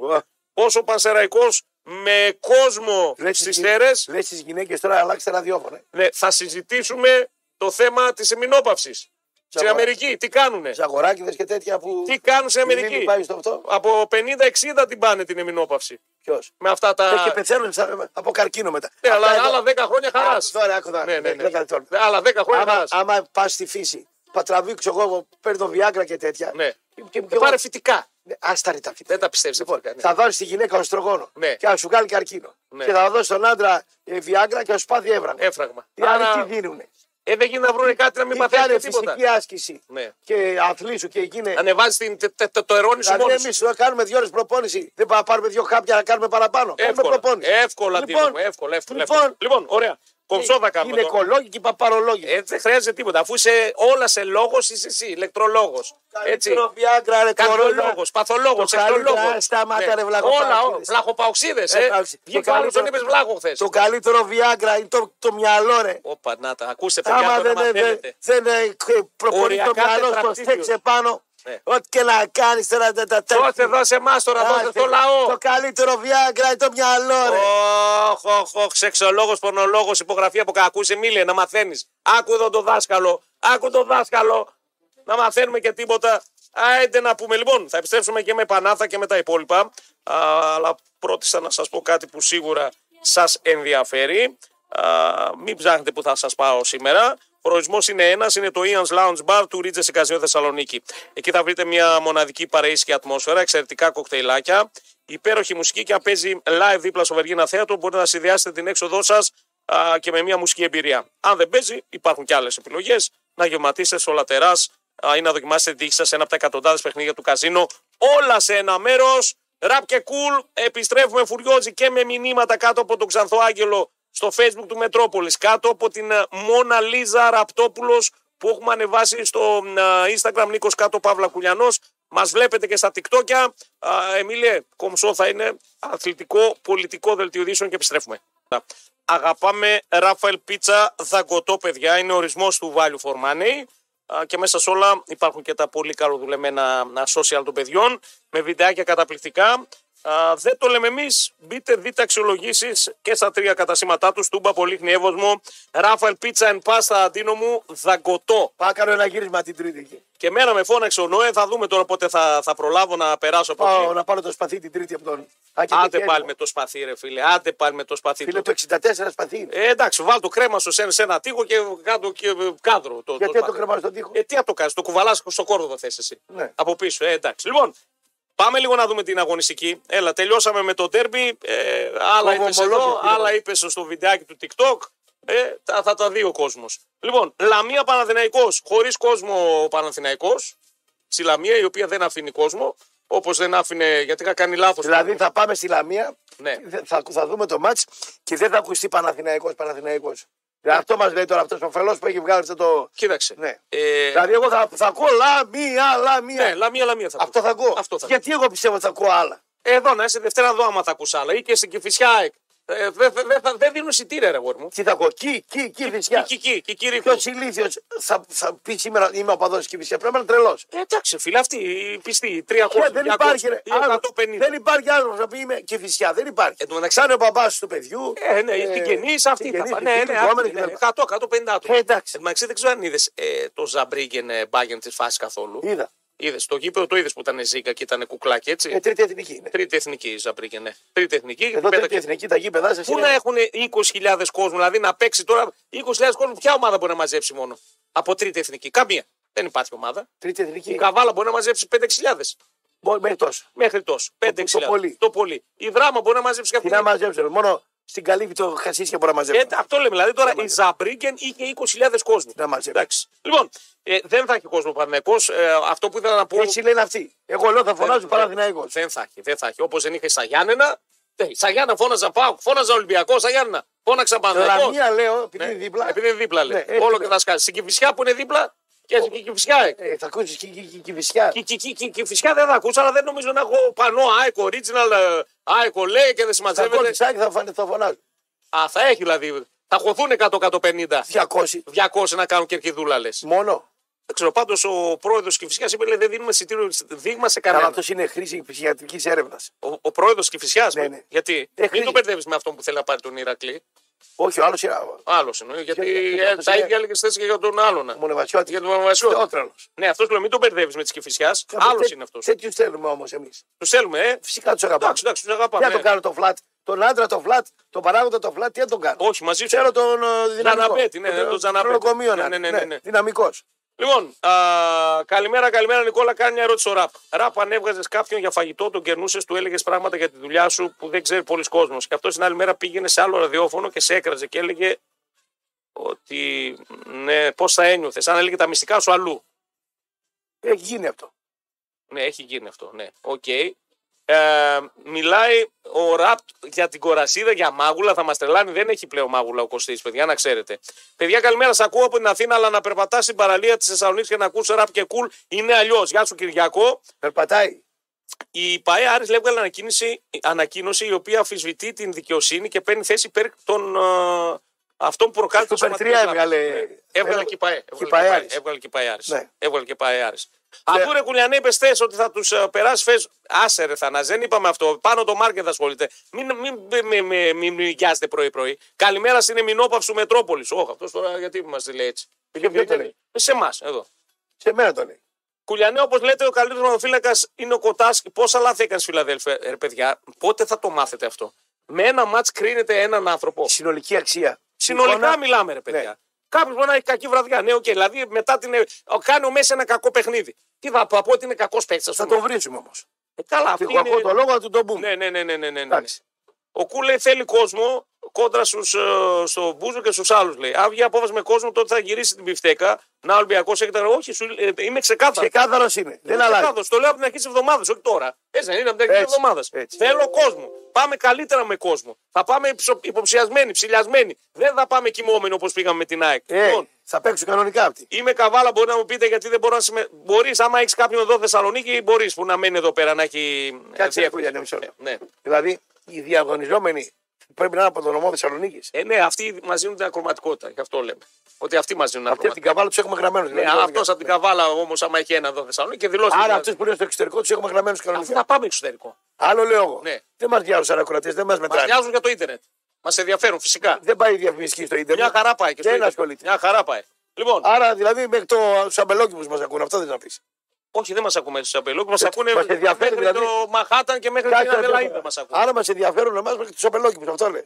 [SPEAKER 1] Πόσο ο Πανσεραϊκός με κόσμο στι θέρε.
[SPEAKER 2] Λε τι γυναίκες τώρα, αλλάξτε ραδιόφωνο. ε.
[SPEAKER 1] Ναι, θα συζητήσουμε το θέμα της εμινόπαυσης. Στην
[SPEAKER 2] Σαββαρά.
[SPEAKER 1] Αμερική, τι κάνουνε.
[SPEAKER 2] Ζαγοράκιδες και τέτοια που.
[SPEAKER 1] Τι κάνουν στην
[SPEAKER 2] η Λίλη
[SPEAKER 1] Αμερική.
[SPEAKER 2] Πάει στο αυτό.
[SPEAKER 1] Από 50-60 την πάνε την εμινόπαυση.
[SPEAKER 2] Ποιος.
[SPEAKER 1] Με αυτά τα.
[SPEAKER 2] Και πεθαίνουν σαν- από καρκίνο μετά.
[SPEAKER 1] Ναι,
[SPEAKER 2] Αυτά
[SPEAKER 1] αλλά
[SPEAKER 2] εδώ-
[SPEAKER 1] άλλα 10 χρόνια χαρά.
[SPEAKER 2] Άκου Τώρα, άκου τώρα.
[SPEAKER 1] Ναι, ναι, ναι.
[SPEAKER 2] Δεν κάνει τώρα.
[SPEAKER 1] Άλλα 10 χρόνια
[SPEAKER 2] Άμα,
[SPEAKER 1] χαρά.
[SPEAKER 2] άμα πας στη φύση, θα τραβήξω εγώ, παίρνω βιάγκρα και τέτοια.
[SPEAKER 1] Ναι.
[SPEAKER 2] Και, και,
[SPEAKER 1] Και πάρε φυτικά.
[SPEAKER 2] Άστα ρε τα φυτά.
[SPEAKER 1] Δεν τα πιστεύεις.
[SPEAKER 2] Λοιπόν, θα βάλεις τη γυναίκα οστρογόνο
[SPEAKER 1] Ναι.
[SPEAKER 2] και θα σου κάνει καρκίνο.
[SPEAKER 1] Ναι.
[SPEAKER 2] Και θα δώσει τον άντρα ε, βιάγκρα και θα σου πάθει έβραγμα.
[SPEAKER 1] Έφραγμα.
[SPEAKER 2] Τι Άρα...
[SPEAKER 1] Άρα
[SPEAKER 2] τι δίνουνε.
[SPEAKER 1] ε, δεν γίνεται να βρουν κάτι να μην
[SPEAKER 2] Τι κάνει
[SPEAKER 1] παθαίνει τίποτα.
[SPEAKER 2] φυσική άσκηση
[SPEAKER 1] Ναι.
[SPEAKER 2] και αθλήσου και εκείνη.
[SPEAKER 1] Ανεβάζεις την, τε- τε- το ερώνη σου
[SPEAKER 2] Δηλαδή,
[SPEAKER 1] μόνος.
[SPEAKER 2] εμείς κάνουμε δύο ώρες προπόνηση. Δεν πάμε να πάρουμε δύο χάπια να κάνουμε παραπάνω. Κάνουμε
[SPEAKER 1] Εύκολα.
[SPEAKER 2] προπόνηση.
[SPEAKER 1] Εύκολα
[SPEAKER 2] λοιπόν,
[SPEAKER 1] λοιπόν, εύκολα, εύκολα,
[SPEAKER 2] λοιπόν,
[SPEAKER 1] εύκολα. Λοιπόν, ωραία. Κομψό θα κάνουμε. τώρα.
[SPEAKER 2] Γυναικολόγοι και παπαρολόγοι.
[SPEAKER 1] Ε, δεν χρειάζεται τίποτα. Αφού είσαι όλα σε λόγος, είσαι εσύ, ηλεκτρολόγος. Έτσι.
[SPEAKER 2] Καλύτερο Viagra, ρε κορώνα.
[SPEAKER 1] Καρδιολόγο, παθολόγος,
[SPEAKER 2] Το καλύτερο-
[SPEAKER 1] εκτολόγο.
[SPEAKER 2] Α, σταμάτα,
[SPEAKER 1] Ναι.
[SPEAKER 2] ρε,
[SPEAKER 1] Όλα,
[SPEAKER 2] βλαχοπαοξίδες.
[SPEAKER 1] όλα. Βλαχοπαοξίδες.
[SPEAKER 2] Ε,
[SPEAKER 1] Ε.
[SPEAKER 2] εντάξει.
[SPEAKER 1] Βγήκα
[SPEAKER 2] Το
[SPEAKER 1] άλλο, τον
[SPEAKER 2] καλύτερο-
[SPEAKER 1] είπες βλάχο χθες.
[SPEAKER 2] Το καλύτερο Viagra είναι το, το μυαλό, ρε.
[SPEAKER 1] Όπα, να τα ακούστε, παιδιά,
[SPEAKER 2] Άμα
[SPEAKER 1] το να
[SPEAKER 2] δεν, δεν,
[SPEAKER 1] μαθαίνετε.
[SPEAKER 2] δεν ε, προπονεί το
[SPEAKER 1] Οριακά
[SPEAKER 2] μυαλό, στο
[SPEAKER 1] τετραπτύλιο.
[SPEAKER 2] στέξε πάνω.
[SPEAKER 1] Ναι.
[SPEAKER 2] Ό,τι και να κάνεις τώρα τα τα τα.
[SPEAKER 1] Δώστε, δώσε εμάς τώρα, δώστε
[SPEAKER 2] Άστε,
[SPEAKER 1] στο λαό.
[SPEAKER 2] Το καλύτερο Viagra είναι το μυαλό, ρε.
[SPEAKER 1] Οχ, οχ, οχ, σεξολόγος, πονολόγος, υπογραφή από κακούς. Εμίλια, να μαθαίνεις. Άκου εδώ το δάσκαλο. Άκου το δάσκαλο. Να μαθαίνουμε και τίποτα. Άιντε να πούμε. Λοιπόν, θα επιστρέψουμε και με Πανάθα και με τα υπόλοιπα. Α, αλλά πρότισα να σας πω κάτι που σίγουρα σας ενδιαφέρει. Α, μην ψάχνετε που θα σας πάω σήμερα. Προορισμός είναι ένας, είναι το Ian's Lounge Bar του Ρίτζε Σικαζιό Θεσσαλονίκη. Εκεί θα βρείτε μια μοναδική παρείσχυη ατμόσφαιρα, εξαιρετικά κοκτέιλάκια, υπέροχη μουσική και αν παίζει live δίπλα στο Βεργίνα Θέατρο μπορείτε να συνδυάσετε την έξοδό σας και με μια μουσική εμπειρία. Αν δεν παίζει, υπάρχουν και άλλες επιλογές να γευματίσετε στο λατερά ή να δοκιμάσετε την τύχη σας σε ένα από τα εκατοντάδες παιχνίδια του καζίνο. Όλα σε ένα μέρος. Ραπ και cool. Επιστρέφουμε φουριόζι και με μηνύματα κάτω από τον Ξανθό Άγγελο στο facebook του Μετρόπολης κάτω από την ε, Μόνα Λίζα Ραπτόπουλος που έχουμε ανεβάσει στο ε, Instagram Νίκος κάτω Παύλα Κουλιανός μας βλέπετε και στα TikTok. Εμίλια, κομψό θα είναι αθλητικό, πολιτικό δελτίο ειδήσεων και επιστρέφουμε. Να. Αγαπάμε Ράφαελ Πίτσα Δαγκωτό, παιδιά. Είναι ορισμός του Value for Money. Α, Και μέσα σε όλα υπάρχουν και τα πολύ καλοδουλεμένα α, social των παιδιών με βιντεάκια καταπληκτικά. Α, δεν το λέμε εμείς. Μπείτε, δείτε αξιολογήσεις και στα τρία κατασύματά τους. Τούμπα, Πολύχνη, Εύωσμο. Ράφαλ, πίτσα, εν πάστα, αντίνο μου, δαγκωτό.
[SPEAKER 2] Πάω να κάνω ένα γύρισμα την Τρίτη εκεί.
[SPEAKER 1] Και μέρα με φώναξε ο Νόε. Θα δούμε τώρα πότε θα, θα προλάβω να περάσω από
[SPEAKER 2] Πάω
[SPEAKER 1] εκεί.
[SPEAKER 2] να πάρω το σπαθί την Τρίτη από τον Άκη
[SPEAKER 1] Άντε
[SPEAKER 2] Τικέρη.
[SPEAKER 1] πάλι με το σπαθί, ρε φίλε. Άντε πάλι με το σπαθί.
[SPEAKER 2] Φίλε
[SPEAKER 1] Το-
[SPEAKER 2] το 64 σπαθί. είναι.
[SPEAKER 1] Ε, εντάξει, βάλ το κρέμα σου σε, σε ένα τείχο και κάτω και ε, κάδρο. Το,
[SPEAKER 2] Γιατί δεν το
[SPEAKER 1] σπαθί.
[SPEAKER 2] κρεμάω στον τοίχο.
[SPEAKER 1] Ε, τι να το κάνεις, το κουβαλάς στο κόρδο θες εσύ.
[SPEAKER 2] Ναι.
[SPEAKER 1] Από πίσω, ε, εντάξει. Λοιπόν, πάμε λίγο να δούμε την αγωνιστική. Έλα, τελειώσαμε με το τέρμπι. Ε, άλλα είπε
[SPEAKER 2] Κοβομολόγιο,
[SPEAKER 1] εδώ,
[SPEAKER 2] κύριε
[SPEAKER 1] άλλα
[SPEAKER 2] Βαγγέλη.
[SPEAKER 1] είπες στο βιντεάκι του TikTok. Ε, τα, θα τα δει ο κόσμος. Λοιπόν, Λαμία Παναθηναϊκός, Χωρίς κόσμο ο Παναθηναϊκός Στη Λαμία, η οποία δεν αφήνει κόσμο. Όπως δεν άφηνε, γιατί είχα κάνει λάθος.
[SPEAKER 2] Δηλαδή θα πάμε στη Λαμία,
[SPEAKER 1] Ναι.
[SPEAKER 2] δε- θα, θα δούμε το μάτς και δεν θα ακουστεί Παναθηναϊκός, Παναθηναϊκός. Ε, Αυτό μας λέει τώρα αυτός ο φελός που έχει βγάλει αυτό το...
[SPEAKER 1] Κοίταξε.
[SPEAKER 2] Ναι.
[SPEAKER 1] Ε,
[SPEAKER 2] Δηλαδή εγώ θα, θα ακούω Λαμία, Λαμία.
[SPEAKER 1] ναι, Λαμία, Λαμία θα πω.
[SPEAKER 2] Αυτό θα ακούω.
[SPEAKER 1] Αυτό θα
[SPEAKER 2] Γιατί εγώ πιστεύω ότι θα ακούω άλλα.
[SPEAKER 1] Εδώ να είσαι Δευτέρα εδώ άμα θα ακούς άλλα. Ή και στην Κηφισιά. ΑΕΚ. Ε, δεν δε, δε, δεν δίνουν εισιτήρια, ρε γόρι μου.
[SPEAKER 2] Τι θα ακούω, Κι, Κι, Κι, Βυσιά.
[SPEAKER 1] Εκεί, εκεί, εκεί, εκεί,
[SPEAKER 2] Ποιος ηλίθιος θα, θα πει σήμερα είμαι οπαδός Κι Βυσιά. Πρέπει να είναι τρελός.
[SPEAKER 1] Ε, εντάξει, φίλε, αυτοί οι πιστοί, 300,
[SPEAKER 2] Και Ε, δεν
[SPEAKER 1] 200,
[SPEAKER 2] υπάρχει, ρε,
[SPEAKER 1] ή
[SPEAKER 2] άνθρωπος-
[SPEAKER 1] 150.
[SPEAKER 2] δεν υπάρχει άνθρωπος να πει είμαι και φυσιά. Δεν υπάρχει.
[SPEAKER 1] Εν τω μεταξύ,
[SPEAKER 2] Σαν είναι ο παπάς του παιδιού.
[SPEAKER 1] ε, ναι, οι συγγενείς αυτοί θα
[SPEAKER 2] συγγενείς,
[SPEAKER 1] πάνε. Ναι,
[SPEAKER 2] οι
[SPEAKER 1] ναι,
[SPEAKER 2] επόμενοι
[SPEAKER 1] αυτοί, ναι,
[SPEAKER 2] κτλ.
[SPEAKER 1] 100, 150 άτομα.
[SPEAKER 2] Ε,
[SPEAKER 1] Εν
[SPEAKER 2] εντάξει.
[SPEAKER 1] τω μεταξύ, δεν ξέρω αν είδες ε, το Ζαμπρίγκεν ε, Μπάγκεν της φάσης καθόλου.
[SPEAKER 2] Είδα.
[SPEAKER 1] Είδες, το γήπεδο το είδες που ήταν ζήκα και ήταν κουκλάκι, έτσι.
[SPEAKER 2] Ε, τρίτη εθνική είναι.
[SPEAKER 1] Τρίτη εθνική η Ζαμπρίγκεν, ναι. Τρίτη εθνική.
[SPEAKER 2] Εδώ
[SPEAKER 1] πέταξε-
[SPEAKER 2] τρίτη εθνική τα γήπεδά σας
[SPEAKER 1] Πού
[SPEAKER 2] είναι-
[SPEAKER 1] να έχουν 20.000 κόσμο, δηλαδή να παίξει τώρα 20.000 κόσμο, ποια ομάδα μπορεί να μαζέψει μόνο. Από τρίτη εθνική. Καμία. Δεν υπάρχει ομάδα.
[SPEAKER 2] Τρίτη
[SPEAKER 1] Η
[SPEAKER 2] εθνική.
[SPEAKER 1] Καβάλα μπορεί να μαζέψει 5.000.
[SPEAKER 2] Μπο- Μέχρι τόσο.
[SPEAKER 1] Μέχρι τόσο. 5.000.
[SPEAKER 2] Το πολύ.
[SPEAKER 1] Το πολύ. Η δράμα μπορεί να μαζέψει
[SPEAKER 2] Τι
[SPEAKER 1] κάποια.
[SPEAKER 2] να μαζέψουμε. Μόνο στην καλύβη το χασίσια μπορεί να
[SPEAKER 1] Ε,
[SPEAKER 2] μαζέψουμε.
[SPEAKER 1] αυτό λέμε. Δηλαδή τώρα η Ζαμπρίγκεν είχε 20.000 κόσμο.
[SPEAKER 2] Να μαζέψουμε.
[SPEAKER 1] Εντάξει. Λοιπόν, ε, δεν θα έχει κόσμο Παναγενικό. Ε, αυτό που ήθελα να πω.
[SPEAKER 2] Έτσι λένε αυτοί. Εγώ λέω θα φωνάζω
[SPEAKER 1] Δεν-
[SPEAKER 2] Παναθηναϊκός.
[SPEAKER 1] Δεν θα έχει. Δεν θα έχει. Όπως δεν είχε στα Γιάννενα. ε, Στα Γιάννενα φώναζα Πάο, φώναζα Ολυμπιακό, στα Γιάννενα. Φώναξα Παναγενικό.
[SPEAKER 2] Λαμία Ε, λέω, επειδή
[SPEAKER 1] Ναι,
[SPEAKER 2] είναι δίπλα.
[SPEAKER 1] Επειδή είναι δίπλα, λέει.
[SPEAKER 2] Ναι, έτσι
[SPEAKER 1] Όλο
[SPEAKER 2] λέω.
[SPEAKER 1] και θα σκάσει. Στην Κυφυσιά που είναι δίπλα και στην Κυφυσιά. ε.
[SPEAKER 2] Ε, θα ακούσεις και- και- και- και φυσικά.
[SPEAKER 1] Κυ- κυ- κυ- κυ- Κυφυσιά δεν θα ακούσα, αλλά δεν νομίζω να έχω πανό Άικο, original, ε, Άικο λέει και δεν
[SPEAKER 2] Θα ακούω
[SPEAKER 1] συμμαζεύεται.
[SPEAKER 2] τη Σάκη θα φανε- θα φωνάζω.
[SPEAKER 1] Α, θα έχει δηλαδή. Θα χωθούν 100-150.
[SPEAKER 2] 200
[SPEAKER 1] 200 να κάνουν κερκιδούλα λε. Δεν
[SPEAKER 2] μόνο.
[SPEAKER 1] ξέρω, πάντως ο πρόεδρος Κυφυσιά είπε λέει, δεν δίνουμε εισιτήριο δείγμα σε
[SPEAKER 2] Αλλά
[SPEAKER 1] κανέναν.
[SPEAKER 2] αυτός είναι χρήση ψυχιατρικής έρευνας.
[SPEAKER 1] Ο, ο πρόεδρος Κυφυσιά.
[SPEAKER 2] Ναι, ναι.
[SPEAKER 1] Γιατί.
[SPEAKER 2] Ε,
[SPEAKER 1] μην
[SPEAKER 2] χρήση.
[SPEAKER 1] το μπερδεύεις με αυτόν που θέλει να πάρει τον Ηρακλή.
[SPEAKER 2] Όχι, ο άλλος είναι
[SPEAKER 1] Άλλο εννοεί. Γιατί
[SPEAKER 2] γιατί
[SPEAKER 1] ε,
[SPEAKER 2] αυτός
[SPEAKER 1] τα
[SPEAKER 2] είναι-
[SPEAKER 1] ίδια έλεγε θέσει και για τον άλλον.
[SPEAKER 2] μονεβασιώτης.
[SPEAKER 1] Για τον Παπαβασιώτη.
[SPEAKER 2] Θεότρελος.
[SPEAKER 1] Ναι, αυτός λέω, μην τον μπερδεύεις με τη Κυφυσιά. Άλλος
[SPEAKER 2] Τέ-
[SPEAKER 1] είναι αυτός.
[SPEAKER 2] Τέτοιους θέλουμε όμως εμείς.
[SPEAKER 1] Τους θέλουμε, ε.
[SPEAKER 2] Φυσικά τους αγαπάμε.
[SPEAKER 1] Εντάξει, εντάξει, τους
[SPEAKER 2] Τι
[SPEAKER 1] αγαπάμε.
[SPEAKER 2] να τον
[SPEAKER 1] ε.
[SPEAKER 2] κάνω το φλατ. Τον άντρα το φλατ, τον παράγοντα το φλατ, τι να τον κάνω.
[SPEAKER 1] Όχι, μαζί σου.
[SPEAKER 2] Ξέρω τον ε, δυναμικό.
[SPEAKER 1] Τζαναπέτη, ναι, ναι, τον Τζαναπέτη.
[SPEAKER 2] Νοσοκομείο
[SPEAKER 1] Ναι,
[SPEAKER 2] να
[SPEAKER 1] ναι, ναι, ναι, ναι.
[SPEAKER 2] Δυναμικός.
[SPEAKER 1] Λοιπόν, α, καλημέρα, καλημέρα Νικόλα. Κάνει μια ερώτηση ο Ραπ. Ραπ, αν έβγαζες κάποιον για φαγητό, τον κερνούσες, του έλεγες πράγματα για τη δουλειά σου που δεν ξέρει πολλοί κόσμος. Και αυτός την άλλη μέρα πήγαινε σε άλλο ραδιόφωνο και σε έκραζε και έλεγε ότι ναι, πώς θα ένιωθες. Αν έλεγε τα μυστικά σου αλλού.
[SPEAKER 2] Έχει γίνει αυτό.
[SPEAKER 1] Ναι, έχει γίνει αυτό. Ναι, οκ. Ε, μιλάει ο Ραπ για την κορασίδα, για μάγουλα. Θα μας τρελάνει. Δεν έχει πλέον μάγουλα ο Κωστής, παιδιά, να ξέρετε. Παιδιά, καλημέρα. Σα ακούω από την Αθήνα, αλλά να περπατάς στην παραλία της Θεσσαλονίκης και να ακούσει ραπ και κουλ είναι αλλιώς. Γεια σου, Κυριακό.
[SPEAKER 2] Περπατάει.
[SPEAKER 1] Η ΠαΕ Άρης λέει έβγαλε ανακοίνωση, ανακοίνωση η οποία αμφισβητεί την δικαιοσύνη και παίρνει θέση υπέρ των. Ε, αυτών που προκάλεσε
[SPEAKER 2] Στο
[SPEAKER 1] το
[SPEAKER 2] Super 3
[SPEAKER 1] σωματείο λάθος.
[SPEAKER 2] έβγαλε-
[SPEAKER 1] Ναι. Έβγαλε και η ΠαΕ.
[SPEAKER 2] και η ΠαΕ
[SPEAKER 1] ΠαΕ,
[SPEAKER 2] Άρης.
[SPEAKER 1] Έβγαλε και η ΠαΕ Άρης.
[SPEAKER 2] Ναι.
[SPEAKER 1] Έβγαλε και η ΠαΕ Άρης. Αφού ρε Κουλιανέ είπες θες ότι θα τους περάσεις, φες. Άσε ρε Θανάς, δεν είπαμε αυτό. Πάνω το μάρκετ θα ασχολείται. Μην, μην, μην, μην, μην, μην γιάζετε πρωί-πρωί. Καλημέρα στην Εμινόπαυσου Μετρόπολη. Όχι, αυτός τώρα γιατί μα τη λέει έτσι.
[SPEAKER 2] ποιο το λέει?
[SPEAKER 1] Σε εμάς, εδώ.
[SPEAKER 2] Σε μένα το λέει.
[SPEAKER 1] Κουλιανέ, όπως λέτε, ο καλύτερος μονοφύλακα είναι ο Κοτάς. Πόσα λάθη έκανε, Φιλαδέλφια, ρε παιδιά, πότε θα το μάθετε αυτό. Με ένα ματ κρίνεται έναν άνθρωπο.
[SPEAKER 2] Συνολική αξία.
[SPEAKER 1] Συνολικά
[SPEAKER 2] Εικόνα,
[SPEAKER 1] μιλάμε, ρε παιδιά.
[SPEAKER 2] Ναι.
[SPEAKER 1] Κάποιος μπορεί να έχει κακή βραδιά. Ναι, οκ, δηλαδή μετά την. ε, Κάνει ο Μέση ένα κακό παιχνίδι. Τι θα πω, από ότι είναι κακός παίκτης, ας
[SPEAKER 2] Θα
[SPEAKER 1] πούμε.
[SPEAKER 2] τον βρίσουμε όμως.
[SPEAKER 1] Ε, καλά, αυτό
[SPEAKER 2] Εγώ ακούω το
[SPEAKER 1] είναι.
[SPEAKER 2] λόγο να του τον πούμε.
[SPEAKER 1] Ναι, ναι, ναι, ναι, ναι, ναι, ναι.
[SPEAKER 2] Εντάξει.
[SPEAKER 1] Ο Κού λέει θέλει κόσμο κόντρα στους, ε, στο Μπούζο και στους άλλους. Λέει. Αν βγει απόφαση με κόσμο, τότε θα γυρίσει την πιφτέκα. Να Ολυμπιακός έχει τα- Όχι, σου, ε, είμαι ξεκάθαρος.
[SPEAKER 2] Ξεκάθαρος είναι. Δεν αλλάζει.
[SPEAKER 1] Ξεκάθαρος. Το λέω από την αρχή της εβδομάδας, όχι τώρα. Έτσι, δεν είναι από την αρχή της
[SPEAKER 2] Έτσι,
[SPEAKER 1] εβδομάδας.
[SPEAKER 2] έτσι.
[SPEAKER 1] Θέλω κόσμο. Πάμε καλύτερα με κόσμο. Θα πάμε υψο- υποψιασμένοι, ψηλιασμένοι. Δεν θα πάμε κοιμόμενοι όπως πήγαμε με την ΑΕΚ. Λοιπόν,
[SPEAKER 2] Ε, θα παίξουν κανονικά αυτοί.
[SPEAKER 1] είμαι καβάλα, μπορεί να μου πείτε γιατί δεν μπορώ να συμμε... Μπορείς, άμα έχεις κάποιον εδώ Θεσσαλονίκη, μπορείς που να μένει εδώ πέρα να έχει.
[SPEAKER 2] Κάτσε,
[SPEAKER 1] ε,
[SPEAKER 2] Κούλια, ναι, μισό λεπτό.
[SPEAKER 1] ναι.
[SPEAKER 2] Δηλαδή, οι διαγωνιζόμενοι Πρέπει να είναι από τον νομό Θεσσαλονίκης.
[SPEAKER 1] Ε, ναι, αυτοί μα δίνουν την ακροματικότητα. Γι' αυτό λέμε. Ότι αυτοί μα δίνουν
[SPEAKER 2] Αυτοί από την
[SPEAKER 1] ακροματικότητα.
[SPEAKER 2] καβάλα τους έχουμε Δηλαδή, γραμμένους.
[SPEAKER 1] Ναι, αυτός από την καβάλα όμως, άμα έχει ένα εδώ Θεσσαλονίκη και δηλώσει.
[SPEAKER 2] Άρα αυτούς που είναι στο εξωτερικό τους έχουμε γραμμένους
[SPEAKER 1] Αφού
[SPEAKER 2] κανονικά.
[SPEAKER 1] θα πάμε εξωτερικό.
[SPEAKER 2] Άλλο λέω εγώ.
[SPEAKER 1] Ναι.
[SPEAKER 2] Δεν μα διάβασαν ακροατές, δεν μας
[SPEAKER 1] Μα
[SPEAKER 2] μετράνε.
[SPEAKER 1] νοιάζουν για το Ιντερνετ. Μας ενδιαφέρουν φυσικά.
[SPEAKER 2] Δεν πάει η διαφημιστική στο Ιντερνετ.
[SPEAKER 1] Μια χαρά πάει. Και στο
[SPEAKER 2] Δεν
[SPEAKER 1] ίντερνετ.
[SPEAKER 2] ασχολείται.
[SPEAKER 1] Μια χαρά πάει. Λοιπόν,
[SPEAKER 2] Άρα δηλαδή μέχρι το τους αμπελόκηπους μας ακούνε. Αυτό δεν να
[SPEAKER 1] Ε,
[SPEAKER 2] πεις.
[SPEAKER 1] όχι, δεν μας ακούνε στου απελόκους. Μας ακούνε
[SPEAKER 2] Ε, μας ενδιαφέρει,
[SPEAKER 1] μέχρι
[SPEAKER 2] δηλαδή.
[SPEAKER 1] το Μαχάταν και μέχρι την Αδελαίδα μας ακούνε.
[SPEAKER 2] Άρα μας ενδιαφέρουν εμάς μέχρι τους αμπελόκηπου. Αυτό λες.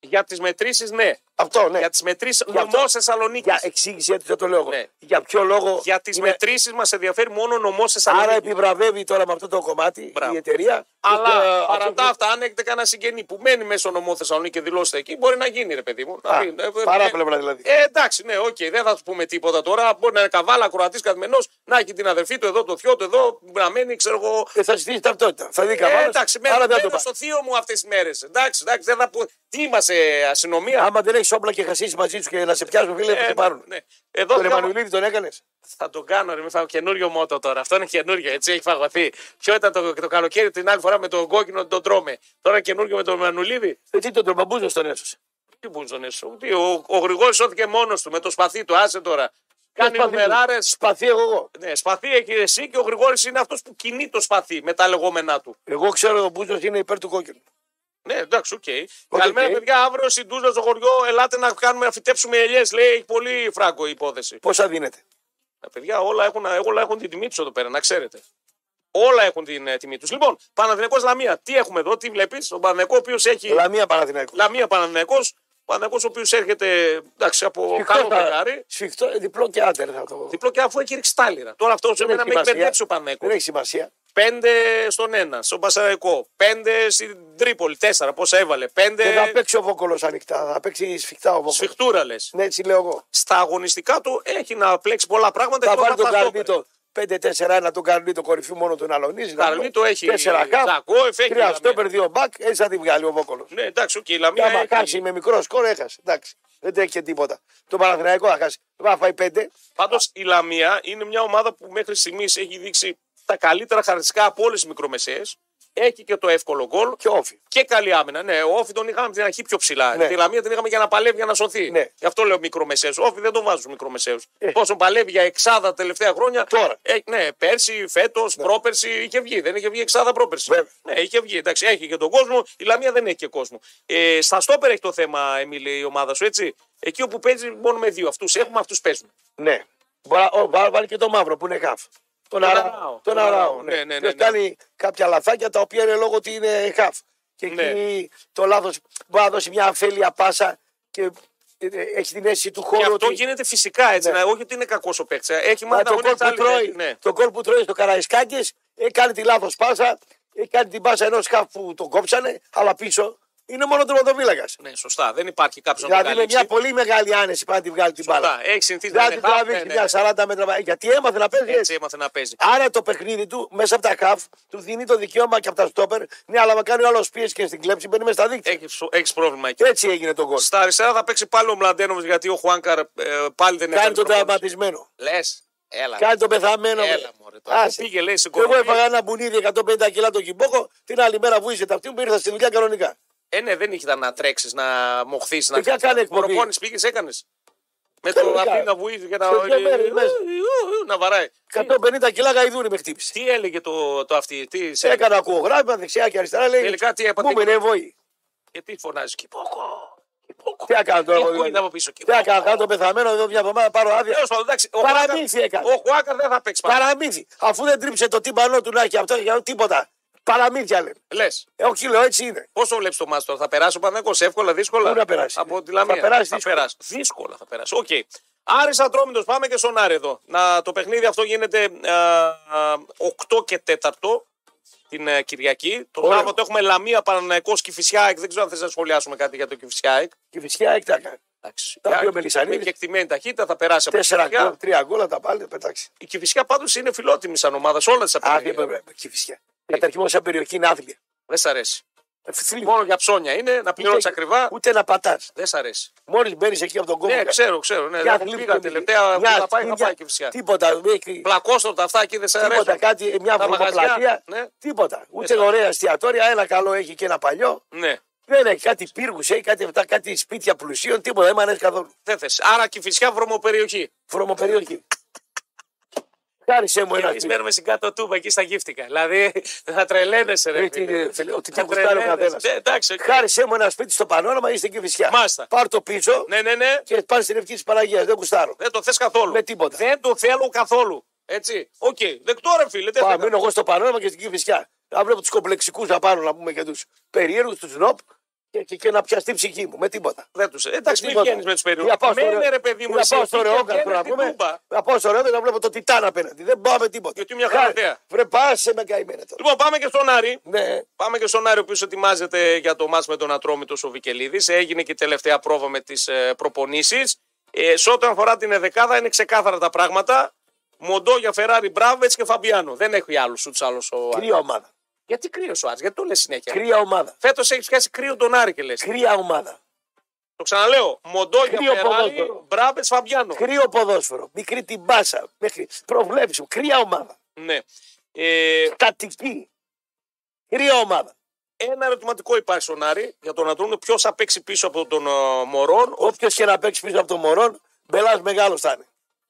[SPEAKER 1] Για τις μετρήσεις, ναι.
[SPEAKER 2] Αυτό ναι.
[SPEAKER 1] Για τις μετρήσεις,
[SPEAKER 2] Για αυτό-
[SPEAKER 1] νομός Θεσσαλονίκης.
[SPEAKER 2] Για ναι. εξήγησή του, δεν το λέω εγώ.
[SPEAKER 1] Ναι.
[SPEAKER 2] Για ποιο λόγο.
[SPEAKER 1] Για τις
[SPEAKER 2] είναι-
[SPEAKER 1] μετρήσεις μας ενδιαφέρει μόνο νομός
[SPEAKER 2] Άρα
[SPEAKER 1] Θεσσαλονίκη.
[SPEAKER 2] επιβραβεύει τώρα με αυτό το κομμάτι
[SPEAKER 1] Μπράβο.
[SPEAKER 2] η εταιρεία.
[SPEAKER 1] Αλλά
[SPEAKER 2] Ε,
[SPEAKER 1] παρά
[SPEAKER 2] αυτό-
[SPEAKER 1] τα αυτά, αν έχετε κανένα συγγενή που μένει μέσω νομό Θεσσαλονίκη και δηλώσετε εκεί, μπορεί να γίνει, ρε παιδί μου. Να
[SPEAKER 2] Α,
[SPEAKER 1] μην- ε, ε,
[SPEAKER 2] Παράπλευρα δηλαδή.
[SPEAKER 1] Ε, εντάξει, ναι, οκ, δεν θα σου πούμε τίποτα τώρα. Μπορεί να είναι καβάλα, ακροατή καθημερινός, να έχει την αδερφή του εδώ, το θείο του εδώ, να μένει, ξέρω εγώ.
[SPEAKER 2] Ε, θα ζητήσει ταυτότητα. Θα δει
[SPEAKER 1] Ε,
[SPEAKER 2] καμπάνα.
[SPEAKER 1] εντάξει,
[SPEAKER 2] Δηλαδή, άρα
[SPEAKER 1] μένω,
[SPEAKER 2] δεν θα το
[SPEAKER 1] μένω
[SPEAKER 2] πάει.
[SPEAKER 1] στο θείο μου αυτές τις μέρες. Εντάξει, εντάξει, δεν θα πω. Τι είμαστε, αστυνομία.
[SPEAKER 2] Άμα δεν έχει όπλα και χασίσεις μαζί τους και να σε πιάσουν, φίλε, θα
[SPEAKER 1] Ε,
[SPEAKER 2] σε πάρουν.
[SPEAKER 1] ναι. Εδώ
[SPEAKER 2] Τον
[SPEAKER 1] θέλω-
[SPEAKER 2] Εμμανουηλίδη τον έκανες.
[SPEAKER 1] θα τον κάνω, ρε, με φάω καινούριο μότο τώρα. Αυτό είναι καινούριο, έτσι έχει φαγωθεί. Ποιο ήταν το, το καλοκαίρι την άλλη φορά με τον κόκκινο τον τρώμε. Τώρα καινούριο με τον Μανουλίδη.
[SPEAKER 2] Τι τον τρομπαμπούζο τον έσωσε.
[SPEAKER 1] Τι μπουζονέ σου. τι, Ο, ο Γρηγόρης σώθηκε μόνος του με το σπαθί του, άσε τώρα. Κάνει
[SPEAKER 2] σπαθί του.
[SPEAKER 1] νούμεράρες.
[SPEAKER 2] Σπαθεί εγώ. εγώ.
[SPEAKER 1] Ναι, σπαθί έχει εσύ και ο Γρηγόρης είναι αυτός που κινεί το σπαθί με τα λεγόμενά του.
[SPEAKER 2] Εγώ ξέρω ότι ο Μπούζο είναι υπέρ του κόκκινου.
[SPEAKER 1] Ναι, εντάξει, οκ.
[SPEAKER 2] Οκ,
[SPEAKER 1] Καλημέρα,
[SPEAKER 2] οκ.
[SPEAKER 1] παιδιά. Αύριο στην Τούζα στο χωριό, ελάτε να, κάνουμε, να φυτέψουμε ελιές. Λέει, έχει πολύ φράγκο η υπόθεση.
[SPEAKER 2] Πόσα δίνεται.
[SPEAKER 1] Τα παιδιά όλα έχουν, όλα έχουν την τιμή τους εδώ πέρα, να ξέρετε. Όλα έχουν την ε, τιμή τους. Λοιπόν, Παναδημιακό Λαμία, τι έχουμε εδώ, τι βλέπεις. Τον Παναδημιακό, ο οποίος έχει.
[SPEAKER 2] Λαμία Παναθηναϊκός.
[SPEAKER 1] Λαμία Παναδημιακό. Παναδημιακό, ο οποίος έρχεται εντάξει, από
[SPEAKER 2] Σφιχτό
[SPEAKER 1] καλό
[SPEAKER 2] θα-
[SPEAKER 1] πεγάρι.
[SPEAKER 2] Σφιχτό, ε, διπλό και άντερ θα το.
[SPEAKER 1] Διπλό και αφού έχει ρίξει τάλιρα. Τώρα αυτός
[SPEAKER 2] Δεν
[SPEAKER 1] με
[SPEAKER 2] έχει
[SPEAKER 1] έχει
[SPEAKER 2] σημασία.
[SPEAKER 1] μπερδέψει ο Παναδημιακό.
[SPEAKER 2] Δεν έχει σημασία.
[SPEAKER 1] Πέντε στον ένα, στον Πασαραϊκό. Πέντε στην Τρίπολη, τέσσερα, πόσα έβαλε.
[SPEAKER 2] Δεν θα
[SPEAKER 1] Πέντε
[SPEAKER 2] παίξει ο Βόκολος ανοιχτά. Θα παίξει σφιχτά ο Βόκολος.
[SPEAKER 1] σφιχτούρα λες.
[SPEAKER 2] Ναι, έτσι λέω εγώ.
[SPEAKER 1] Στα αγωνιστικά του έχει να πλέξει πολλά πράγματα.
[SPEAKER 2] Θα
[SPEAKER 1] εκτός
[SPEAKER 2] βάλει
[SPEAKER 1] από
[SPEAKER 2] τον
[SPEAKER 1] τα στόπερ.
[SPEAKER 2] Καρνίτο 5-4-1 τον Καρνίτο κορυφή μόνο τον Αλονίζη.
[SPEAKER 1] Καρνίτο έχει
[SPEAKER 2] 4 κάπ.
[SPEAKER 1] Τζακόεφ, έχει
[SPEAKER 2] Τρία
[SPEAKER 1] Λαμία.
[SPEAKER 2] στόπερ, δύο μπακ. Έτσι θα τη βγάλει ο Βόκολος.
[SPEAKER 1] Ναι, εντάξει, οκ, η
[SPEAKER 2] Και
[SPEAKER 1] Λαμία.
[SPEAKER 2] άμα
[SPEAKER 1] έχει-
[SPEAKER 2] χάσει με μικρό σκορ, έχασε. Εντάξει. Δεν τρέχει και τίποτα. Το Παναθηναϊκό θα χάσει. Θα φάει 5.
[SPEAKER 1] Πάντως η Λαμία είναι μια ομάδα που μέχρι στιγμής έχει δείξει τα καλύτερα χαρακτηριστικά από όλες τις μικρομεσαίες. Έχει και το εύκολο γκολ
[SPEAKER 2] και όφι.
[SPEAKER 1] και καλή άμυνα. Ναι, ο Όφη τον είχαμε από την αρχή πιο ψηλά.
[SPEAKER 2] Ναι.
[SPEAKER 1] Τη Λαμία την είχαμε για να παλεύει για να σωθεί.
[SPEAKER 2] Ναι.
[SPEAKER 1] Γι' αυτό λέω μικρομεσαίες. Όφη δεν τον βάζω στου μικρομεσαίου.
[SPEAKER 2] Ε.
[SPEAKER 1] Πόσο παλεύει για εξάδα τα τελευταία χρόνια.
[SPEAKER 2] Τώρα. Ναι.
[SPEAKER 1] Ε, ναι, πέρσι, φέτος, πρόπερσι είχε βγει. Δεν είχε βγει εξάδα πρόπερσι.
[SPEAKER 2] Βέβαια.
[SPEAKER 1] Ναι, είχε βγει. Εντάξει, έχει και τον κόσμο. Η Λαμία δεν έχει και κόσμο. Ε, στα στόπερ έχει το θέμα, Εμίλη, η ομάδα σου, έτσι. Εκεί όπου παίζει μόνο με δύο. Αυτούς έχουμε, αυτούς παίζουν.
[SPEAKER 2] Ναι. Μπορεί- ο, βά- βάλει και το μαύρο που είναι χαφ. Τον, αρα...
[SPEAKER 1] Αράο.
[SPEAKER 2] τον
[SPEAKER 1] Τον
[SPEAKER 2] αράο.
[SPEAKER 1] Αράο,
[SPEAKER 2] Ναι.
[SPEAKER 1] ναι, ναι, ναι,
[SPEAKER 2] Ποιος
[SPEAKER 1] ναι.
[SPEAKER 2] κάνει κάποια λαθάκια τα οποία είναι λόγω ότι είναι χαφ. Και εκεί
[SPEAKER 1] Ναι.
[SPEAKER 2] το λάθος μπορεί να δώσει μια αφέλεια πάσα και ε, ε, έχει την αίσθηση του
[SPEAKER 1] Και
[SPEAKER 2] χώρου.
[SPEAKER 1] αυτό
[SPEAKER 2] ότι-
[SPEAKER 1] γίνεται φυσικά έτσι.
[SPEAKER 2] Ναι.
[SPEAKER 1] Να, όχι ότι είναι κακός ο παίκτης. Έχει
[SPEAKER 2] Μα
[SPEAKER 1] μάθει
[SPEAKER 2] το κόλ
[SPEAKER 1] αγωνίες,
[SPEAKER 2] που
[SPEAKER 1] άλλοι,
[SPEAKER 2] τρώει,
[SPEAKER 1] Ναι.
[SPEAKER 2] το γκολ που τρώει στο Καραϊσκάκης, έκανε τη λάθος πάσα, έκανε την πάσα ενός χαφ που τον κόψανε, αλλά πίσω είναι μόνο τροματοφύλακα.
[SPEAKER 1] ναι, σωστά. Δεν υπάρχει κάποιος να το
[SPEAKER 2] Δηλαδή με
[SPEAKER 1] καλύψει.
[SPEAKER 2] μια πολύ μεγάλη άνεση πάει να τη βγάλει την μπάλα.
[SPEAKER 1] Σωστά. Έχει συνηθίσει να
[SPEAKER 2] Δηλαδή
[SPEAKER 1] είναι χαφ,
[SPEAKER 2] τραβήξει
[SPEAKER 1] ναι, ναι,
[SPEAKER 2] μια
[SPEAKER 1] ναι.
[SPEAKER 2] 40 μέτρα. Γιατί έμαθε να παίζει
[SPEAKER 1] Έτσι
[SPEAKER 2] έτσι.
[SPEAKER 1] έμαθε να παίζει.
[SPEAKER 2] Άρα το παιχνίδι του μέσα από τα χαφ του δίνει το δικαίωμα και από τα στόπερ. Ναι, αλλά με κάνει ο άλλος πίεση και στην κλέψη μπαίνει μέσα στα
[SPEAKER 1] Ε,
[SPEAKER 2] δίκτυα.
[SPEAKER 1] Έχει πρόβλημα εκεί.
[SPEAKER 2] Έτσι έγινε το γκολ.
[SPEAKER 1] Στα αριστερά θα παίξει πάλι ο Μλαντένοβιτ γιατί ο Χουάνκαρ ε, πάλι δεν
[SPEAKER 2] Κάνει
[SPEAKER 1] έκανε προπόνηση.
[SPEAKER 2] τον τραυματισμένο.
[SPEAKER 1] Λες, Έλα.
[SPEAKER 2] Κάνει τον πεθαμένο.
[SPEAKER 1] Έλα, μωρέ, τώρα.
[SPEAKER 2] Άσε.
[SPEAKER 1] Πήγε, λέει, σε
[SPEAKER 2] Και Εγώ
[SPEAKER 1] κορονοϊό.
[SPEAKER 2] έφαγα ένα μπουνίδι 150 κιλά τον κυμπόκο. Την άλλη μέρα βούησε τα αυτή μου ήρθα στη δουλειά κανονικά.
[SPEAKER 1] Ε, ναι, δεν ήταν να τρέξεις, να μοχθείς. Να
[SPEAKER 2] Παιδιά, κάνε Ε, εκπομπή.
[SPEAKER 1] Προπόνηση πήγες, έκανες. Με το
[SPEAKER 2] Κανονικά.
[SPEAKER 1] αυτή να βουίζει και ε, να.
[SPEAKER 2] Σε δύο μέρες μέσα.
[SPEAKER 1] Να βαράει.
[SPEAKER 2] 150 κιλά γαϊδούρι με χτύπησε.
[SPEAKER 1] Τι έλεγε το, το αυτή, τι σε
[SPEAKER 2] Έκανα ακούγραφημα δεξιά και αριστερά. Λέει,
[SPEAKER 1] Τελικά τι έπαθε.
[SPEAKER 2] Μου μείνε βόη.
[SPEAKER 1] Και ε, τι φωνάζει, Κυπόκο. Κυπόκο.
[SPEAKER 2] Τι να κάνω τώρα,
[SPEAKER 1] Και
[SPEAKER 2] εγώ,
[SPEAKER 1] πού
[SPEAKER 2] δηλαδή.
[SPEAKER 1] είναι από πίσω,
[SPEAKER 2] Τι να κάνω, κάνω
[SPEAKER 1] Κυπόκο.
[SPEAKER 2] τον πεθαμένο εδώ μια εβδομάδα, πάρω άδεια.
[SPEAKER 1] Τέλος πάντων, εντάξει, ο
[SPEAKER 2] Παραμύθι
[SPEAKER 1] Χουάκαρ-
[SPEAKER 2] έκανε.
[SPEAKER 1] Ο Χουάκαρ δεν θα παίξει παρά.
[SPEAKER 2] Παραμύθι. Αφού δεν τρίψε το τύμπανό του να έχει αυτό για τίποτα. Παραμύθια λέμε.
[SPEAKER 1] Λες.
[SPEAKER 2] Ε, όχι, λέω έτσι είναι.
[SPEAKER 1] Πώ το βλέπεις το μάτι τώρα, θα περάσει ο Παναγιώ εύκολα, δύσκολα.
[SPEAKER 2] Πού να περάσει, ναι.
[SPEAKER 1] Από τη Λαμία.
[SPEAKER 2] Θα περάσει
[SPEAKER 1] θα
[SPEAKER 2] δύσκολα.
[SPEAKER 1] περάσει. Δύσκολα θα περάσει. Οκ. Άρης Ατρόμητος, πάμε και στον Άρη εδώ. Να, το παιχνίδι αυτό γίνεται α, α, 8 και 4 την ε, Κυριακή. Το
[SPEAKER 2] Ωραίο.
[SPEAKER 1] Σάββατο έχουμε Λαμία Παναναϊκός Κηφισιάεκ. Δεν ξέρω αν θες να σχολιάσουμε κάτι για το Κηφισιάεκ.
[SPEAKER 2] Και φυσικά έκτακα.
[SPEAKER 1] Εντάξει.
[SPEAKER 2] Τα πει ο
[SPEAKER 1] Με
[SPEAKER 2] Μελισανίδης.
[SPEAKER 1] κεκτημένη ταχύτητα θα περάσει από
[SPEAKER 2] Τέσσερα
[SPEAKER 1] τη Κηφισιά.
[SPEAKER 2] γκολ, τρία γκολ, τα πάλι, πετάξει.
[SPEAKER 1] Η Κηφισιά πάντως είναι φιλότιμη σαν ομάδα σε όλα τις
[SPEAKER 2] Α,
[SPEAKER 1] απαιτήσει.
[SPEAKER 2] τι πρέπει, ε, και φυσικά. Καταρχήν όσα περιοχή είναι άθλια.
[SPEAKER 1] Δεν σ' αρέσει.
[SPEAKER 2] Ε, θλίβει.
[SPEAKER 1] Μόνο για ψώνια είναι, να πληρώνεις
[SPEAKER 2] Ούτε-
[SPEAKER 1] ακριβά.
[SPEAKER 2] Ούτε να πατάς.
[SPEAKER 1] Δεν σ' αρέσει.
[SPEAKER 2] Μόλις μπαίνεις εκεί από τον κόμμα. ε,
[SPEAKER 1] Ναι, ξέρω, ξέρω. Ναι,
[SPEAKER 2] Μια
[SPEAKER 1] δεν
[SPEAKER 2] θλίβη
[SPEAKER 1] πήγα
[SPEAKER 2] και
[SPEAKER 1] τελευταία.
[SPEAKER 2] μια
[SPEAKER 1] Πού να πάει, να
[SPEAKER 2] σκούνια,
[SPEAKER 1] πάει και φυσικά.
[SPEAKER 2] Τίποτα. μη έχει-
[SPEAKER 1] Πλακώστορτα αυτά εκεί δεν σ'
[SPEAKER 2] Τίποτα,
[SPEAKER 1] αρέσουν.
[SPEAKER 2] κάτι, μια
[SPEAKER 1] Τα μαγαζιά,
[SPEAKER 2] βρωμοπλατεία.
[SPEAKER 1] ναι.
[SPEAKER 2] Τίποτα. Ούτε
[SPEAKER 1] Μέσα.
[SPEAKER 2] ωραία εστιατόρια. Ένα καλό έχει και ένα παλιό.
[SPEAKER 1] Ναι.
[SPEAKER 2] Δεν έχει κάτι πύργους, έχει κάτι, αυτά, κάτι σπίτια πλουσίων, τίποτα. Δεν μ' αρέσει καθόλου.
[SPEAKER 1] Δεν θες. Άρα και φυσικά βρωμοπεριοχή.
[SPEAKER 2] Βρωμοπεριοχή. Χάρισε μου ένα
[SPEAKER 1] Εμείς
[SPEAKER 2] σπίτι.
[SPEAKER 1] μένουμε στην κάτω τούμπα εκεί στα γύφτηκα. Δηλαδή θα τρελαίνεσαι, ρε.
[SPEAKER 2] Ε,
[SPEAKER 1] φίλε.
[SPEAKER 2] τι είναι, φίλε, Ότι
[SPEAKER 1] Θα
[SPEAKER 2] τα γουστάρει ο
[SPEAKER 1] τρελαίνεσαι.
[SPEAKER 2] καθένας.
[SPEAKER 1] Ναι, εντάξει.
[SPEAKER 2] Χάρισε μου ένα σπίτι στο πανόραμα ή στην κυφισιά.
[SPEAKER 1] Μάλιστα.
[SPEAKER 2] Πάρ το πίσω
[SPEAKER 1] Ναι, ναι, ναι.
[SPEAKER 2] και πάνε στην ευχή της Παναγίας. Δεν κουστάρω.
[SPEAKER 1] Δεν το θες καθόλου.
[SPEAKER 2] Με τίποτα.
[SPEAKER 1] Δεν το θέλω καθόλου. Έτσι. Οκ. Δεκτό ρε φίλε. Δεν
[SPEAKER 2] Πάω,
[SPEAKER 1] θα κάνω.
[SPEAKER 2] μείνω εγώ στο πανόραμα και στην κυφισιά. Να βλέπω τους κομπλεξικούς να πάρω να πούμε και τους περίεργους, τους νοπ και, και, και να πιαστεί η ψυχή μου. Με τίποτα.
[SPEAKER 1] Δεν τους... Εντάξει, μην
[SPEAKER 2] Τίποτα.
[SPEAKER 1] βγαίνεις με τους
[SPEAKER 2] Για πάω
[SPEAKER 1] περίοδου.
[SPEAKER 2] στο
[SPEAKER 1] Μένε
[SPEAKER 2] Ρεό-
[SPEAKER 1] ρε παιδί μου.
[SPEAKER 2] για
[SPEAKER 1] εσύ
[SPEAKER 2] πάω στο
[SPEAKER 1] εκεί και
[SPEAKER 2] ρεόκαστρο
[SPEAKER 1] βγαίνε
[SPEAKER 2] να
[SPEAKER 1] στην
[SPEAKER 2] πούμε.
[SPEAKER 1] τούμπα.
[SPEAKER 2] Να πάω στο ρεόκαστρο να βλέπω το τιτάν απέναντι. Δεν πάω με τίποτα.
[SPEAKER 1] Γιατί μια γραμματέα.
[SPEAKER 2] Βρε πάσε με καημένε τώρα.
[SPEAKER 1] Λοιπόν, πάμε και στον Άρη.
[SPEAKER 2] Ναι.
[SPEAKER 1] Πάμε και στον Άρη, ο οποίος ετοιμάζεται για το μάτς με τον Ατρόμητος ο Βικελίδης. Έγινε και η τελευταία πρόβα με τις προπονήσεις. Ε, σε ό,τι αφορά την Εδεκάδα, είναι ξεκάθαρα τα πράγματα. Μοντό για Φεράρι, Μπράβετ και Φαμπιάνο. Δεν έχει άλλους σουτ άλλο ο Άρη.
[SPEAKER 2] Κρύα ομάδα.
[SPEAKER 1] Γιατί κρύος ο Άρης, γιατί το λες συνέχεια.
[SPEAKER 2] Κρύα ομάδα.
[SPEAKER 1] Φέτος έχεις πιάσει κρύο τον Άρη και λες.
[SPEAKER 2] Κρύα ομάδα.
[SPEAKER 1] Το ξαναλέω. Μοντό για
[SPEAKER 2] Κρύο
[SPEAKER 1] Φεράρι,
[SPEAKER 2] ποδόσφαιρο.
[SPEAKER 1] Μπράβετ, Φαμπιάνο.
[SPEAKER 2] Κρύο ποδόσφαιρο. Μικρή την μπάσα. Μέχρι προβλέψιμο. Κρύα ομάδα.
[SPEAKER 1] Ναι. Ε,
[SPEAKER 2] Τακτική. Κρύα ομάδα.
[SPEAKER 1] ένα ερωτηματικό υπάρχει στον Άρη για τον Ατρόμητο. Ποιος θα παίξει πίσω από τον ε, Μωρόν.
[SPEAKER 2] Όποιος και να παίξει πίσω από τον Μωρόν, μπελάς μεγάλος θα είναι.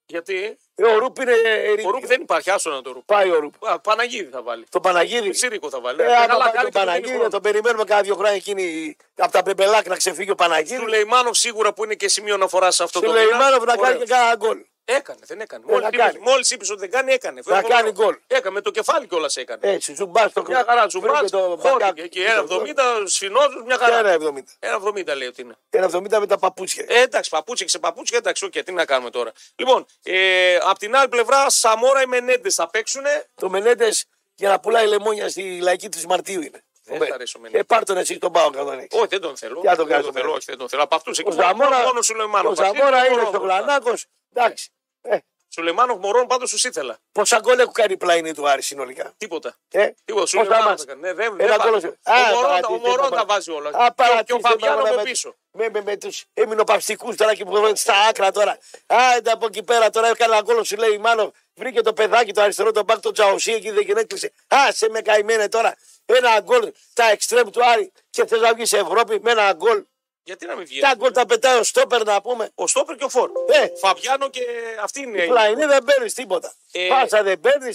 [SPEAKER 1] Γιατί
[SPEAKER 2] Ε, ο Ρούπ είναι. ε,
[SPEAKER 1] ο Ρούπ
[SPEAKER 2] ρι-
[SPEAKER 1] δεν υπάρχει, άσο να το Ρούπ.
[SPEAKER 2] Πάει ο Ρούπ.
[SPEAKER 1] Α, Παναγίδη θα βάλει.
[SPEAKER 2] Το Παναγίδη.
[SPEAKER 1] Σύρικο θα βάλει.
[SPEAKER 2] Ε,
[SPEAKER 1] Ε,
[SPEAKER 2] άμα
[SPEAKER 1] καλά
[SPEAKER 2] πάει
[SPEAKER 1] κάνει
[SPEAKER 2] τον
[SPEAKER 1] και τον
[SPEAKER 2] Παναγίδη,
[SPEAKER 1] Παναγίδη.
[SPEAKER 2] να τον περιμένουμε κάνα δύο χρόνια εκείνη από τα μπεμπελάκ να ξεφύγει ο
[SPEAKER 1] Του
[SPEAKER 2] Παναγίδη.
[SPEAKER 1] Λεϊμάνοφ σίγουρα που είναι και σημείο αναφοράς σε αυτό
[SPEAKER 2] Του
[SPEAKER 1] το
[SPEAKER 2] λέει
[SPEAKER 1] μήνα.
[SPEAKER 2] Μάνοφ να κάνει
[SPEAKER 1] Ωραίο.
[SPEAKER 2] και κάνα γκολ.
[SPEAKER 1] Έκανε, δεν έκανε.
[SPEAKER 2] Ε, να
[SPEAKER 1] Μόλι
[SPEAKER 2] κάνει.
[SPEAKER 1] μόλις είπες ότι δεν κάνει, έκανε.
[SPEAKER 2] Να κάνει γκολ.
[SPEAKER 1] Έκανε με το κεφάλι κιόλας έκανε.
[SPEAKER 2] Έτσι, ζουμπάς στο
[SPEAKER 1] Μια χαρά του
[SPEAKER 2] Βρήκε
[SPEAKER 1] μπάτ.
[SPEAKER 2] το
[SPEAKER 1] Χώθηκε
[SPEAKER 2] μπακάκι.
[SPEAKER 1] εκεί. Ένα 70, σφινόδου, μια χαρά.
[SPEAKER 2] Ένα 70.
[SPEAKER 1] Ένα 70 λέει ότι είναι.
[SPEAKER 2] Ένα 70 με τα παπούτσια.
[SPEAKER 1] Ε, εντάξει, παπούτσια και σε παπούτσια, εντάξει, οκ, τι να κάνουμε τώρα. Λοιπόν, ε, απ' την άλλη πλευρά, Σαμόρα οι Μενέντες θα παίξουν.
[SPEAKER 2] Το Μενέντες για να πουλάει λεμόνια στη λαϊκή της Μαρτίου είναι.
[SPEAKER 1] Δεν
[SPEAKER 2] Ο Μπέ.
[SPEAKER 1] θα αρέσει ο Μενέντες.
[SPEAKER 2] Ε, πάρ τον εσύ τον πάω κατά λέξη.
[SPEAKER 1] Όχι, δεν τον θέλω.
[SPEAKER 2] Για τον
[SPEAKER 1] δεν
[SPEAKER 2] κάνεις,
[SPEAKER 1] θέλω,
[SPEAKER 2] ναι.
[SPEAKER 1] όχι, δεν τον θέλω. Από αυτούς εκεί.
[SPEAKER 2] Ο Ζαμόρα,
[SPEAKER 1] Μόνο σου
[SPEAKER 2] ο Ζαμόρα είναι στο Γλανάκος. Εντάξει. Ε,
[SPEAKER 1] Σουλεϊμάνοφ Μωρόν πάντως τους ήθελα.
[SPEAKER 2] πόσα γκολ έχουν κάνει οι πλάινοι του Άρη συνολικά.
[SPEAKER 1] Τίποτα.
[SPEAKER 2] Ε,
[SPEAKER 1] Τίποτα. Σου
[SPEAKER 2] πώς τα
[SPEAKER 1] λέει
[SPEAKER 2] μας.
[SPEAKER 1] Ναι, δεν
[SPEAKER 2] Ένα
[SPEAKER 1] δεν πάει.
[SPEAKER 2] γκολ σε- Α,
[SPEAKER 1] Ο Μωρόν-
[SPEAKER 2] παρατήρησε,
[SPEAKER 1] Ο Μωρόν
[SPEAKER 2] είπα.
[SPEAKER 1] τα βάζει όλα.
[SPEAKER 2] Α,
[SPEAKER 1] Και ο- Και ο
[SPEAKER 2] παρατήρησε
[SPEAKER 1] Φαβιάνο
[SPEAKER 2] τώρα
[SPEAKER 1] από
[SPEAKER 2] με-
[SPEAKER 1] πίσω.
[SPEAKER 2] Με, με, με τους εμεινοπαυστικού τώρα και που βρίσκονται στα άκρα τώρα. Α, ήταν από εκεί πέρα τώρα έκανα γκολ σου λέει μάλλον. Βρήκε το παιδάκι το αριστερό, τον μπακ, το τζαουσί εκεί δεν έκλεισε. Α, σε με καημένε τώρα. Ένα γκολ τα εξτρέμ του Άρη και θε να βγει σε Ευρώπη με ένα γκολ.
[SPEAKER 1] Γιατί να μην βγει.
[SPEAKER 2] Τα γκολ τα πετάει ο Στόπερ να πούμε.
[SPEAKER 1] Ο Στόπερ και ο Φόρ.
[SPEAKER 2] Ε,
[SPEAKER 1] Φαβιάνο και αυτή είναι. η-
[SPEAKER 2] πλαϊνή δεν παίρνεις τίποτα.
[SPEAKER 1] Ε.
[SPEAKER 2] Πάσα δεν παίρνεις,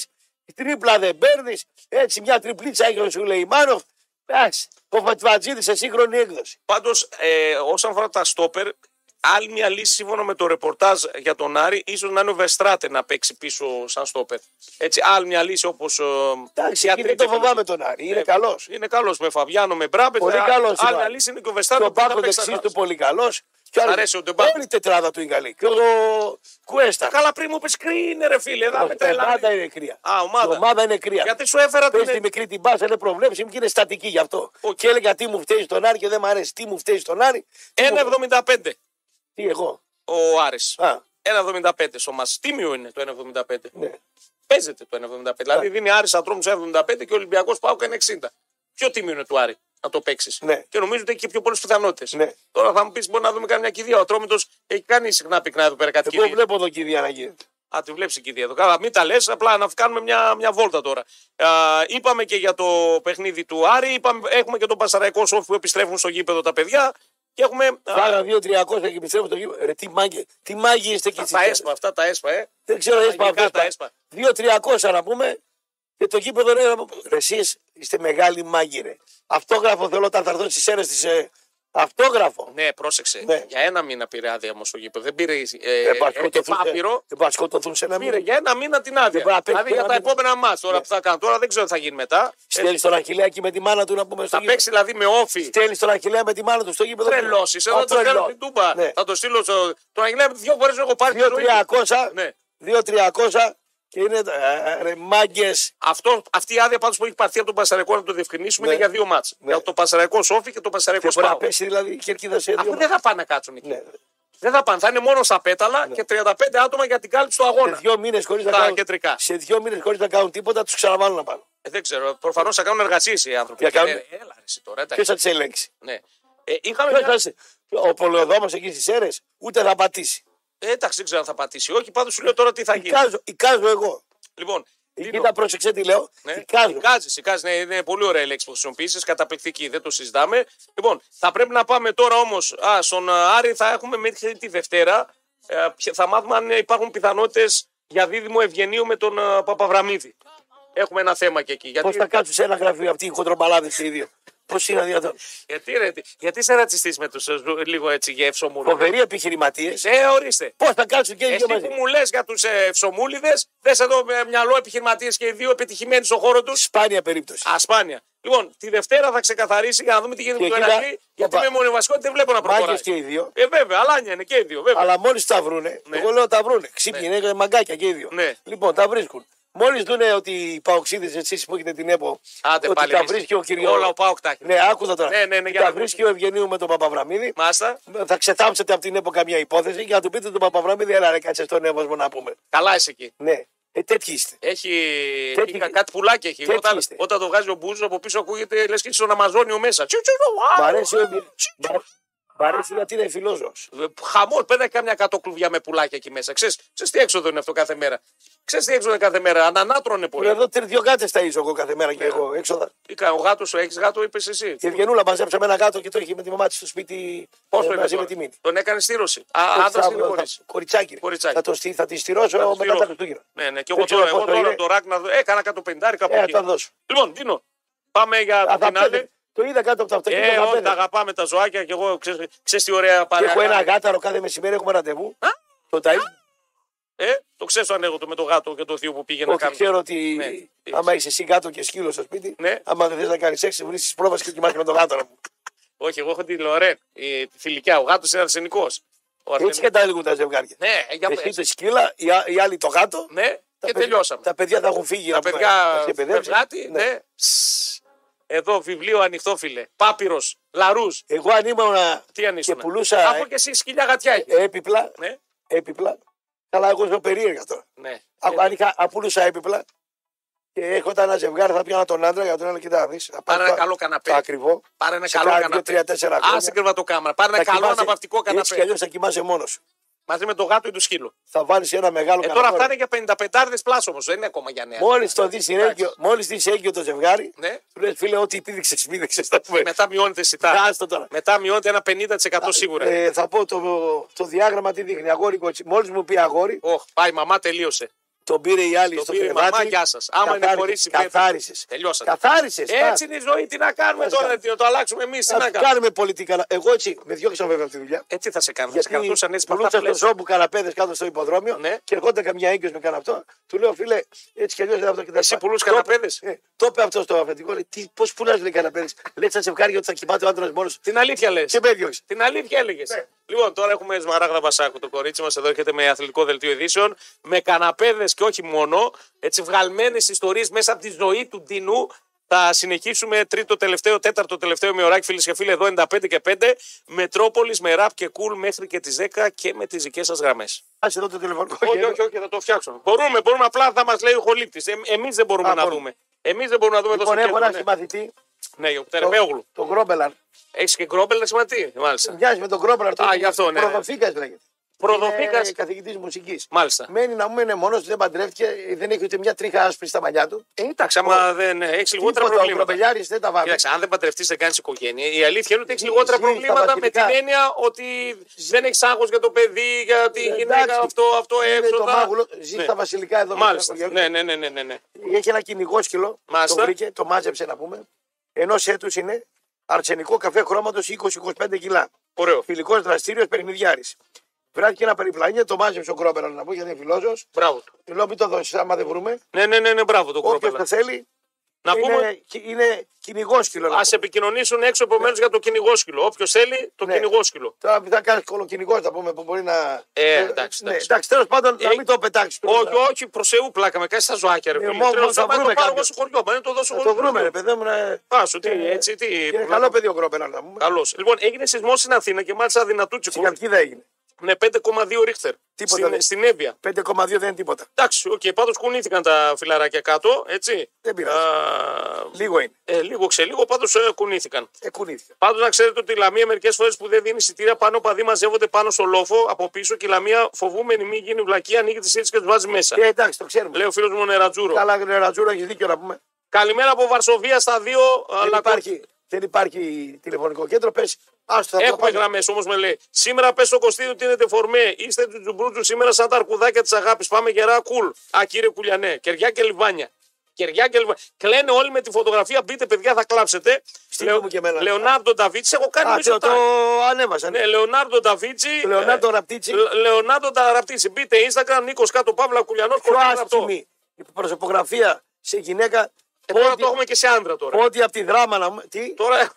[SPEAKER 2] τρίπλα δεν παίρνεις. Έτσι μια τριπλίτσα έχει ο Σουλεϊμάνοφ. Εντάξει, ο Φατβατζίδη σε σύγχρονη έκδοση.
[SPEAKER 1] Πάντως, ε, όσον αφορά τα Στόπερ, άλλη μια λύση σύμφωνα με το ρεπορτάζ για τον Άρη, ίσως να είναι ο Βεστράτε να παίξει πίσω σαν Στόπερ. Έτσι, άλλη μια λύση ε, όπω.
[SPEAKER 2] Εντάξει, εκεί δεν το φοβάμαι τον Άρη. Είναι καλό.
[SPEAKER 1] Ε, Είναι καλός με Φαβιάνο, με Μπράμπετ.
[SPEAKER 2] Πολύ
[SPEAKER 1] Α-
[SPEAKER 2] καλός είναι
[SPEAKER 1] Άλλη
[SPEAKER 2] ο
[SPEAKER 1] μια
[SPEAKER 2] Άρης.
[SPEAKER 1] λύση είναι και ο Βεστράτε.
[SPEAKER 2] Το
[SPEAKER 1] που θα
[SPEAKER 2] πάκο
[SPEAKER 1] παίξει
[SPEAKER 2] δεξί
[SPEAKER 1] σαν
[SPEAKER 2] του πολύ καλός. Και
[SPEAKER 1] Μ' αρέσει ο Ντεμπάκο.
[SPEAKER 2] Όλη η τετράδα του είναι καλή. Και ο Κουέστα.
[SPEAKER 1] Καλά, πριν μου πει κρίνε, ρε φίλε. Δεν με
[SPEAKER 2] Η τετράδα
[SPEAKER 1] τρελάνει.
[SPEAKER 2] είναι κρύα.
[SPEAKER 1] Α, ομάδα.
[SPEAKER 2] Η ομάδα είναι κρύα.
[SPEAKER 1] Γιατί σου έφερα
[SPEAKER 2] Πες τη
[SPEAKER 1] την.
[SPEAKER 2] μικρή την μπάσα, είναι προβλέψιμη και είναι στατική γι' αυτό.
[SPEAKER 1] Οκ.
[SPEAKER 2] Και έλεγα τι μου φταίει στον Άρη και δεν μου αρέσει. Τι μου φταίει στον Άρη. τι μου-
[SPEAKER 1] 1,75
[SPEAKER 2] Τι εγώ.
[SPEAKER 1] ο Άρης.
[SPEAKER 2] Α,
[SPEAKER 1] 1,75 στο μας. Τίμιο είναι το 1,75.
[SPEAKER 2] ναι.
[SPEAKER 1] Παίζεται το 1,75. Δηλαδή δίνει Άρης Ατρόμους 1,75 και ο Ολυμπιακός Πάουκ 1,60. Πιο τίμιο είναι του Άρη να το παίξεις.
[SPEAKER 2] Ναι.
[SPEAKER 1] Και νομίζω ότι έχει και πιο πολλές πιθανότητες.
[SPEAKER 2] Ναι.
[SPEAKER 1] Τώρα θα μου πεις: Μπορεί να δούμε καμιά κηδεία. Ο Ατρόμητος έχει κάνει συχνά πυκνά εδώ πέρα κάτι
[SPEAKER 2] Εγώ
[SPEAKER 1] κηδεία.
[SPEAKER 2] βλέπω τον κυρία να γίνεται.
[SPEAKER 1] Α, τη βλέπεις εκεί εδώ. Καλά, μην τα λες, απλά να κάνουμε μια, μια βόλτα τώρα. Α, είπαμε και για το παιχνίδι του Άρη, είπαμε, έχουμε και τον Πασαραϊκό Σόφ που επιστρέφουν στο γήπεδο τα παιδιά. Και έχουμε. Α,
[SPEAKER 2] Φάγα 2-300 και επιστρέφω στο γήπεδο. Ρε, τι μάγκε, τι μάγκε είστε και εσείς.
[SPEAKER 1] τα έσπα, αυτά τα έσπα, ε.
[SPEAKER 2] Δεν ξέρω, έσπα
[SPEAKER 1] Μαγικά
[SPEAKER 2] αυτό.
[SPEAKER 1] τα έσπα.
[SPEAKER 2] 2-300 να πούμε. Και το γήπεδο λέει: Εσείς είστε μεγάλοι μάγκυρε. Αυτόγραφο θέλω όταν θα έρθω στις αίρες της. Ε, αυτόγραφο.
[SPEAKER 1] Ναι, πρόσεξε.
[SPEAKER 2] Ναι.
[SPEAKER 1] Για ένα μήνα πήρε άδεια όμως το γήπεδο. Δεν πήρε ε, ε,
[SPEAKER 2] Δεν πας
[SPEAKER 1] ε,
[SPEAKER 2] σκοτωθούν σε-
[SPEAKER 1] πάπυρο.
[SPEAKER 2] δεν πας σκοτωθούν σε ένα
[SPEAKER 1] Πήρε
[SPEAKER 2] μήνα.
[SPEAKER 1] για ένα μήνα την άδεια.
[SPEAKER 2] Δεν μπορεί να παίξει
[SPEAKER 1] Δηλαδή για τα
[SPEAKER 2] ένα μήνα.
[SPEAKER 1] επόμενα μα τώρα
[SPEAKER 2] Ναι.
[SPEAKER 1] που θα κάνω. Τώρα δεν ξέρω τι θα γίνει μετά. Ε,
[SPEAKER 2] Στέλνεις τον Αχιλέακι με τη μάνα του να πούμε στο
[SPEAKER 1] θα
[SPEAKER 2] γήπεδο.
[SPEAKER 1] παίξει δηλαδή με όφη.
[SPEAKER 2] Στέλνεις τον Αχιλέα με τη μάνα του στο γήπεδο.
[SPEAKER 1] Τρελώσεις.
[SPEAKER 2] Α,
[SPEAKER 1] Εδώ το
[SPEAKER 2] τρελό.
[SPEAKER 1] θέλω την τούμπα.
[SPEAKER 2] Ναι.
[SPEAKER 1] Θα το στείλω στο. Τον Αγγλέα δύο φορές έχω πάρει τη ζωή.
[SPEAKER 2] 2-300.
[SPEAKER 1] Ναι.
[SPEAKER 2] 2-300 και είναι ε, ρε, μάγκες.
[SPEAKER 1] Αυτό, αυτή η άδεια πάντως που έχει πάρθει από τον Πασαραϊκό, να το διευκρινίσουμε,
[SPEAKER 2] Ναι.
[SPEAKER 1] είναι για δύο μάτς.
[SPEAKER 2] Ναι.
[SPEAKER 1] Για το Πασαραϊκό Σόφι και το Πασαραϊκό
[SPEAKER 2] Δεν μπορεί να
[SPEAKER 1] Σπάο.
[SPEAKER 2] πέσει δηλαδή η κερκίδα σε
[SPEAKER 1] Αφού
[SPEAKER 2] δύο.
[SPEAKER 1] δεν θα πάνε να κάτσουν εκεί.
[SPEAKER 2] Ναι.
[SPEAKER 1] Δεν θα πάνε. Θα είναι μόνο στα πέταλα και 35 άτομα για την κάλυψη του
[SPEAKER 2] Σε
[SPEAKER 1] αγώνα.
[SPEAKER 2] δύο μήνες χωρίς να
[SPEAKER 1] Τα
[SPEAKER 2] κάνουν.
[SPEAKER 1] κεντρικά.
[SPEAKER 2] Σε δύο μήνες χωρίς να κάνουν τίποτα, τους ξαναβάλουν να πάνω.
[SPEAKER 1] Ε, δεν ξέρω. Προφανώς θα κάνουν εργασίες οι άνθρωποι.
[SPEAKER 2] Για
[SPEAKER 1] Και
[SPEAKER 2] κάνουν-
[SPEAKER 1] λένε, Έλα, ρε, εσύ τώρα.
[SPEAKER 2] Ποιο
[SPEAKER 1] εντάξει.
[SPEAKER 2] θα τις ελέγξει.
[SPEAKER 1] Ναι. Ε, είχαμε
[SPEAKER 2] Ποιος
[SPEAKER 1] μια-
[SPEAKER 2] θα σε- Ο πολεοδόμος εκεί στις αίρε ούτε θα πατήσει.
[SPEAKER 1] Ε, εντάξει, δεν ξέρω αν θα πατήσει. Όχι, πάντως σου λέω τώρα τι θα γίνει.
[SPEAKER 2] Εικάζω, εικάζω εγώ.
[SPEAKER 1] Λοιπόν,
[SPEAKER 2] Κοίτα, πρόσεξε τι λέω.
[SPEAKER 1] Ναι.
[SPEAKER 2] Κάνω.
[SPEAKER 1] Σικάζει, σικάζει. Ναι, είναι πολύ ωραία η λέξη που χρησιμοποιήσεις. Καταπληκτική, δεν το συζητάμε. Λοιπόν, θα πρέπει να πάμε τώρα όμως στον α, Άρη. Θα έχουμε μέχρι τη Δευτέρα. ε, ποια- Θα μάθουμε αν ε, υπάρχουν πιθανότητες για δίδυμο Ευγενίου με τον α, Παπαβραμίδη. Έχουμε ένα θέμα και εκεί.
[SPEAKER 2] Πώ
[SPEAKER 1] Γιατί,
[SPEAKER 2] θα κάτσουν σε ένα γραφείο αυτοί οι χοντροπαλάδε οι δύο. Πώς είναι δυνατόν.
[SPEAKER 1] γιατί, ρε, τι- γιατί είσαι ρατσιστής με τους λίγο έτσι για ευσομούλιδε.
[SPEAKER 2] Φοβεροί επιχειρηματίες.
[SPEAKER 1] Ε, ορίστε.
[SPEAKER 2] Πώς θα κάτσουν και οι
[SPEAKER 1] Εσύ
[SPEAKER 2] δύο
[SPEAKER 1] που
[SPEAKER 2] μαζί.
[SPEAKER 1] μου λες για τους ευσομούλιδε, θε εδώ με μυαλό επιχειρηματίες και οι δύο επιτυχημένοι στον χώρο τους.
[SPEAKER 2] Σπάνια περίπτωση.
[SPEAKER 1] Ασπάνια. Λοιπόν, τη Δευτέρα θα ξεκαθαρίσει για να δούμε τι γίνεται
[SPEAKER 2] Και
[SPEAKER 1] με το
[SPEAKER 2] κοίτα,
[SPEAKER 1] Ερακλή. Γιατί
[SPEAKER 2] οπα.
[SPEAKER 1] με μονεβασικότητα δεν βλέπω να προχωράει.
[SPEAKER 2] Μάγκες και οι δύο.
[SPEAKER 1] Ε, βέβαια, αλάνια είναι και οι δύο, βέβαια.
[SPEAKER 2] Αλλά μόλις τα βρούνε, εγώ λέω τα βρούνε. Ξύπνοι είναι μαγκάκια και οι δύο.
[SPEAKER 1] Ναι.
[SPEAKER 2] Λοιπόν, τα βρίσκουν. Μόλις δούνε ότι οι παοξίδε, εσεί που έχετε την ΕΠΟ,
[SPEAKER 1] Άντε
[SPEAKER 2] ότι
[SPEAKER 1] πάλι.
[SPEAKER 2] τα
[SPEAKER 1] εμείς.
[SPEAKER 2] βρίσκει ο κυριό.
[SPEAKER 1] Όλα ο Πάοκ τα έχει.
[SPEAKER 2] Ναι, άκουσα τώρα.
[SPEAKER 1] Ναι, ναι, ναι, για
[SPEAKER 2] τα
[SPEAKER 1] να
[SPEAKER 2] βρίσκει ο Ευγενίου με τον Παπαβραμίδη.
[SPEAKER 1] Μάστα.
[SPEAKER 2] Θα ξετάμψετε από την ΕΠΟ καμιά υπόθεση και να του πείτε τον Παπαβραμίδη, έλα ρε, κάτσε στον εύωσμο να πούμε.
[SPEAKER 1] Καλά είσαι εκεί.
[SPEAKER 2] Ναι, ε, τέτοιοι είστε.
[SPEAKER 1] Έχει,
[SPEAKER 2] Τέτοιοι-
[SPEAKER 1] έχει κα- κάτι πουλάκι έχει.
[SPEAKER 2] τέτοιοι
[SPEAKER 1] Όταν,
[SPEAKER 2] είστε.
[SPEAKER 1] όταν το βγάζει ο Μπούζο από πίσω ακούγεται λες και είσαι στον Αμαζόνιο μέσα. Τσιου, τσιου,
[SPEAKER 2] Μ'
[SPEAKER 1] α,
[SPEAKER 2] αρέσει, ο
[SPEAKER 1] α,
[SPEAKER 2] Ευγε-
[SPEAKER 1] τσιου,
[SPEAKER 2] μ' αρέσει- μ' αρέσει γιατί είναι φιλόζωος.
[SPEAKER 1] τσιου. Χαμό, πέρα καμιά κατοκλουβιά με πουλάκια εκεί μέσα. Ξέρεις, ξέρεις τι έξοδο είναι αυτό κάθε μέρα. Ξέρεις τι έξοδο είναι κάθε μέρα. Ανανάτρωνε πολύ.
[SPEAKER 2] Εδώ τρει δυο γάτες τα ίζω εγώ κάθε μέρα
[SPEAKER 1] Ναι.
[SPEAKER 2] και εγώ έξοδα.
[SPEAKER 1] Τι κα- Ο γάτος σου έχεις γάτο, είπες εσύ.
[SPEAKER 2] Η Ευγενούλα μαζέψαμε ένα γάτο και το είχε με τη μαμά της στο σπίτι.
[SPEAKER 1] Πόσο
[SPEAKER 2] ε,
[SPEAKER 1] είναι
[SPEAKER 2] μαζί
[SPEAKER 1] τώρα?
[SPEAKER 2] με τη μύτη.
[SPEAKER 1] Τον έκανε στήρωση. Α, άντρα
[SPEAKER 2] Θα-
[SPEAKER 1] είναι
[SPEAKER 2] θα-
[SPEAKER 1] χωρίς.
[SPEAKER 2] Κοριτσάκι. ρε.
[SPEAKER 1] Κοριτσάκι.
[SPEAKER 2] Θα, το, στη- θα τη στηρώσω μετά τα Χριστούγεννα.
[SPEAKER 1] Ναι, ναι, και
[SPEAKER 2] Δεν
[SPEAKER 1] εγώ
[SPEAKER 2] ξέρω
[SPEAKER 1] τώρα, εγώ
[SPEAKER 2] πόσο
[SPEAKER 1] τώρα
[SPEAKER 2] είναι.
[SPEAKER 1] το ράκ να δω. Έκανα κάτω πεντάρικα από
[SPEAKER 2] Ε, θα
[SPEAKER 1] εκεί.
[SPEAKER 2] δώσω.
[SPEAKER 1] Λοιπόν, Δίνο, πάμε για
[SPEAKER 2] Α, θα
[SPEAKER 1] την άλλη.
[SPEAKER 2] πέτε- Το είδα κάτω από τα αυτοκίνητα.
[SPEAKER 1] Ε,
[SPEAKER 2] θα
[SPEAKER 1] όχι,
[SPEAKER 2] πέτε.
[SPEAKER 1] τα αγαπάμε τα ζωάκια και εγώ ξέρεις, ξέρεις τι ωραία
[SPEAKER 2] Και
[SPEAKER 1] παρέα.
[SPEAKER 2] έχω ένα γάταρο κάθε μεσημέρι, έχουμε ραντεβού.
[SPEAKER 1] Α?
[SPEAKER 2] Το ταΐ.
[SPEAKER 1] Ε, το ξέρω αν εγώ το με το γάτο και το θείο που πήγε να
[SPEAKER 2] Όχι,
[SPEAKER 1] κάνει.
[SPEAKER 2] ξέρω ότι
[SPEAKER 1] Ναι.
[SPEAKER 2] άμα είσαι εσύ γάτο και σκύλος στο σπίτι,
[SPEAKER 1] Ναι.
[SPEAKER 2] άμα δεν θες να κάνεις σεξ, βρίσκει πρόβαση και κοιμάσαι με το γάταρο μου.
[SPEAKER 1] Όχι, εγώ έχω τη Λορέν, η τη θηλυκιά. Ο γάτος είναι αρσενικός.
[SPEAKER 2] Έτσι καταλήγουν τα ζευγάρια.
[SPEAKER 1] Ναι, για
[SPEAKER 2] Εσύ
[SPEAKER 1] πες.
[SPEAKER 2] το σκύλα, οι ά- οι άλλοι το γάτο.
[SPEAKER 1] Ναι,
[SPEAKER 2] τα
[SPEAKER 1] και
[SPEAKER 2] παιδιά-
[SPEAKER 1] τελειώσαμε.
[SPEAKER 2] Τα παιδιά θα έχουν φύγει.
[SPEAKER 1] Τα παιδιά περγάτη,
[SPEAKER 2] ναι.
[SPEAKER 1] ναι. Ψ. Εδώ βιβλίο ανοιχτό, φίλε. Πάπυρος, λαρούς.
[SPEAKER 2] Εγώ αν ήμουν
[SPEAKER 1] Τι ανήσουν.
[SPEAKER 2] και πουλούσα
[SPEAKER 1] Από και εσύ σκυλιά γατιά έχεις.
[SPEAKER 2] ε, έπιπλα,
[SPEAKER 1] Ναι,
[SPEAKER 2] έπιπλα, καλά εγώ ζω περίεργα τώρα.
[SPEAKER 1] ναι.
[SPEAKER 2] Α- Αν είχα απούλουσα έπιπλα και έχονταν ένα ζευγάρι, θα πιάνα τον άντρα για τον άλλο κοιτά. δεις, θα
[SPEAKER 1] Πάρε
[SPEAKER 2] πάρω
[SPEAKER 1] ένα
[SPEAKER 2] το-
[SPEAKER 1] καλό
[SPEAKER 2] Το
[SPEAKER 1] καναπέ.
[SPEAKER 2] ακριβώ.
[SPEAKER 1] Πάρε ένα
[SPEAKER 2] σε
[SPEAKER 1] καλό
[SPEAKER 2] κάνα
[SPEAKER 1] καναπέ.
[SPEAKER 2] δύο, τρία, τέσσερα χρόνια.
[SPEAKER 1] Άσε κρεβατοκάμαρα. Πάρε ένα
[SPEAKER 2] Θα
[SPEAKER 1] καλό
[SPEAKER 2] κοιμάσαι-
[SPEAKER 1] αναπαυτικό
[SPEAKER 2] Έτσι κι
[SPEAKER 1] καναπέ.
[SPEAKER 2] αλλιώς θα κοιμάσαι μόνος σου.
[SPEAKER 1] Μαζί με το γάτο ή το σκύλο.
[SPEAKER 2] Θα βάλεις ένα μεγάλο
[SPEAKER 1] Ε, τώρα αυτά
[SPEAKER 2] καναπέ.
[SPEAKER 1] είναι για 55 πλάσ όμως. Δεν είναι ακόμα για νέα.
[SPEAKER 2] Μόλις το δεις έγκυο, μόλις δεις έγκυο το ζευγάρι,
[SPEAKER 1] Ναι.
[SPEAKER 2] του λες φίλε, ό,τι πήδηξε, πήδηξε. Θα πούμε.
[SPEAKER 1] Ε, Μετά μειώνεται σιτά.
[SPEAKER 2] Άστο τώρα.
[SPEAKER 1] Μετά μειώνεται ένα 50% σίγουρα.
[SPEAKER 2] Ε, θα πω το, το διάγραμμα τι δείχνει. Αγόρι, κοτσί. Μόλις μου πει αγόρι,
[SPEAKER 1] Ωχ, πάει, μαμά τελείωσε.
[SPEAKER 2] τον πήρε η άλλη
[SPEAKER 1] Το
[SPEAKER 2] στο
[SPEAKER 1] πήρε η
[SPEAKER 2] κρεβάτι.
[SPEAKER 1] μαμά, γεια σας. Άμα είναι
[SPEAKER 2] Καθάρισε-
[SPEAKER 1] χωρίς υπέρ-
[SPEAKER 2] Καθάρισε.
[SPEAKER 1] Τελειώσατε.
[SPEAKER 2] Καθάρισες.
[SPEAKER 1] Έτσι είναι η ζωή. Τι να κάνουμε
[SPEAKER 2] Ας
[SPEAKER 1] τώρα,
[SPEAKER 2] κάνουμε.
[SPEAKER 1] να το αλλάξουμε εμείς.
[SPEAKER 2] Ε,
[SPEAKER 1] Τι να κάνουμε.
[SPEAKER 2] κάνουμε πολιτικά. Εγώ έτσι με διώξαν βέβαια από τη δουλειά.
[SPEAKER 1] Έτσι θα σε κάνουμε. Θα σε κρατούσαν έτσι
[SPEAKER 2] πουλούσα
[SPEAKER 1] παντά
[SPEAKER 2] στον ζόμπου καναπέδε κάτω στο υποδρόμιο
[SPEAKER 1] Ναι.
[SPEAKER 2] και ερχόταν καμιά έγκυος με καναπτό. Του λέω, φίλε, έτσι κι αλλιώς δεν θα το κοιτάξω.
[SPEAKER 1] Εσύ πουλούς καναπέδες?
[SPEAKER 2] Ε, το είπε αυτό στο αφεντικό. λέει, Τι, πώς πουλάς, λέει καναπέδες. Λέει, σαν ζευγάρι ότι θα κοιμάται ο άντρας μόνος
[SPEAKER 1] Την αλήθεια λες.
[SPEAKER 2] και με διώξει.
[SPEAKER 1] Την αλήθεια έλεγες.
[SPEAKER 2] Ναι.
[SPEAKER 1] Λοιπόν, τώρα έχουμε Σμαράγδα Βασάκου. Το κορίτσι μας εδώ έρχεται με αθλητικό δελτίο ειδήσεων. Με καναπέδες και όχι μόνο. Έτσι, βγαλμένες ιστορίες μέσα από τη ζωή του Ντίνου. Θα συνεχίσουμε τρίτο τελευταίο, τέταρτο τελευταίο μειωράκι, φίλες και φίλοι, εδώ 95 και 5. Μετρόπολης με ραπ και κουλ μέχρι και τις 10 και με τις δικές σας γραμμές.
[SPEAKER 2] Ας εδώ το τηλεφωνικό
[SPEAKER 1] Όχι,
[SPEAKER 2] κέντρο.
[SPEAKER 1] όχι, όχι, θα το φτιάξω. Μπορούμε, μπορούμε. Απλά θα μας λέει ο χολύπτης. Ε, Εμείς δεν μπορούμε
[SPEAKER 2] Α,
[SPEAKER 1] να
[SPEAKER 2] μπορούμε.
[SPEAKER 1] δούμε. Εμείς δεν μπορούμε να δούμε
[SPEAKER 2] Λοιπόν,
[SPEAKER 1] το
[SPEAKER 2] έχω ένα
[SPEAKER 1] συγκέντρο. Ναι,
[SPEAKER 2] συμμαθητή,
[SPEAKER 1] ναι, για
[SPEAKER 2] το-
[SPEAKER 1] κουτέρα, Μέογλου.
[SPEAKER 2] τον Γκρόμπελαρ.
[SPEAKER 1] Έχεις και γκρόμπελ, σημαντή, μάλιστα.
[SPEAKER 2] Μοιάζει με τον Γκρόμπελαρ. τον-
[SPEAKER 1] γι' αυτό, ναι.
[SPEAKER 2] Προδοθήκας λέγεται.
[SPEAKER 1] Προδοθήκας.
[SPEAKER 2] Είναι καθηγητής μουσικής.
[SPEAKER 1] Μάλιστα.
[SPEAKER 2] Μένει να μου είναι μόνος, δεν παντρεύτηκε, δεν έχει ούτε μια τρίχα άσπρη στα μαλλιά του.
[SPEAKER 1] Ε, εντάξει, άμα δεν έχει λιγότερα
[SPEAKER 2] Τίποτα, Ο
[SPEAKER 1] προβλήματα.
[SPEAKER 2] Γκρόμπελιάρης δεν τα βάζει.
[SPEAKER 1] Κοίταξε, αν δεν παντρευτείς, δεν κάνεις οικογένεια. Η αλήθεια είναι ότι έχεις λιγότερα
[SPEAKER 2] Ισχύει, στα
[SPEAKER 1] προβλήματα με την
[SPEAKER 2] βασιλικά.
[SPEAKER 1] έννοια ότι δεν έχεις άγχος για το παιδί, για τη γυναίκα,
[SPEAKER 2] Ε, Εντάξει.
[SPEAKER 1] αυτό, αυτό
[SPEAKER 2] Είναι το
[SPEAKER 1] έξοδα.
[SPEAKER 2] μάγουλο, ζει
[SPEAKER 1] Ναι.
[SPEAKER 2] στα βασιλικά εδώ μέσα
[SPEAKER 1] Μάλιστα.
[SPEAKER 2] στο
[SPEAKER 1] Ναι, ναι, ναι, ναι, ναι, ναι.
[SPEAKER 2] Γεωργιάδη. Έχει ένα κυνηγό σκυλο
[SPEAKER 1] Μάλιστα.
[SPEAKER 2] το βρήκε, το μάζεψε να πούμε. Ενός έτους είναι αρσενικό καφέ χρώματος 20-25 κιλά.
[SPEAKER 1] Ωραίο.
[SPEAKER 2] Φιλικός δραστήριος παιχνιδιάρη. Βράχτηκε ένα περιπλανή, το μάζεψε ο Γκρόμπελαρ να πω γιατί είναι φιλόζο.
[SPEAKER 1] Μπράβο του.
[SPEAKER 2] Του λέω μην το δώσεις, άμα δεν βρούμε.
[SPEAKER 1] Ναι, ναι, ναι, ναι μπράβο του.
[SPEAKER 2] Όποιος
[SPEAKER 1] Κρόπελα.
[SPEAKER 2] το θέλει,
[SPEAKER 1] Να
[SPEAKER 2] είναι,
[SPEAKER 1] πούμε,
[SPEAKER 2] είναι κυνηγό σκυλο. να
[SPEAKER 1] ας επικοινωνήσουν έξω επομένω για το κυνηγόσκυλο. Όποιος θέλει, το
[SPEAKER 2] Ναι.
[SPEAKER 1] κυνηγόσκυλο.
[SPEAKER 2] Τώρα μην θα κάνεις κολοκυνηγός, θα πούμε που μπορεί να.
[SPEAKER 1] Ε, εντάξει,
[SPEAKER 2] ναι,
[SPEAKER 1] εντάξει.
[SPEAKER 2] εντάξει τέλος πάντων
[SPEAKER 1] Ε,
[SPEAKER 2] να μην το πετάξεις.
[SPEAKER 1] Όχι, όχι, προς Θεού πλάκα με, κάτσε στα ζωάκια, ρε
[SPEAKER 2] Ε,
[SPEAKER 1] φίλε.
[SPEAKER 2] μόνο
[SPEAKER 1] Τρελός,
[SPEAKER 2] θα
[SPEAKER 1] άμα το
[SPEAKER 2] βρούμε
[SPEAKER 1] πάρω εγώ
[SPEAKER 2] κάποιον.
[SPEAKER 1] στο χωριό, μα είναι το δώσω
[SPEAKER 2] Θα
[SPEAKER 1] εγώ
[SPEAKER 2] το
[SPEAKER 1] στο
[SPEAKER 2] βρούμε,
[SPEAKER 1] χωριό.
[SPEAKER 2] ρε παιδί μου. να-
[SPEAKER 1] Πάσου, τι,
[SPEAKER 2] Ε,
[SPEAKER 1] έτσι, τι.
[SPEAKER 2] Είναι καλό παιδί ο Γκρόμπελαρ να πούμε.
[SPEAKER 1] Καλώς. Λοιπόν, έγινε σεισμός στην Αθήνα και μάλιστα δυνατού τσικου.
[SPEAKER 2] Στην Καλκίδα έγινε.
[SPEAKER 1] με 5,2 ρίχτερ
[SPEAKER 2] Τίποτα
[SPEAKER 1] στην,
[SPEAKER 2] δεν.
[SPEAKER 1] στην Εύβοια.
[SPEAKER 2] 5,2 δεν είναι τίποτα.
[SPEAKER 1] Εντάξει, οκ, πάντως κουνήθηκαν τα φιλαράκια κάτω, έτσι.
[SPEAKER 2] Δεν πειράζει.
[SPEAKER 1] Α,
[SPEAKER 2] Λίγο είναι.
[SPEAKER 1] ε, λίγο ξελίγο, πάντως κουνήθηκαν.
[SPEAKER 2] Ε, κουνήθηκε.
[SPEAKER 1] Πάντως να ξέρετε ότι η Λαμία μερικές φορές που δεν δίνει εισιτήρια πάνω παδί μαζεύονται πάνω στο λόφο από πίσω και η Λαμία φοβούμενη μη γίνει βλακή, ανοίγει τις σύντε και του βάζει μέσα.
[SPEAKER 2] Ε, εντάξει, το ξέρουμε.
[SPEAKER 1] Λέει ο φίλος μου ο Νερατζούρο.
[SPEAKER 2] Καλά, Ρατζούρα, έχεις δίκιο να πούμε.
[SPEAKER 1] Καλημέρα από Βαρσοβία στα δύο.
[SPEAKER 2] Δεν
[SPEAKER 1] αλλά-
[SPEAKER 2] υπάρχει, δεν υπάρχει τηλεφωνικό κέντρο. Πες, άστο θα
[SPEAKER 1] Έχουμε
[SPEAKER 2] πάμε.
[SPEAKER 1] γραμμές όμως με λέει. Σήμερα πες στο Κωστίδη ότι είναι τεφορμέ. Είστε του τζουμπρούτζου σήμερα σαν τα αρκουδάκια της αγάπης. Πάμε γερά, κουλ. Α, κύριε Κουλιανέ, κεριά και λιβάνια. Κεριά και λιβάνια. Κλαίνε όλοι με τη φωτογραφία. Μπείτε, παιδιά, θα κλάψετε.
[SPEAKER 2] Στείλτε μου και εμένα.
[SPEAKER 1] Λεωνάρντο Νταβίτσι, έχω κάνει
[SPEAKER 2] Α,
[SPEAKER 1] μισό
[SPEAKER 2] το, το
[SPEAKER 1] τάκι.
[SPEAKER 2] ανέβασαν.
[SPEAKER 1] Ναι, Λεωνάρντο Νταβίτσι.
[SPEAKER 2] Λεωνάρντο Ραπτίτσι.
[SPEAKER 1] Λε- Λεωνάρντο Νταβίτσι. Μπείτε Instagram, Νίκος κάτω Παύλα Κουλιανός.
[SPEAKER 2] Πιο
[SPEAKER 1] κορίτσι αυτό.
[SPEAKER 2] άσχημη η προσωπογραφία σε γυναίκα.
[SPEAKER 1] Ε, Τώρα
[SPEAKER 2] ό,τι-
[SPEAKER 1] το έχουμε και σε άντρα τώρα.
[SPEAKER 2] Ό,τι από τη δράμα να μου. Τι,
[SPEAKER 1] Τώρα,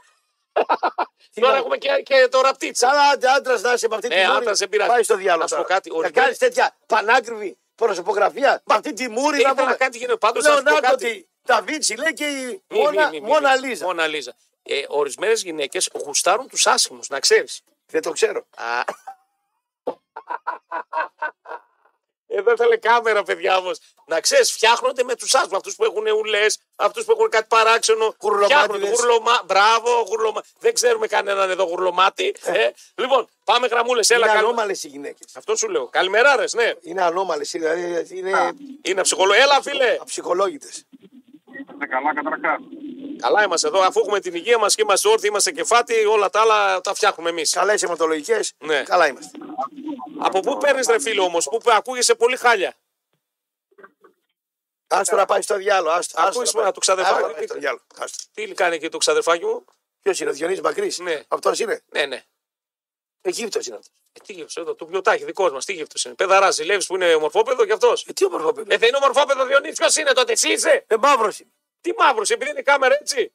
[SPEAKER 2] τι
[SPEAKER 1] τώρα
[SPEAKER 2] να-
[SPEAKER 1] έχουμε και, και το ραπτίτσα.
[SPEAKER 2] Σαν άντρας να είσαι με αυτή τη
[SPEAKER 1] Ε,
[SPEAKER 2] μούρη.
[SPEAKER 1] άντρας, δεν πειράζει.
[SPEAKER 2] Πάει στο διάλογο.
[SPEAKER 1] Να σου πω κάτι,
[SPEAKER 2] Να
[SPEAKER 1] ορισμένες-
[SPEAKER 2] κάνεις τέτοια πανάκριβη προσωπογραφία με αυτή τη μούρη.
[SPEAKER 1] Ήθελα
[SPEAKER 2] πούμε.
[SPEAKER 1] να κάνει τη γυναίκα. Πάντως, να σου πω
[SPEAKER 2] Λεωνάρντο
[SPEAKER 1] κάτι.
[SPEAKER 2] τη Νταβίτσι λέει και η
[SPEAKER 1] Μη, μη,
[SPEAKER 2] Μόνα-
[SPEAKER 1] μη, μη, μη.
[SPEAKER 2] Μόνα Λίζα.
[SPEAKER 1] Μόνα Λίζα. Ε, Ορισμένες γυναίκες γουστάρουν τους άσχημου, να ξέρεις.
[SPEAKER 2] Δεν το ξέρω.
[SPEAKER 1] Εδώ ήθελε Ε, κάμερα, παιδιά όμω. Να ξέρεις, φτιάχνονται με τους άσχημου. Αυτούς που έχουν ουλέ, αυτούς που έχουν κάτι παράξενο.
[SPEAKER 2] Γουρλωμάτιδες.
[SPEAKER 1] Φτιάχνονται. Γουρλωμά... Μπράβο, γουρλωμά. Δεν ξέρουμε κανέναν εδώ γουρλωμάτι. Ε. λοιπόν, πάμε γραμμούλες, έλα
[SPEAKER 2] Είναι
[SPEAKER 1] κάνουμε.
[SPEAKER 2] ανώμαλες οι γυναίκες.
[SPEAKER 1] Αυτό σου λέω. Καλημεράρε, ναι.
[SPEAKER 2] Είναι ανώμαλες. Δηλαδή είναι
[SPEAKER 1] Είναι ψυχολό. Έλα, φίλε.
[SPEAKER 2] αψυχολόγητες.
[SPEAKER 4] Είστε καλά καταρχάς.
[SPEAKER 1] Καλά είμαστε εδώ. Αφού έχουμε την υγεία μας και είμαστε όρθιοι, είμαστε κεφάτι, όλα τα άλλα τα φτιάχνουμε εμείς.
[SPEAKER 2] Καλές αιματολογικές.
[SPEAKER 1] Ναι.
[SPEAKER 2] Καλά είμαστε.
[SPEAKER 1] Από πού παίρνεις, ρε φίλε όμως, που ακούγεσαι πολύ χάλια.
[SPEAKER 2] Άστο να πάει στο διάλογο. Άστο,
[SPEAKER 1] Ακούεις
[SPEAKER 2] άστο
[SPEAKER 1] με,
[SPEAKER 2] πάει.
[SPEAKER 1] να του ξαδερφάκι.
[SPEAKER 2] Άστο να πάει στο διάλογο. Άστο.
[SPEAKER 1] Τι κάνει εκεί το ξαδερφάκι μου.
[SPEAKER 2] Ποιος είναι ο Διονύη Μακρύ.
[SPEAKER 1] Ναι.
[SPEAKER 2] Αυτός είναι.
[SPEAKER 1] Ναι, ναι.
[SPEAKER 2] Αιγύπτο είναι αυτός.
[SPEAKER 1] Ε, τι γύφτος εδώ, το πιωτάκι δικός μας, τι γύφτος είναι. Πεδαρά, ζηλεύει που είναι ομορφόπεδο κι αυτός.
[SPEAKER 2] Ε, τι όμορφο παιδί.
[SPEAKER 1] Ε, θα είναι ομορφόπεδο, Διονύη, ποιος είναι τότε, εσύ είσαι.
[SPEAKER 2] Ε, μαύρος είναι.
[SPEAKER 1] Τι μαύρος, επειδή είναι η κάμερα έτσι.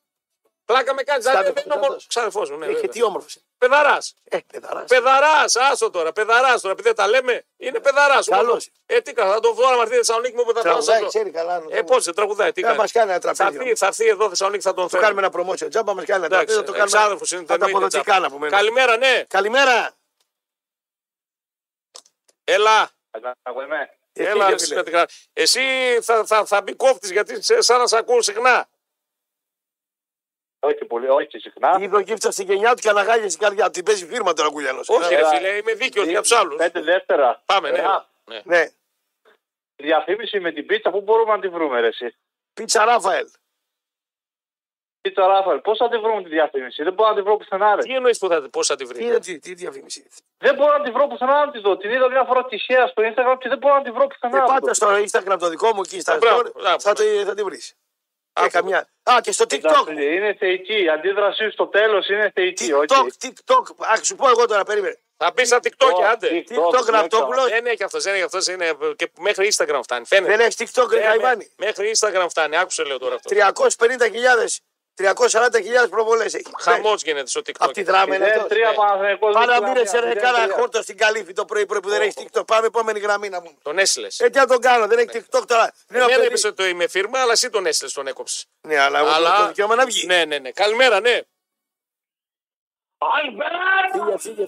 [SPEAKER 1] Πλάκα με κάνεις,
[SPEAKER 2] Ξάδερφος,
[SPEAKER 1] δεν είναι ομορφό.
[SPEAKER 2] ξάδερφος.
[SPEAKER 1] Ξαδερφός μου, ναι.
[SPEAKER 2] Ε, και
[SPEAKER 1] βέβαια.
[SPEAKER 2] τι όμορφος είναι.
[SPEAKER 1] Πεδαράς.
[SPEAKER 2] Ε, παιδαρά.
[SPEAKER 1] Πεδαράς, άστο τώρα, πεδαράς τώρα, επειδή δεν τα λέμε, είναι πεδαράς.
[SPEAKER 2] Καλός.
[SPEAKER 1] Ε, τι καλά, θα τον βρω να μαρτύρει Θεσσαλονίκη μου που θα πάω σε
[SPEAKER 2] Τραγουδάει,
[SPEAKER 1] αυτό.
[SPEAKER 2] ξέρει καλά.
[SPEAKER 1] Ε, πώς δεν τραγουδάει, τι
[SPEAKER 2] Θα μας
[SPEAKER 1] κάνει.
[SPEAKER 2] κάνει ένα
[SPEAKER 1] Θα
[SPEAKER 2] τραπέζι.
[SPEAKER 1] έρθει, θα έρθει εδώ Θεσσαλονίκη, θα τον
[SPEAKER 2] Το
[SPEAKER 1] φέρω.
[SPEAKER 2] κάνουμε ένα promotion. Τζάμπα μας κάνει ένα
[SPEAKER 1] Εντάξει,
[SPEAKER 2] τραπέζι. θα Το κάνουμε.
[SPEAKER 1] εξάδελφος είναι, το
[SPEAKER 2] Θα τα
[SPEAKER 1] εννοείται,
[SPEAKER 2] αποδοτικά
[SPEAKER 1] τζάμπα.
[SPEAKER 2] να πούμε.
[SPEAKER 1] Καλημέρα, ναι.
[SPEAKER 2] Καλημέρα.
[SPEAKER 1] Έλα.
[SPEAKER 4] Εγώ είμαι.
[SPEAKER 2] Ε,
[SPEAKER 1] Έλα,
[SPEAKER 2] φίλε,
[SPEAKER 1] ρε,
[SPEAKER 2] φίλε.
[SPEAKER 1] συμμετικά. Εσύ θα, θα, θα μπει κόφτη γιατί σε, σαν να σε ακούω συχνά.
[SPEAKER 4] Όχι πολύ, όχι συχνά.
[SPEAKER 2] Είδε ο Γύψα στην γενιά του και αναγάγεις στην καρδιά του. Την παίζει φίρμα τώρα Ε, ο Κουλιανό.
[SPEAKER 1] Όχι,
[SPEAKER 4] Έλα.
[SPEAKER 1] ρε φίλε, είμαι δίκαιος για τους άλλους.
[SPEAKER 4] Πέντε δεύτερα.
[SPEAKER 1] Πάμε, ναι.
[SPEAKER 4] Έλα.
[SPEAKER 1] ναι.
[SPEAKER 2] Ναι.
[SPEAKER 4] Διαφήμιση με την πίτσα, πού μπορούμε να τη βρούμε, ρε, εσύ.
[SPEAKER 2] Πίτσα Ράφαελ.
[SPEAKER 4] Πίτσα Ράφαλ, πώς θα τη βρούμε τη διαφήμιση. Δεν μπορώ να τη βρω πουθενά, ρε.
[SPEAKER 1] Τι εννοείς που θα, πώς θα τη
[SPEAKER 2] Τι
[SPEAKER 1] βρει.
[SPEAKER 2] είναι τι, τι διαφήμιση. Ε, είναι.
[SPEAKER 4] Δεν μπορώ να τη βρω πουθενά να της δω. Την είδα μια φορά τυχαία στο Instagram και δεν μπορώ να τη βρω
[SPEAKER 2] Ε,
[SPEAKER 4] πουθενά.
[SPEAKER 2] πάτε στο Instagram το δικό μου εκεί στα
[SPEAKER 1] Ε, μπράβο,
[SPEAKER 2] story,
[SPEAKER 1] μπράβο,
[SPEAKER 2] θα, το, θα την βρεις. Ε, καμιά. Α, και στο
[SPEAKER 4] Εντάξει,
[SPEAKER 2] TikTok.
[SPEAKER 4] Είναι θεϊκή. Η αντίδρασή στο τέλος είναι θεϊκή. όχι.
[SPEAKER 2] TikTok, TikTok. Α, σου πω εγώ τώρα, περίμενε.
[SPEAKER 1] Θα πει στα TikTok, άντε.
[SPEAKER 2] TikTok
[SPEAKER 4] ναι,
[SPEAKER 2] γραπτόπουλο.
[SPEAKER 1] Δεν έχει αυτός, δεν έχει αυτός. Είναι και μέχρι Instagram φτάνει. Φαίνεται.
[SPEAKER 2] Δεν έχεις TikTok, ρε
[SPEAKER 1] Ε,
[SPEAKER 2] Καϊμάνι.
[SPEAKER 1] μέ- μέχρι Instagram φτάνει. Άκουσε λέω τώρα αυτό.
[SPEAKER 2] 350.000, 340.000 προβολές έχει.
[SPEAKER 1] Χαμός γίνεται στο
[SPEAKER 2] Από τη
[SPEAKER 1] TikTok.
[SPEAKER 2] δράμα είναι
[SPEAKER 4] Μηδέν
[SPEAKER 2] αυτό.
[SPEAKER 4] Ε, τρία Παναθηναϊκός,
[SPEAKER 2] Πάμε να
[SPEAKER 4] Λαμία,
[SPEAKER 2] μείνει σε
[SPEAKER 4] μηδέν
[SPEAKER 2] κάνα
[SPEAKER 4] τρία.
[SPEAKER 2] χόρτο στην καλύφη το πρωί-πρωί που δεν έχει TikTok. Πάμε επόμενη γραμμή να μου.
[SPEAKER 1] Τον έστειλες.
[SPEAKER 2] Ε, τι να τον κάνω, δεν έχει
[SPEAKER 1] Ναι.
[SPEAKER 2] TikTok τώρα. Δεν
[SPEAKER 1] Εμένα είπε ότι το είμαι φίρμα, αλλά εσύ τον έστειλες, τον έκοψες.
[SPEAKER 2] Ναι, αλλά εγώ
[SPEAKER 1] Αλλά-
[SPEAKER 2] το δικαίωμα να βγει.
[SPEAKER 1] Ναι, ναι, ναι. Καλημέρα, ναι.
[SPEAKER 4] Αλμπέρτ!
[SPEAKER 2] Φύγε, φύγε,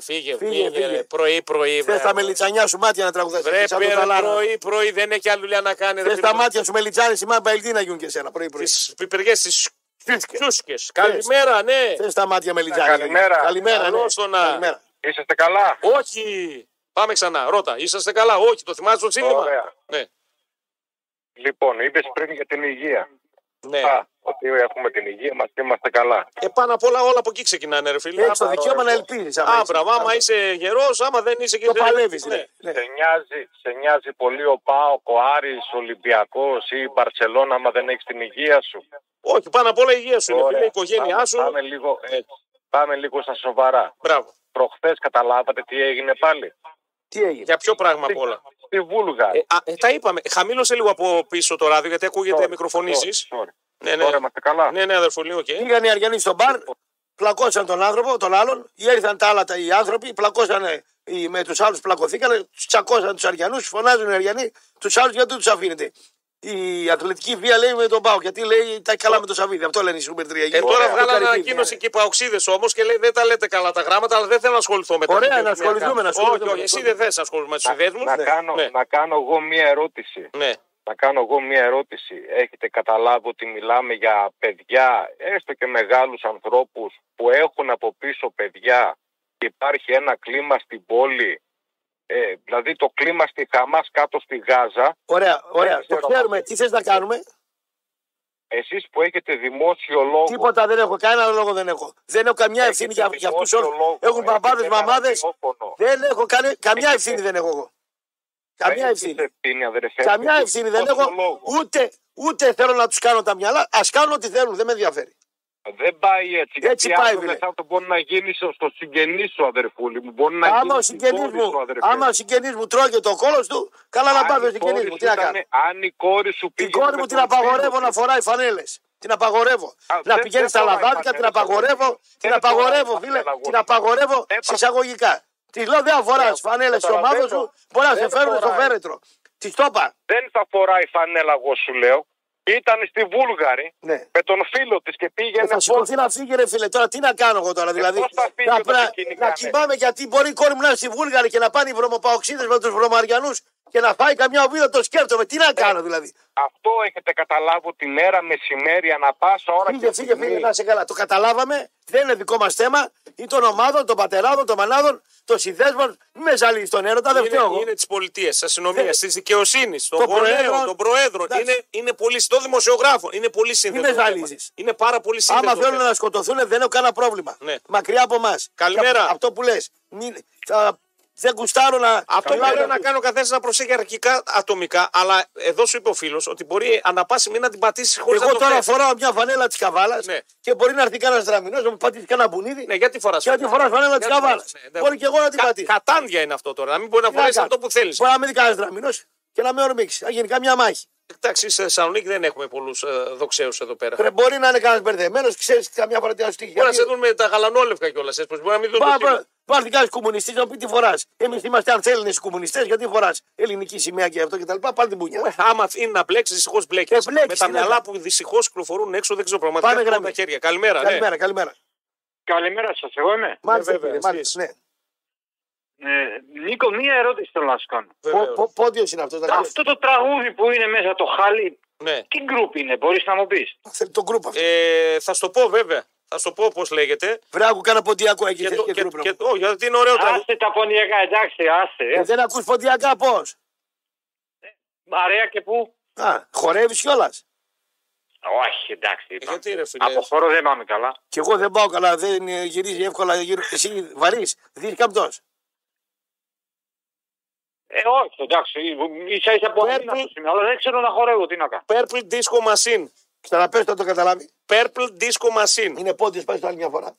[SPEAKER 1] Φύγε, φύγε,
[SPEAKER 2] Φύγε,
[SPEAKER 1] φύγε. ρε.
[SPEAKER 2] φύγε.
[SPEAKER 1] Πρωί-πρωί.
[SPEAKER 2] Θε τα μελιτσανιά σου μάτια να τραγουδάς.
[SPEAKER 1] Βρε,
[SPEAKER 2] σαν τον Ταλάρα.
[SPEAKER 1] πρωί-πρωί δεν έχει άλλη δουλειά να κάνει. ρε
[SPEAKER 2] Θες
[SPEAKER 1] φίλε.
[SPEAKER 2] τα μάτια σου μελιτζάνε η μάμπα Ελτί να γίνουν και εσένα πρωί-πρωί.
[SPEAKER 1] Τι πιπεριέ τη Τσούσκε. Καλημέρα, ναι.
[SPEAKER 2] Θες τα μάτια μελιτζάνε.
[SPEAKER 4] Καλημέρα.
[SPEAKER 2] Καλημέρα. ναι.
[SPEAKER 1] Καλώς το να-
[SPEAKER 2] Καλημέρα.
[SPEAKER 4] Είσαστε καλά.
[SPEAKER 1] Όχι. Πάμε ξανά. Ρώτα, είσαστε καλά. Όχι, το θυμάσαι το σύνθημα.
[SPEAKER 4] Ωραία.
[SPEAKER 1] Ναι.
[SPEAKER 4] Λοιπόν, είπες πριν για την υγεία.
[SPEAKER 1] ναι.
[SPEAKER 4] Α, ότι έχουμε την υγεία μας και είμαστε καλά.
[SPEAKER 1] Ε, πάνω απ' όλα όλα από εκεί ξεκινάνε, ρε φίλε.
[SPEAKER 2] Έχει το
[SPEAKER 1] Άμα-
[SPEAKER 2] δικαίωμα να ελπίζει.
[SPEAKER 1] Α, μπράβο, άμα είσαι γερός, άμα δεν είσαι και
[SPEAKER 2] Το
[SPEAKER 1] δεν-
[SPEAKER 2] παλεύεις.
[SPEAKER 1] Ναι.
[SPEAKER 4] Σε νοιάζει, σε νοιάζει πολύ ο Πάο, ο Άρης, ο Ολυμπιακός ή η Μπαρσελόνα άμα δεν έχεις την υγεία σου.
[SPEAKER 1] Όχι, πάνω απ' όλα η υγεία σου είναι,
[SPEAKER 4] Ωραία.
[SPEAKER 1] φίλε, η οικογένειά
[SPEAKER 4] Πάμε-
[SPEAKER 1] σου.
[SPEAKER 4] Πάμε λίγο, έτσι. πάμε λίγο στα σοβαρά.
[SPEAKER 1] Μπράβο.
[SPEAKER 4] Προχθές καταλάβατε τι έγινε πάλι.
[SPEAKER 2] Τι έγινε.
[SPEAKER 1] Για ποιο πράγμα απ' όλα.
[SPEAKER 4] Στη Βούλγα.
[SPEAKER 1] Ε, α, ε, τα είπαμε. Χαμήλωσε λίγο από πίσω το ράδιο γιατί ακούγεται μικροφωνήσεις. Ναι, ναι.
[SPEAKER 4] Ωραία, είμαστε καλά.
[SPEAKER 1] Ναι, ναι, αδερφό, λίγο και.
[SPEAKER 2] Πήγαν οι Αριανοί στο μπαρ, πλακώσαν τον άνθρωπο, τον άλλον, ή ήρθαν τα άλλα τα, οι άνθρωποι, πλακώσαν ε, οι- με τους άλλους, πλακωθήκαν, τους τσακώσαν τους Αριανού, φωνάζουν οι Αριανοί, τους άλλους γιατί δεν τους αφήνετε. η αθλητική βία λέει με τον Πάο. Γιατί λέει τα καλά με τον Σαββίδη. Αυτό λένε οι Σούπερ 3.
[SPEAKER 1] Ε, τώρα
[SPEAKER 2] Ωραία.
[SPEAKER 1] βγάλανε
[SPEAKER 2] Καρυπίδη,
[SPEAKER 1] ανακοίνωση
[SPEAKER 2] ναι.
[SPEAKER 1] και οι παοξίδες όμως και λέει δεν τα λέτε καλά τα γράμματα, αλλά δεν θέλω να ασχοληθώ με τα
[SPEAKER 2] Ωραία,
[SPEAKER 1] δικαιωτικά.
[SPEAKER 2] να ασχοληθούμε, να ασχοληθούμε,
[SPEAKER 1] Όχι, όχι,
[SPEAKER 2] να
[SPEAKER 1] εσύ
[SPEAKER 2] ασχοληθούμε.
[SPEAKER 1] δεν θες να ασχοληθούμε με τους ιδέε μου.
[SPEAKER 4] να,
[SPEAKER 1] Ναι.
[SPEAKER 4] κάνω,
[SPEAKER 1] Ναι.
[SPEAKER 4] να κάνω εγώ μία ερώτηση.
[SPEAKER 1] Ναι.
[SPEAKER 4] Να κάνω εγώ μία ερώτηση. Έχετε καταλάβει ότι μιλάμε για παιδιά, έστω και μεγάλους ανθρώπους που έχουν από πίσω παιδιά και υπάρχει ένα κλίμα στην πόλη, ε, δηλαδή το κλίμα στη Χαμάς κάτω στη Γάζα.
[SPEAKER 2] Ωραία, ωραία. Το
[SPEAKER 4] ξέρω.
[SPEAKER 2] ξέρουμε. Τι θες να κάνουμε.
[SPEAKER 4] Εσείς που έχετε δημόσιο λόγο...
[SPEAKER 2] Τίποτα δεν έχω. Κανένα λόγο δεν έχω. Δεν έχω καμιά
[SPEAKER 4] έχετε
[SPEAKER 2] ευθύνη για, για αυτού
[SPEAKER 4] δημόσιο λόγο,
[SPEAKER 2] όλου. Έχουν
[SPEAKER 4] έχετε
[SPEAKER 2] παπάδες,
[SPEAKER 4] ένα
[SPEAKER 2] μαμάδες.
[SPEAKER 4] ραδιόφωνο.
[SPEAKER 2] Δεν έχω κανέ- καμιά
[SPEAKER 4] Έχετε-
[SPEAKER 2] ευθύνη δεν έχω εγώ. Καμιά
[SPEAKER 4] Έχετε
[SPEAKER 2] ευθύνη.
[SPEAKER 4] ευθύνη, αδερφέ.
[SPEAKER 2] Καμιά
[SPEAKER 4] Έχετε
[SPEAKER 2] ευθύνη δεν
[SPEAKER 4] δημόσιο
[SPEAKER 2] έχω.
[SPEAKER 4] λόγο.
[SPEAKER 2] Ούτε, ούτε θέλω να τους κάνω τα μυαλά. Ας κάνουν ό,τι θέλουν. Δεν με ενδιαφέρει.
[SPEAKER 4] Δεν πάει έτσι.
[SPEAKER 2] Έτσι
[SPEAKER 4] γιατί
[SPEAKER 2] πάει,
[SPEAKER 4] αύριο
[SPEAKER 2] φίλε.
[SPEAKER 4] μεθαύριο μπορεί να γίνει στο στο συγγενής σου, αδερφούλη μου. Μπορεί να γίνει
[SPEAKER 2] Άμα ο
[SPEAKER 4] στην
[SPEAKER 2] συγγενής
[SPEAKER 4] κόρη
[SPEAKER 2] μου,
[SPEAKER 4] σου, αδερφέ.
[SPEAKER 2] άμα ο συγγενής μου τρώγε το κόλος του, καλά να
[SPEAKER 4] Αν
[SPEAKER 2] πάει ο
[SPEAKER 4] η
[SPEAKER 2] συγγενής
[SPEAKER 4] κόρη
[SPEAKER 2] μου.
[SPEAKER 4] σου
[SPEAKER 2] Τι να
[SPEAKER 4] ήταν-
[SPEAKER 2] κάνω.
[SPEAKER 4] Αν η κόρη σου
[SPEAKER 2] Την
[SPEAKER 4] πήγαινε
[SPEAKER 2] κόρη
[SPEAKER 4] με
[SPEAKER 2] μου την
[SPEAKER 4] τον φίλο
[SPEAKER 2] απαγορεύω
[SPEAKER 4] της,
[SPEAKER 2] να φοράει φανέλες. Την απαγορεύω. Να
[SPEAKER 4] δεν-
[SPEAKER 2] πηγαίνει
[SPEAKER 4] δεν
[SPEAKER 2] στα
[SPEAKER 4] φοράει
[SPEAKER 2] λαδάδικα, την
[SPEAKER 4] φανέλες,
[SPEAKER 2] απαγορεύω.
[SPEAKER 4] αγόρι.
[SPEAKER 2] Την
[SPEAKER 4] Δεν
[SPEAKER 2] απαγορεύω,
[SPEAKER 4] φοράει
[SPEAKER 2] φίλε.
[SPEAKER 4] φανέλα, αγόρι.
[SPEAKER 2] Την απαγορεύω
[SPEAKER 4] Δεν προ-
[SPEAKER 2] συσσαγωγικά. Τη λέω δεν αφοράς φανέλε τη ομάδα σου.
[SPEAKER 4] καταλαβαίνω.
[SPEAKER 2] Μπορεί να σε
[SPEAKER 4] Δεν
[SPEAKER 2] φέρουν στο
[SPEAKER 4] φοράει.
[SPEAKER 2] φέρετρο. Της το είπα.
[SPEAKER 4] Δεν θα φοράει φανέλα, εγώ σου λέω. Ήταν στη Βούλγαρη
[SPEAKER 2] Ναι.
[SPEAKER 4] με τον φίλο της και πήγαινε.
[SPEAKER 2] Ε, θα
[SPEAKER 4] βόλτα.
[SPEAKER 2] σηκωθεί να φύγει ρε φίλε. Τώρα τι να κάνω εγώ
[SPEAKER 1] Ε,
[SPEAKER 2] τώρα. Δηλαδή,
[SPEAKER 4] πώς θα φύγει
[SPEAKER 2] να,
[SPEAKER 4] όταν
[SPEAKER 2] να-
[SPEAKER 4] σε κυνηγάνε.
[SPEAKER 2] να κοιμάμαι γιατί μπορεί η κόρη μου να είναι στη Βούλγαρη και να πάνε οι βρωμοπαοξίδες με τους βρωμαριανούς και να φάει καμιά οβίδα. Το σκέφτομαι. Τι
[SPEAKER 1] Ε,
[SPEAKER 2] να κάνω δηλαδή.
[SPEAKER 4] Αυτό έχετε καταλάβει ότι μέρα μεσημέρι, ανα πάσα ώρα.
[SPEAKER 2] Φύγε,
[SPEAKER 4] και
[SPEAKER 2] φύγε,
[SPEAKER 4] στιγμή.
[SPEAKER 2] φύγε, να σε καλά. Το καταλάβαμε. Δεν είναι δικό μας θέμα. Ή των ομάδων, των πατεράδων, των μανάδων, των συνδέσμων. Μην με ζαλίζεις τον έρωτα, δεν φταίω
[SPEAKER 1] Είναι,
[SPEAKER 2] εγώ.
[SPEAKER 1] είναι της πολιτείας, της αστυνομίας, της δικαιοσύνης, των
[SPEAKER 2] Των
[SPEAKER 1] γονέων,
[SPEAKER 2] προέδρων.
[SPEAKER 1] των προέδρων.
[SPEAKER 2] Εντάξει.
[SPEAKER 1] Είναι, είναι πολύ, των δημοσιογράφων. Είναι πολύ σύνθετο.
[SPEAKER 2] με
[SPEAKER 1] το θέμα.
[SPEAKER 2] ζαλίζεις.
[SPEAKER 1] Είναι πάρα πολύ σύνθετο.
[SPEAKER 2] Άμα
[SPEAKER 1] το
[SPEAKER 2] θέλουν
[SPEAKER 1] θέμα.
[SPEAKER 2] να σκοτωθούν, δεν έχω κανένα πρόβλημα.
[SPEAKER 1] Ναι.
[SPEAKER 2] Μακριά από εμάς.
[SPEAKER 1] Καλημέρα.
[SPEAKER 2] Αυτό που λες. Δεν κουστάρω να.
[SPEAKER 1] Αυτό που
[SPEAKER 2] μιλάω
[SPEAKER 1] λέω
[SPEAKER 2] για
[SPEAKER 1] να
[SPEAKER 2] αυτό.
[SPEAKER 1] κάνω ο καθένα να προσέχει αρχικά ατομικά, αλλά εδώ σου είπε ο φίλος ότι μπορεί ανά πάση μήνα να την πατήσεις χωρίς να
[SPEAKER 2] Εγώ
[SPEAKER 1] το
[SPEAKER 2] τώρα
[SPEAKER 1] θες.
[SPEAKER 2] φοράω μια φανέλα της καβάλας
[SPEAKER 1] Ναι.
[SPEAKER 2] και μπορεί να έρθει κανένας δραμηνό να μου πατήσει κανένα μπουνίδι.
[SPEAKER 1] Ναι, γιατί φοράς.
[SPEAKER 2] Και να τη φορά φανέλα τη καβάλα.
[SPEAKER 1] Ναι,
[SPEAKER 2] Μπορεί και εγώ να την πατήσω.
[SPEAKER 1] Κατάντια είναι αυτό τώρα. Να μην μπορεί να
[SPEAKER 2] Τι να
[SPEAKER 1] φορέσεις
[SPEAKER 2] κάνω.
[SPEAKER 1] αυτό που θέλεις.
[SPEAKER 2] Μπορεί να μην δει κανένα δραμηνό και να με ορμήξει. Να γίνει καμιά μάχη.
[SPEAKER 1] Εντάξει, στη Θεσσαλονίκη δεν έχουμε πολλούς δοξέου εδώ πέρα.
[SPEAKER 2] Ρε, μπορεί να είναι κανένας μπερδεμένος, ξέρεις καμιά φορά τι να σου τύχει.
[SPEAKER 1] Μπορεί να
[SPEAKER 2] Γιατί-
[SPEAKER 1] σε δουν με τα γαλανόλευκα κιόλας. Μπορεί να μην δουν το
[SPEAKER 2] Πά-
[SPEAKER 1] χείλο.
[SPEAKER 2] πά- Πάρτε κάτι κομμουνιστή να πει τι φοράς. Εμείς είμαστε αν θέλεις κομμουνιστές, γιατί φοράς ελληνική σημαία και αυτό και τα λοιπά. Πάλι την πουνιά.
[SPEAKER 1] Άμα είναι να μπλέξεις, δυστυχώς μπλέκεις.
[SPEAKER 2] Ε, μπλέκεις,
[SPEAKER 1] Με τα
[SPEAKER 2] τι να
[SPEAKER 1] μυαλά
[SPEAKER 2] κάνω.
[SPEAKER 1] που δυστυχώς κυκλοφορούν έξω δεν ξέρω πραγματικά.
[SPEAKER 2] Πάμε
[SPEAKER 1] Πάμε
[SPEAKER 2] γραμμή.
[SPEAKER 1] τα χέρια. Καλημέρα. ναι.
[SPEAKER 2] Καλημέρα, καλημέρα.
[SPEAKER 5] Καλημέρα σας, εγώ είμαι.
[SPEAKER 2] Μάλιστα,
[SPEAKER 1] βέβαια,
[SPEAKER 2] κύριε,
[SPEAKER 1] εσείς.
[SPEAKER 2] μάλιστα. Ναι.
[SPEAKER 5] Ε, Νίκο, μία ερώτηση θέλω να σου κάνω.
[SPEAKER 1] Βεβαίως.
[SPEAKER 2] Πόντιο είναι αυτός.
[SPEAKER 5] Αυτό το τραγούδι που είναι μέσα το χάλι,
[SPEAKER 1] Ναι.
[SPEAKER 5] τι γκρουπ είναι, μπορείς να μου πεις.
[SPEAKER 2] Θέλει τον κρούπ αυτό.
[SPEAKER 1] Ε, θα σου το πω βέβαια. Θα σου το πω πώς λέγεται.
[SPEAKER 2] Βρε, άκου κάνα ποντιακό εκεί.
[SPEAKER 1] Και
[SPEAKER 2] θες
[SPEAKER 1] το-
[SPEAKER 2] και
[SPEAKER 1] και-
[SPEAKER 2] κρούπ, ρε.
[SPEAKER 1] και- όχι, γιατί είναι ωραίο τραγούδι.
[SPEAKER 5] Άσε τα πονιακά, εντάξει, άσε.
[SPEAKER 2] Ε,
[SPEAKER 5] ε.
[SPEAKER 2] Δεν ακούς ποντιακά πώς.
[SPEAKER 5] Αρέα και πού.
[SPEAKER 2] Α, χορεύεις κιόλας.
[SPEAKER 5] Όχι, εντάξει,
[SPEAKER 1] Ε,
[SPEAKER 5] είπα.
[SPEAKER 1] Γιατί ρε φίλε.
[SPEAKER 5] Από χώρο δεν πάμε καλά.
[SPEAKER 2] Κι εγώ δεν πάω καλά, δεν ε, γυρίζει εύκολα γύρω. Εσύ βαρύς, δει καμπτό.
[SPEAKER 5] Ε, όχι, εντάξει, ίσα ίσα που
[SPEAKER 1] Πρέπει-
[SPEAKER 5] αδύνατος είμαι, αλλά δεν ξέρω να χορεύω, τι να κάνω.
[SPEAKER 1] Purple Disco Machine.
[SPEAKER 2] Ξαναπέστε να το καταλάβει.
[SPEAKER 1] Purple Disco Machine.
[SPEAKER 2] Είναι πόντιος, πάει το άλλη μια φορά.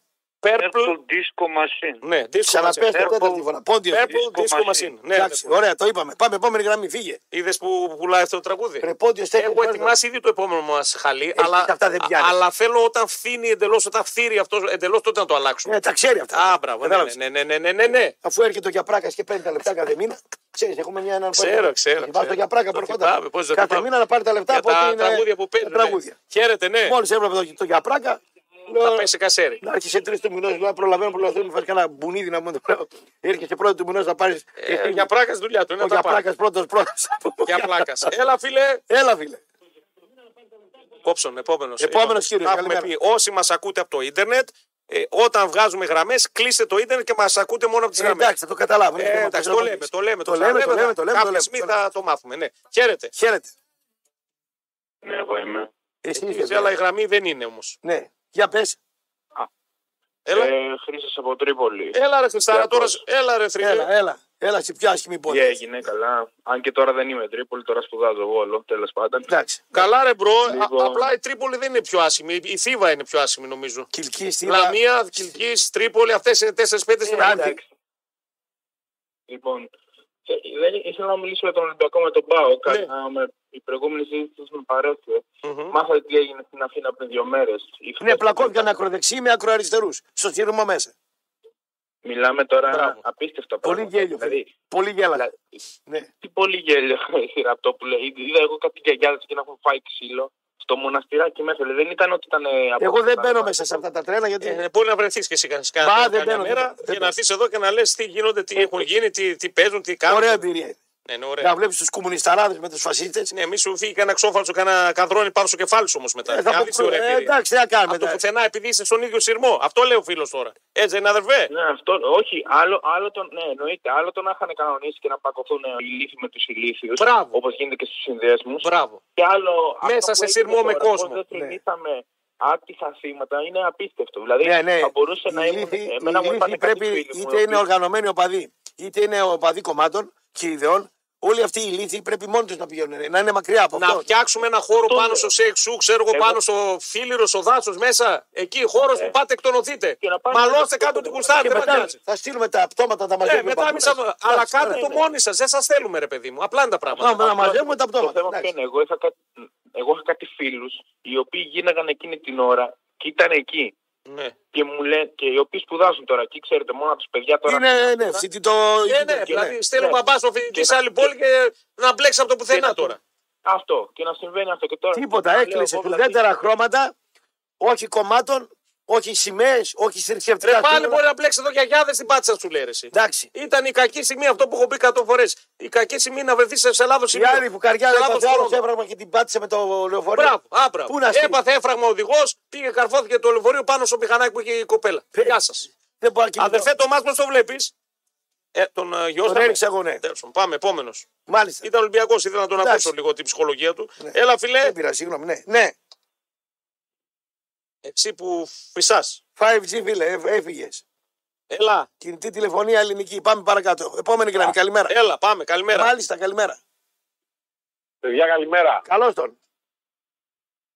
[SPEAKER 1] Purple.
[SPEAKER 5] Purple Disco Machine.
[SPEAKER 1] Ναι, Disco Machine.
[SPEAKER 2] Ξαναπέστε το τέταρτη φορά. Πόντιο.
[SPEAKER 1] Purple
[SPEAKER 5] Disco
[SPEAKER 1] Disco
[SPEAKER 5] Machine.
[SPEAKER 1] Machine. Ναι,
[SPEAKER 2] Εντάξει, ωραία, το είπαμε. Πάμε, επόμενη γραμμή, φύγε.
[SPEAKER 1] Είδες που πουλάει αυτό το τραγούδι.
[SPEAKER 2] Ρε, πόντιος, τέσσερις
[SPEAKER 1] Έχω
[SPEAKER 2] μέρες, ρε.
[SPEAKER 1] ετοιμάσει ήδη το επόμενο μας χαλί,
[SPEAKER 2] Ε,
[SPEAKER 1] αλλά,
[SPEAKER 2] αυτά δεν πιάνει.
[SPEAKER 1] αλλά θέλω όταν φθίνει εντελώς, όταν φθύρει αυτός εντελώς, τότε να το αλλάξουμε.
[SPEAKER 2] Ε, τα ξέρει αυτά.
[SPEAKER 1] Α, μπράβο. Ναι,
[SPEAKER 2] Κατάλαβες.
[SPEAKER 1] ναι, ναι, ναι, ναι, ναι, ναι.
[SPEAKER 2] Αφού έρχεται ο Γιαπράκα και παίρνει τα λεφτά κάθε μήνα, ξέρεις, έχουμε μια έναν
[SPEAKER 1] Ξέρω,
[SPEAKER 2] πρόβλημα.
[SPEAKER 1] ξέρω,
[SPEAKER 2] Βάζω
[SPEAKER 1] ξέρω.
[SPEAKER 2] το Γιαπράκα
[SPEAKER 1] Το
[SPEAKER 2] προχώρα.
[SPEAKER 1] θυμάμαι, πώς δεν το
[SPEAKER 2] Κάθε
[SPEAKER 1] θυμάμαι.
[SPEAKER 2] μήνα να πάρει τα λεφτά
[SPEAKER 1] Για
[SPEAKER 2] από ό,τι
[SPEAKER 1] τα
[SPEAKER 2] είναι.
[SPEAKER 1] τραγούδια που παίρνει.
[SPEAKER 2] τα τραγούδια.
[SPEAKER 1] Χαίρετε, ναι.
[SPEAKER 2] Μόλις έβλεπα το, το Γιαπράκα,
[SPEAKER 1] Θα
[SPEAKER 2] λέω,
[SPEAKER 1] πέσει κασέρι.
[SPEAKER 2] να έρχεσαι τρεις του μηνός, λέω, προλαβαίνω, προλαβαίνω, μου φας κανένα μπουνίδι να μου το λέω. Έρχεσαι πρώτο του μηνός να πάρεις.
[SPEAKER 1] Ε, Για πράκα δουλειά του. Είναι
[SPEAKER 2] ο
[SPEAKER 1] τα πάντα.
[SPEAKER 2] Γιαπράκα πρώτος πρώτος.
[SPEAKER 1] Για Ε, πλάκας. Έλα, φίλε.
[SPEAKER 2] Έλα, φίλε.
[SPEAKER 1] Κόψον, επόμενος.
[SPEAKER 2] Επόμενος κύριος,
[SPEAKER 1] Έχουμε πει
[SPEAKER 2] καλημέρα.
[SPEAKER 1] όσοι μας ακούτε από το ίντερνετ, ε, όταν βγάζουμε γραμμές, κλείστε το ίντερνετ και μας ακούτε μόνο από τις
[SPEAKER 2] Ε,
[SPEAKER 1] γραμμές.
[SPEAKER 2] Εντάξει, θα το καταλάβω. είναι θέμα
[SPEAKER 1] εντάξει, το
[SPEAKER 2] που θέλω να
[SPEAKER 1] λέμε,
[SPEAKER 2] πεις.
[SPEAKER 1] το λέμε.
[SPEAKER 2] Το λέμε, το
[SPEAKER 1] ξαναλέμε,
[SPEAKER 2] λέμε, το λέμε. το
[SPEAKER 1] Κάποια
[SPEAKER 2] λέμε.
[SPEAKER 1] στιγμή θα το μάθουμε, ναι. Χαίρετε.
[SPEAKER 2] Χαίρετε.
[SPEAKER 5] Ναι, εγώ είμαι.
[SPEAKER 2] Εσύ
[SPEAKER 1] Είσαι,
[SPEAKER 2] είσαι.
[SPEAKER 1] αλλά η γραμμή δεν είναι όμως.
[SPEAKER 2] Ναι, για πες.
[SPEAKER 1] Έλα.
[SPEAKER 5] Ε, Χρήστος από
[SPEAKER 2] Ε,
[SPEAKER 5] Τρίπολη.
[SPEAKER 1] Έλα ρε Χριστάρα, τώρα.
[SPEAKER 5] Διακόσια.
[SPEAKER 1] Έλα ρε
[SPEAKER 2] Έλα,
[SPEAKER 1] Θρύλε.
[SPEAKER 2] έλα. Έλα, σε πιο άσχημη πόλη.
[SPEAKER 5] έγινε καλά. Αν και τώρα δεν είμαι Τρίπολη, τώρα σπουδάζω εγώ όλο, τέλος πάντων.
[SPEAKER 2] Εντάξει.
[SPEAKER 1] Καλά ρε μπρο, α-
[SPEAKER 5] Λοιπόν.
[SPEAKER 1] απλά η Τρίπολη δεν είναι πιο άσχημη. Η Θήβα είναι πιο άσχημη νομίζω.
[SPEAKER 2] Κυλκής, τι
[SPEAKER 1] Λαμία, Κυλκής, Τρίπολη, αυτές είναι 4-5
[SPEAKER 2] Ε,
[SPEAKER 1] στην Ελλάδα.
[SPEAKER 5] Εντάξει. Λοιπόν, ε, δεν- ήθελα να μιλήσω για τον Ολυμπιακό με τον Πάο.
[SPEAKER 2] Ναι.
[SPEAKER 5] Κάναμε η προηγούμενη συζήτηση με παρέθυε.
[SPEAKER 1] Μμμ.
[SPEAKER 5] Μάθατε τι έγινε στην Αθήνα πριν δύο μέρες.
[SPEAKER 2] Ναι, πλακώθηκαν ακροδεξί με ακροαριστερούς. Στο σύνδρομο μέσα.
[SPEAKER 5] Μιλάμε τώρα
[SPEAKER 1] Μπράβο.
[SPEAKER 5] απίστευτα
[SPEAKER 2] Πολύ
[SPEAKER 5] πράγματα.
[SPEAKER 2] γέλιο,
[SPEAKER 5] Δηλαδή,
[SPEAKER 2] Πολύ γέλα.
[SPEAKER 5] Λα-
[SPEAKER 2] Ναι.
[SPEAKER 5] τι πολύ γέλιο η Ραπτόπουλε. Είδα εγώ κάποιοι γιαγιάδες και να έχουν φάει ξύλο στο μοναστηράκι μέσα. Δηλαδή, δεν ήταν ότι ήταν.
[SPEAKER 2] Εγώ δεν μπαίνω μέσα σε αυτά τα τρένα γιατί.
[SPEAKER 1] Ε, μπορεί να βρεθείς και εσύ κανένα
[SPEAKER 2] Μα,
[SPEAKER 1] κανένα
[SPEAKER 2] δεν
[SPEAKER 1] καμιά
[SPEAKER 2] μπαίνω,
[SPEAKER 1] μέρα
[SPEAKER 2] δεν μπαίνω.
[SPEAKER 1] και να έρθει εδώ και να λες τι γίνονται, τι έχουν γίνει, τι, τι παίζουν, τι κάνουν.
[SPEAKER 2] Ωραία εμπειρία. είναι.
[SPEAKER 1] Ναι, ναι, ωραία.
[SPEAKER 2] Να βλέπεις τους κομμουνισταράδε με τους φασίστες.
[SPEAKER 1] Ναι, μη σου φύγει κανένα ξόφαλτσο, κανένα καδρόνι πάνω στο κεφάλι σου όμως μετά. Ε, θα
[SPEAKER 2] εντάξει, τι να κάνουμε.
[SPEAKER 1] Από το
[SPEAKER 2] τώρα.
[SPEAKER 1] πουθενά επειδή είσαι στον ίδιο σειρμό. Αυτό λέει ο φίλος τώρα. Έτσι, είναι αδερφέ.
[SPEAKER 5] Ναι, αυτό, όχι, άλλο, άλλο τον, ναι, εννοείται. Άλλο τον να είχαν κανονίσει και να πακωθούν οι λύθοι με τους ηλίθιους.
[SPEAKER 1] Μπράβο.
[SPEAKER 5] Όπως γίνεται και στους συνδυασμού.
[SPEAKER 1] Μπράβο.
[SPEAKER 5] Και άλλο.
[SPEAKER 1] Μέσα
[SPEAKER 5] αυτό που
[SPEAKER 1] σε
[SPEAKER 5] έγινε
[SPEAKER 1] σειρμό
[SPEAKER 5] τώρα,
[SPEAKER 1] με
[SPEAKER 5] πώς
[SPEAKER 1] κόσμο.
[SPEAKER 5] Δεν
[SPEAKER 2] Ναι.
[SPEAKER 5] συνήθαμε άτυχα θύματα, είναι απίστευτο. Δηλαδή,
[SPEAKER 2] Ναι, ναι.
[SPEAKER 5] θα μπορούσε να
[SPEAKER 2] Οι
[SPEAKER 5] ήμουν.
[SPEAKER 2] λύθοι- οι
[SPEAKER 5] Εμένα μου
[SPEAKER 2] λύθοι
[SPEAKER 5] είπαν
[SPEAKER 2] πρέπει,
[SPEAKER 5] κάποιοι φίλοι μου,
[SPEAKER 2] είτε είναι
[SPEAKER 5] ότι-
[SPEAKER 2] οργανωμένοι οπαδοί, είτε είναι οπαδοί κομμάτων και ιδεών. Όλοι αυτοί οι λύθοι πρέπει μόνοι τους να πηγαίνουν, να είναι μακριά από
[SPEAKER 1] Να
[SPEAKER 2] αυτό.
[SPEAKER 1] φτιάξουμε ένα χώρο
[SPEAKER 5] Αυτό
[SPEAKER 1] πάνω
[SPEAKER 5] λέω.
[SPEAKER 1] στο σεξού, ξέρω εγώ,
[SPEAKER 5] Εγώ-
[SPEAKER 1] πάνω στο φίλιρο, στο δάσος μέσα. Εκεί χώρος που πάτε εκτονοθείτε.
[SPEAKER 5] Και να πάμε-
[SPEAKER 1] Μαλώστε κάτω την κουστάρι,
[SPEAKER 2] Και
[SPEAKER 1] δεν
[SPEAKER 2] μετά
[SPEAKER 1] πειράζει.
[SPEAKER 2] θα στείλουμε τα πτώματα, τα
[SPEAKER 1] Ναι,
[SPEAKER 2] μαζεύουμε.
[SPEAKER 1] μετά
[SPEAKER 2] παντού.
[SPEAKER 1] μη σα-
[SPEAKER 2] Εντάξει,
[SPEAKER 1] Αλλά
[SPEAKER 2] εντάξει,
[SPEAKER 1] κάντε
[SPEAKER 2] ναι.
[SPEAKER 1] το μόνοι σας. Δεν σας θέλουμε, ρε παιδί μου. Απλά είναι τα πράγματα.
[SPEAKER 2] Πάμε να μαζεύουμε τα
[SPEAKER 5] Το θέμα
[SPEAKER 2] πτώματα.
[SPEAKER 5] ποιο
[SPEAKER 2] εντάξει.
[SPEAKER 5] είναι, εγώ είχα, κάτι, εγώ είχα κάτι φίλους οι οποίοι γίναγαν εκείνη την ώρα και ήταν εκεί.
[SPEAKER 1] Ναι.
[SPEAKER 5] Και, μου λένε, και οι οποίοι σπουδάζουν τώρα εκεί, ξέρετε, μόνο από τους παιδιά τώρα.
[SPEAKER 2] Είναι, ναι, αυτή το.
[SPEAKER 1] Ναι, ναι,
[SPEAKER 5] και ναι.
[SPEAKER 1] δηλαδή στέλνω
[SPEAKER 5] Ναι.
[SPEAKER 1] μπαμπά στο φοιτητή
[SPEAKER 5] Και
[SPEAKER 1] σε
[SPEAKER 5] να-
[SPEAKER 1] άλλη πόλη και να μπλέξει από το πουθενά
[SPEAKER 5] να-
[SPEAKER 1] τώρα.
[SPEAKER 5] Αυτό. Και να συμβαίνει αυτό και τώρα.
[SPEAKER 2] Τίποτα,
[SPEAKER 5] λέω
[SPEAKER 2] έκλεισε.
[SPEAKER 5] εγώ,
[SPEAKER 1] δηλαδή-
[SPEAKER 2] Ουδέτερα χρώματα, όχι κομμάτων, όχι σημαίες, όχι
[SPEAKER 1] Ρε
[SPEAKER 2] θρησκευτικά.
[SPEAKER 1] πάλι
[SPEAKER 2] σήματα.
[SPEAKER 1] μπορεί να μπλέξεις εδώ για γιάδε την πάτσα σου λέει ρε εσύ.
[SPEAKER 2] Εντάξει.
[SPEAKER 1] Ήταν η κακή στιγμή αυτό που έχω πει 100 φορές. Η κακή στιγμή να βρεθείς σε λάθος
[SPEAKER 2] Η
[SPEAKER 1] σημείο.
[SPEAKER 2] άλλη που καριάζει
[SPEAKER 1] Σε λάθος
[SPEAKER 2] το άλλο
[SPEAKER 1] χρόνο.
[SPEAKER 2] έφραγμα και την πάτησε με το λεωφορείο.
[SPEAKER 1] Μπράβο, άμπρα.
[SPEAKER 2] Πού να στείλει.
[SPEAKER 1] Έπαθε έφραγμα οδηγός, πήγε καρφώθηκε το λεωφορείο πάνω στο μηχανάκι που είχε η κοπέλα.
[SPEAKER 2] Ε,
[SPEAKER 1] Γεια σας.
[SPEAKER 2] Δεν μπορεί να
[SPEAKER 1] Αδερφέ, το μάτι το βλέπεις. Ε, τον ε, γιος
[SPEAKER 2] Τον έριξα εγώ, ναι.
[SPEAKER 1] Πάμε, επόμενος.
[SPEAKER 2] Μάλιστα.
[SPEAKER 1] Ήταν Ολυμπιακός, ήθελα να τον
[SPEAKER 2] Εντάξει.
[SPEAKER 1] ακούσω λίγο την ψυχολογία του.
[SPEAKER 2] Ναι.
[SPEAKER 1] Έλα, φιλέ,
[SPEAKER 2] Δεν πειράζει, συγγνώμη. Ναι, ναι.
[SPEAKER 1] εσύ που φυσάς.
[SPEAKER 2] 5G φίλε, έφυγες.
[SPEAKER 1] Έλα,
[SPEAKER 2] Κινητή τηλεφωνία ελληνική. Πάμε παρακάτω. Επόμενη γραμμή, καλημέρα.
[SPEAKER 1] έλα, πάμε, καλημέρα.
[SPEAKER 2] Μάλιστα, καλημέρα.
[SPEAKER 4] Παιδιά, καλημέρα.
[SPEAKER 2] Καλώς τον.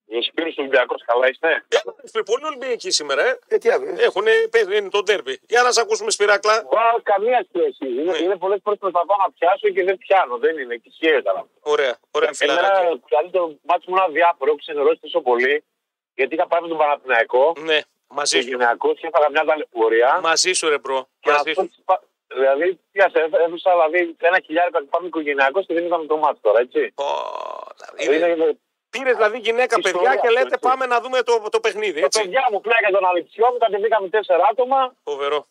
[SPEAKER 4] Γιωσπίνου Ολυμπιακός, καλά είστε.
[SPEAKER 1] Έλα, ρε, φίλε, Πολύ Ολυμπιακοί σήμερα. Ε.
[SPEAKER 2] Ε, τι αύριο.
[SPEAKER 1] Έχουν παίζει είναι το ντέρμπι. Για να σε ακούσουμε, Σπυράκλα.
[SPEAKER 4] Βάω καμία σχέση. Είναι,
[SPEAKER 1] Ναι.
[SPEAKER 4] είναι πολλές φορές που προσπαθώ να πιάσω και δεν πιάνω. Δεν είναι τυχαίο τα
[SPEAKER 1] Ωραία, ωραία, Ε, φιλαράκι.
[SPEAKER 4] Εμένα δηλαδή, το μάτι μου ήταν διάφορο, έχω ξενερώσει τόσο πολύ. Γιατί είχα πάει με τον Παναθηναϊκό,
[SPEAKER 1] Ναι, μαζί
[SPEAKER 4] τον
[SPEAKER 1] σου.
[SPEAKER 4] Γυναικό και έφαγα μια ταλαιπωρία.
[SPEAKER 1] Μαζί σου, ρε μπρο.
[SPEAKER 4] Και
[SPEAKER 1] Μαζί
[SPEAKER 4] αυτός,
[SPEAKER 1] σου.
[SPEAKER 4] δηλαδή, πιάσε, έδωσα δηλαδή, ένα χιλιάρικο να πάμε οικογενειακό και δεν ήταν το μάτι τώρα, έτσι.
[SPEAKER 1] Είναι...
[SPEAKER 4] Είναι-
[SPEAKER 1] Πήρες δηλαδή γυναίκα,
[SPEAKER 4] Ιστορία
[SPEAKER 1] παιδιά και
[SPEAKER 4] αυτό,
[SPEAKER 1] λέτε
[SPEAKER 4] έτσι.
[SPEAKER 1] πάμε να δούμε το, το παιχνίδι.
[SPEAKER 4] Τα
[SPEAKER 1] Έτσι.
[SPEAKER 4] Ε, παιδιά μου πλάκα τον αληψιό μου, κατεβήκαμε τέσσερα άτομα,
[SPEAKER 1] Φοβερό.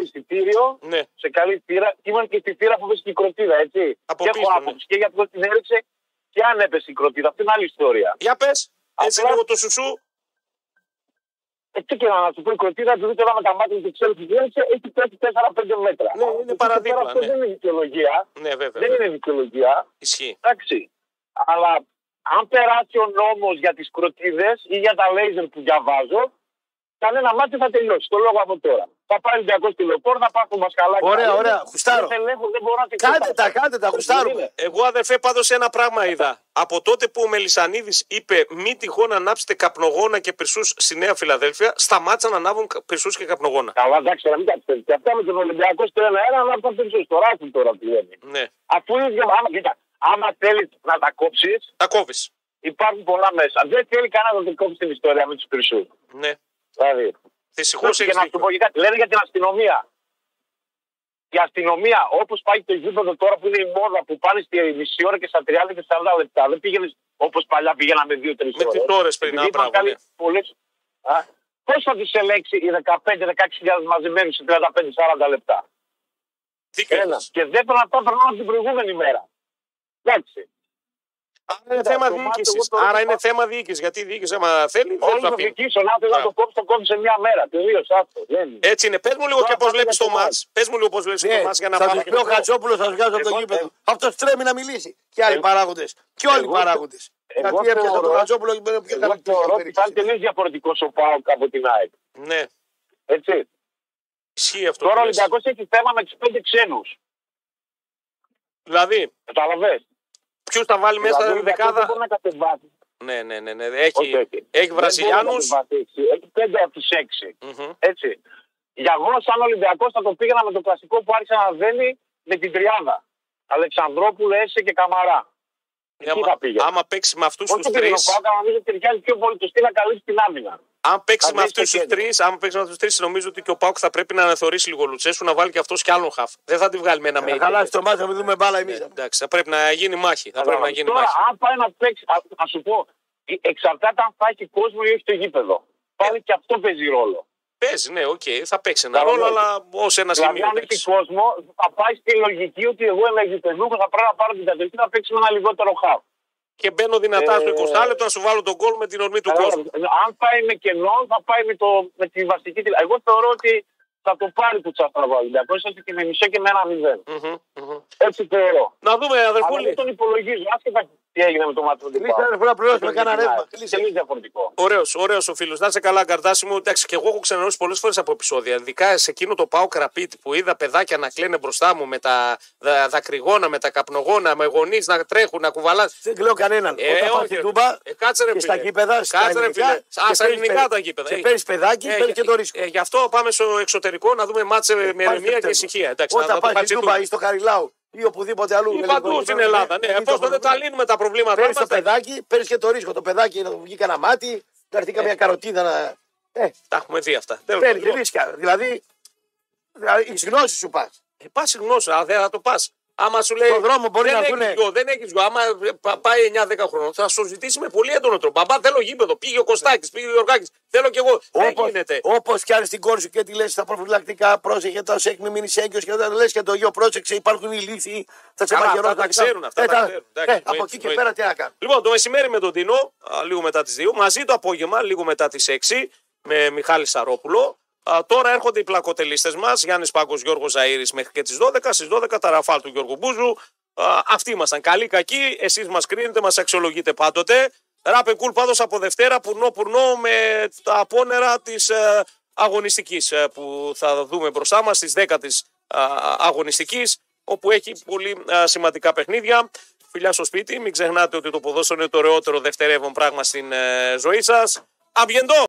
[SPEAKER 4] 40 εισιτήριο,
[SPEAKER 1] Ναι.
[SPEAKER 4] σε καλή πύρα. Και ήμουν και στη πύρα που έπεσε και η κροτίδα, έτσι.
[SPEAKER 1] Από
[SPEAKER 4] και
[SPEAKER 1] πίσω,
[SPEAKER 4] έχω
[SPEAKER 1] ναι.
[SPEAKER 4] άποψη και για το την έριξε και αν έπεσε η κροτίδα. Αυτή είναι άλλη ιστορία.
[SPEAKER 1] Για πες. Έτσι
[SPEAKER 4] Απλά-
[SPEAKER 1] λίγο το σουσού.
[SPEAKER 4] Ε, τι και να σου πω, η κροτίδα του δείτε με τα μάτια του και ξέρει τι έριξε, έχει πέσει 4-5 μέτρα.
[SPEAKER 1] Ναι, είναι
[SPEAKER 4] Από εκεί και
[SPEAKER 1] παραδίπλα,
[SPEAKER 4] πέρα Αυτό
[SPEAKER 1] ναι.
[SPEAKER 4] δεν είναι δικαιολογία.
[SPEAKER 1] Ναι, βέβαια.
[SPEAKER 4] Δεν
[SPEAKER 1] βέβαια.
[SPEAKER 4] είναι δικαιολογία.
[SPEAKER 1] Ισχύει.
[SPEAKER 4] Εντάξει. Αλλά αν περάσει ο νόμος για τις κροτίδες ή για τα λέιζερ που διαβάζω, κανένα μάτι θα τελειώσεις. Το λόγο από τώρα. Θα πάρεις 200 τηλεοπόρ, θα πάρει το μασκαλάκι.
[SPEAKER 2] Ωραία,
[SPEAKER 4] θα
[SPEAKER 2] ωραία.
[SPEAKER 4] λένε,
[SPEAKER 2] Γουστάρω.
[SPEAKER 4] Δεν ελέγχω, δεν μπορώ να
[SPEAKER 2] Κάντε
[SPEAKER 4] ε,
[SPEAKER 2] τα, κάντε τα, γουστάρουμε.
[SPEAKER 1] Εγώ, αδερφέ, πάντως ένα πράγμα είδα. Από τότε που ο Μελισανίδης είπε μη τυχόν ανάψετε καπνογόνα και πυρσούς στη Νέα Φιλαδέλφια, σταμάτησαν να ανάβουν πυρσούς και καπνογόνα.
[SPEAKER 4] Καλά, εντάξει, τώρα μην κατσέρει. Και αυτά με τον Ολυμπιακό στο 1-1, αλλά αυτό δεν τώρα άκου τώρα πηγαίνει.
[SPEAKER 1] Ναι.
[SPEAKER 4] Αφού ίδια, άμα, κοίτα, άμα θέλεις να τα κόψεις,
[SPEAKER 1] Τα κόβεις.
[SPEAKER 4] υπάρχουν πολλά μέσα. Δεν θέλει κανένας να την κόψει την ιστορία με τους πυρσούς.
[SPEAKER 1] Ναι.
[SPEAKER 4] Δηλαδή,
[SPEAKER 1] Δυστυχώς
[SPEAKER 4] Και
[SPEAKER 1] έχει
[SPEAKER 4] να σου πω και κάτι, λένε για την αστυνομία. Η αστυνομία, όπως πάει το γήπεδο τώρα που είναι η μόδα που πάνε στη μισή ώρα και στα 30 και 40 λεπτά, δεν πήγαινες όπως παλιά πήγαιναμε 2-3 ώρε.
[SPEAKER 1] Με τις ώρες
[SPEAKER 4] ε.
[SPEAKER 1] πριν, α, μπράβο, ναι.
[SPEAKER 4] Πώς θα του ελέξει οι 15-16.000 μαζεμένους σε 35-40 λεπτά.
[SPEAKER 1] δίκιο.
[SPEAKER 4] Ένα. Και δεν πρέπει να τα περνάω την προηγούμενη μέρα. Εντάξει.
[SPEAKER 1] Άρα είναι θέμα
[SPEAKER 4] το μάτι,
[SPEAKER 1] διοίκησης.
[SPEAKER 4] εγώ το
[SPEAKER 1] Άρα
[SPEAKER 4] είπα.
[SPEAKER 1] είναι θέμα διοίκησης. Γιατί η διοίκησης, άμα θέλει, δεν
[SPEAKER 4] Όλοι
[SPEAKER 1] θα
[SPEAKER 4] το
[SPEAKER 1] πει.
[SPEAKER 4] δικήσουν, αν θες να το
[SPEAKER 1] Μπράβο.
[SPEAKER 4] κόψει, το κόβεις σε μια μέρα. Τελείωσε αυτό. Δεν είναι.
[SPEAKER 1] Έτσι είναι. Πες μου λίγο
[SPEAKER 4] Τώρα
[SPEAKER 1] και πώς
[SPEAKER 4] πάμε
[SPEAKER 1] βλέπει
[SPEAKER 4] για
[SPEAKER 1] το
[SPEAKER 4] το
[SPEAKER 1] μάτ. Πες μου λίγο πώς βλέπεις το
[SPEAKER 4] ε,
[SPEAKER 2] Ναι,
[SPEAKER 1] μάτ για να
[SPEAKER 2] θα
[SPEAKER 1] πάμε.
[SPEAKER 2] τους πει ο Χατζόπουλος, θα βγάλω από το
[SPEAKER 4] Εγώ-
[SPEAKER 2] γήπεδο.
[SPEAKER 4] ε-
[SPEAKER 2] Αυτός τρέμει να μιλήσει. Και άλλοι
[SPEAKER 4] Εγώ-
[SPEAKER 2] παράγοντες. Και όλοι οι
[SPEAKER 4] εγώ- Ε,
[SPEAKER 2] παράγοντες.
[SPEAKER 4] εγώ
[SPEAKER 2] Γιατί έπιασα τον
[SPEAKER 4] θεωρώ-
[SPEAKER 2] Χατζόπουλο και πήρε πιο
[SPEAKER 4] Εγώ θεωρώ ότι θα είναι
[SPEAKER 2] καλύτερη.
[SPEAKER 4] τελείως διαφορετικός ο Πάουκ από την ΑΕΚ.
[SPEAKER 1] Ναι,
[SPEAKER 4] Έτσι.
[SPEAKER 1] ισχύει αυτό.
[SPEAKER 4] Τώρα
[SPEAKER 1] που
[SPEAKER 4] ο
[SPEAKER 1] λες.
[SPEAKER 4] Ολυμπιακός έχει θέμα με τους πέντε ξένους.
[SPEAKER 1] Δηλαδή,
[SPEAKER 4] Καταλαβέ.
[SPEAKER 1] ποιου θα βάλει μέσα
[SPEAKER 5] Δηλαδή,
[SPEAKER 1] στην
[SPEAKER 4] Δεν
[SPEAKER 1] δεκάδα.
[SPEAKER 4] Δηλαδή, μπορεί να κατεβάσει.
[SPEAKER 1] Ναι, ναι, ναι. ναι. Έχει,
[SPEAKER 4] Όχι, όχι.
[SPEAKER 1] έχει Βραζιλιάνου.
[SPEAKER 4] Δεν μπορεί να κατεβάσει έξι. Έχει πέντε από του έξι. Έτσι. Για εγώ, σαν Ολυμπιακός, θα το πήγαινα με το κλασικό που άρχισε να δένει με την τριάδα. Αλεξανδρόπουλο, Έσε και Καμαρά. Εκεί θα πήγε.
[SPEAKER 1] Άμα παίξει με αυτούς
[SPEAKER 4] Όχι
[SPEAKER 1] τους
[SPEAKER 4] επειδή
[SPEAKER 1] τρει.
[SPEAKER 4] ο Πάουκ, αλλά νομίζω ότι ταιριάζει πιο πολύ το στυλ να καλύψει την άμυνα.
[SPEAKER 1] Αν παίξει
[SPEAKER 2] Θα
[SPEAKER 1] με
[SPEAKER 2] βρεις το
[SPEAKER 1] αυτούς τους
[SPEAKER 2] κέντρο.
[SPEAKER 1] τρεις, αν παίξει με αυτούς τους τρεις, νομίζω ότι και ο Πάουκ θα πρέπει να αναθεωρήσει λίγο Λουτσέσου να βάλει και αυτός κι άλλον χαφ. Δεν θα τη βγάλει με ένα
[SPEAKER 2] Να
[SPEAKER 1] μέιλ.
[SPEAKER 2] χαλάσει το μάτι, θα μην δούμε μπάλα εμείς.
[SPEAKER 1] Εντάξει, θα πρέπει να γίνει μάχη. Θα πρέπει να γίνει
[SPEAKER 6] Τώρα,
[SPEAKER 1] μάχη.
[SPEAKER 6] αν πάει να παίξει, α, να σου πω, ε, εξαρτάται αν θα έχει κόσμο ή όχι στο γήπεδο.
[SPEAKER 1] Ε-
[SPEAKER 6] Πάλι και αυτό παίζει ρόλο.
[SPEAKER 1] Παίζει, ναι, οκ, θα παίξει ένα
[SPEAKER 6] Καλά,
[SPEAKER 1] ρόλο,
[SPEAKER 6] ναι.
[SPEAKER 1] αλλά ως ένα
[SPEAKER 6] Δηλαδή,
[SPEAKER 1] σημείο.
[SPEAKER 6] αν έχει
[SPEAKER 1] εντάξει.
[SPEAKER 6] κόσμο, θα πάει στη λογική ότι εγώ είμαι γηπεδούχος, θα πρέπει να πάρω την κατοχή να παίξω με ένα λιγότερο χάφ.
[SPEAKER 1] Και μπαίνω δυνατά
[SPEAKER 6] Ε,
[SPEAKER 1] στο 20 λεπτό να σου βάλω τον κόλ με την ορμή του
[SPEAKER 6] Κατάλαβες.
[SPEAKER 1] κόσμου.
[SPEAKER 6] Αν πάει με κενό, θα πάει με, το, με τη βασική. τη- Εγώ θεωρώ ότι θα το πάρει το τσαφραβά. Δηλαδή, έστω και με μισό και με ένα μηδέν.
[SPEAKER 1] Μμμ, μμμ.
[SPEAKER 6] Έτσι θεωρώ.
[SPEAKER 1] Να δούμε,
[SPEAKER 6] Αλλά
[SPEAKER 1] αδερφούλη.
[SPEAKER 6] δεν τον υπολογίζω, άσχετα τι έγινε με το μάτι.
[SPEAKER 2] Κλείστε, αδερφέ, να πληρώσουμε κανένα ρεύμα. Κλείστε.
[SPEAKER 6] Τελείως διαφορετικό.
[SPEAKER 1] Ωραίος, ωραίος ο φίλος. Να είσαι καλά, καρδάσι μου. Εντάξει, και εγώ έχω ξανανώσει πολλές φορές από επεισόδια. Ειδικά σε εκείνο το πάω κραπίτ που είδα παιδάκια να κλαίνε μπροστά μου με τα δα- δακρυγόνα, με τα καπνογόνα, με γονείς να τρέχουν, να κουβαλάνε.
[SPEAKER 2] Δεν κλαίω κανέναν.
[SPEAKER 1] Ε,
[SPEAKER 2] Όταν πάω
[SPEAKER 1] όχι.
[SPEAKER 2] στην Τούμπα
[SPEAKER 1] Ε, κάτσε ρε
[SPEAKER 2] και στα
[SPEAKER 1] φίλε.
[SPEAKER 2] γήπεδα. στα
[SPEAKER 1] Κάτσε ρε
[SPEAKER 2] ελληνικά,
[SPEAKER 1] φίλε.
[SPEAKER 2] και
[SPEAKER 1] Ας, στα
[SPEAKER 2] παίρνεις
[SPEAKER 1] ελληνικά
[SPEAKER 2] παιδ-
[SPEAKER 1] τα γήπεδα.
[SPEAKER 2] Και
[SPEAKER 1] Ε,
[SPEAKER 2] παίρνεις παιδάκι,
[SPEAKER 1] ε,
[SPEAKER 2] παίρνεις και το ρίσκο.
[SPEAKER 1] ε, γι' αυτό πάμε στο εξωτερικό να δούμε μάτσε με
[SPEAKER 2] Πάρε
[SPEAKER 1] ηρεμία και
[SPEAKER 2] Σεπτέμβριο.
[SPEAKER 1] ησυχία. Εντάξει, να-
[SPEAKER 2] Όταν
[SPEAKER 1] να το
[SPEAKER 2] πάει στην Τούμπα
[SPEAKER 1] χαρτιστούμε.
[SPEAKER 2] ή στο Χαριλάου ή οπουδήποτε αλλού.
[SPEAKER 1] Ή
[SPEAKER 2] ελληνικό
[SPEAKER 1] Παντού στην
[SPEAKER 2] γήπεδο,
[SPEAKER 1] Ελλάδα. Ναι,
[SPEAKER 2] μην το
[SPEAKER 1] εφόσον δεν τα
[SPEAKER 2] φοβηθούμε.
[SPEAKER 1] λύνουμε τα προβλήματά
[SPEAKER 2] Παίρνει το
[SPEAKER 1] μα.
[SPEAKER 2] παιδάκι, παίρνει και το ρίσκο. Το παιδάκι να του βγει κανένα μάτι, να έρθει καμιά καροτίδα να. Ε,
[SPEAKER 1] Τα έχουμε δει αυτά. Τέλος
[SPEAKER 2] παίρνει
[SPEAKER 1] πάντων.
[SPEAKER 2] ρίσκα. Δηλαδή, δηλαδή, εις γνώση σου πας.
[SPEAKER 1] Ε, πας γνώση, αν δεν θα το πας. Άμα σου λέει.
[SPEAKER 2] Στον δρόμο μπορεί
[SPEAKER 1] δεν
[SPEAKER 2] να
[SPEAKER 1] έχεις
[SPEAKER 2] δούνε-
[SPEAKER 1] γιο, δεν έχεις γιο. Άμα ε, πα- πάει 9-10 χρόνων, θα σου ζητήσει με πολύ έντονο τρόπο. Μπαμπά, θέλω γήπεδο. Πήγε ο Κωστάκης, πήγε ο Γιωργάκης. Θέλω κι εγώ. δεν γίνεται.
[SPEAKER 2] Όπως κι αν στην κόρη σου και τη λες στα προφυλακτικά, πρόσεχε τα σεκ, μην μείνεις έγκυος και όταν λες και το γιο, πρόσεξε, υπάρχουν οι λύθοι, θα σε
[SPEAKER 1] Καλά, αυτά
[SPEAKER 2] μαγειρώσουν.
[SPEAKER 1] τα
[SPEAKER 2] θα-
[SPEAKER 1] ξέρουν, αυτά
[SPEAKER 2] Ε,
[SPEAKER 1] τα
[SPEAKER 2] τα-
[SPEAKER 1] ξέρουν, εντάξει,
[SPEAKER 2] ε,
[SPEAKER 1] εννοείται,
[SPEAKER 2] Από εκεί και
[SPEAKER 1] εννοείται.
[SPEAKER 2] πέρα τι να κάνω.
[SPEAKER 1] Λοιπόν, το μεσημέρι με τον Τινό, α, λίγο μετά τις 2, μαζί το απόγευμα, λίγο μετά τις 6, με Μιχάλη Σαρόπουλο. Α, τώρα έρχονται οι πλακοτελίστες μας, Γιάννης Πάγκος, Γιώργος Ζαήρη μέχρι και τις 12. Στι 12 τα ραφάλ του Γιώργου Μπούζου. Α, αυτοί ήμασταν. Καλοί, κακοί. Εσείς μας κρίνετε, μας αξιολογείτε πάντοτε. Ράπε κουλ πάντως από Δευτέρα, πουρνό, πουρνό με τα απόνερα της ε, αγωνιστικής ε, που θα δούμε μπροστά μας, της 10 τη αγωνιστικής, όπου έχει πολύ ε, σημαντικά παιχνίδια. Φιλιά στο σπίτι, μην ξεχνάτε ότι το ποδόσφαιρο είναι το ωραιότερο δευτερεύον πράγμα στην ε, ζωή σας. Αμπιεντό!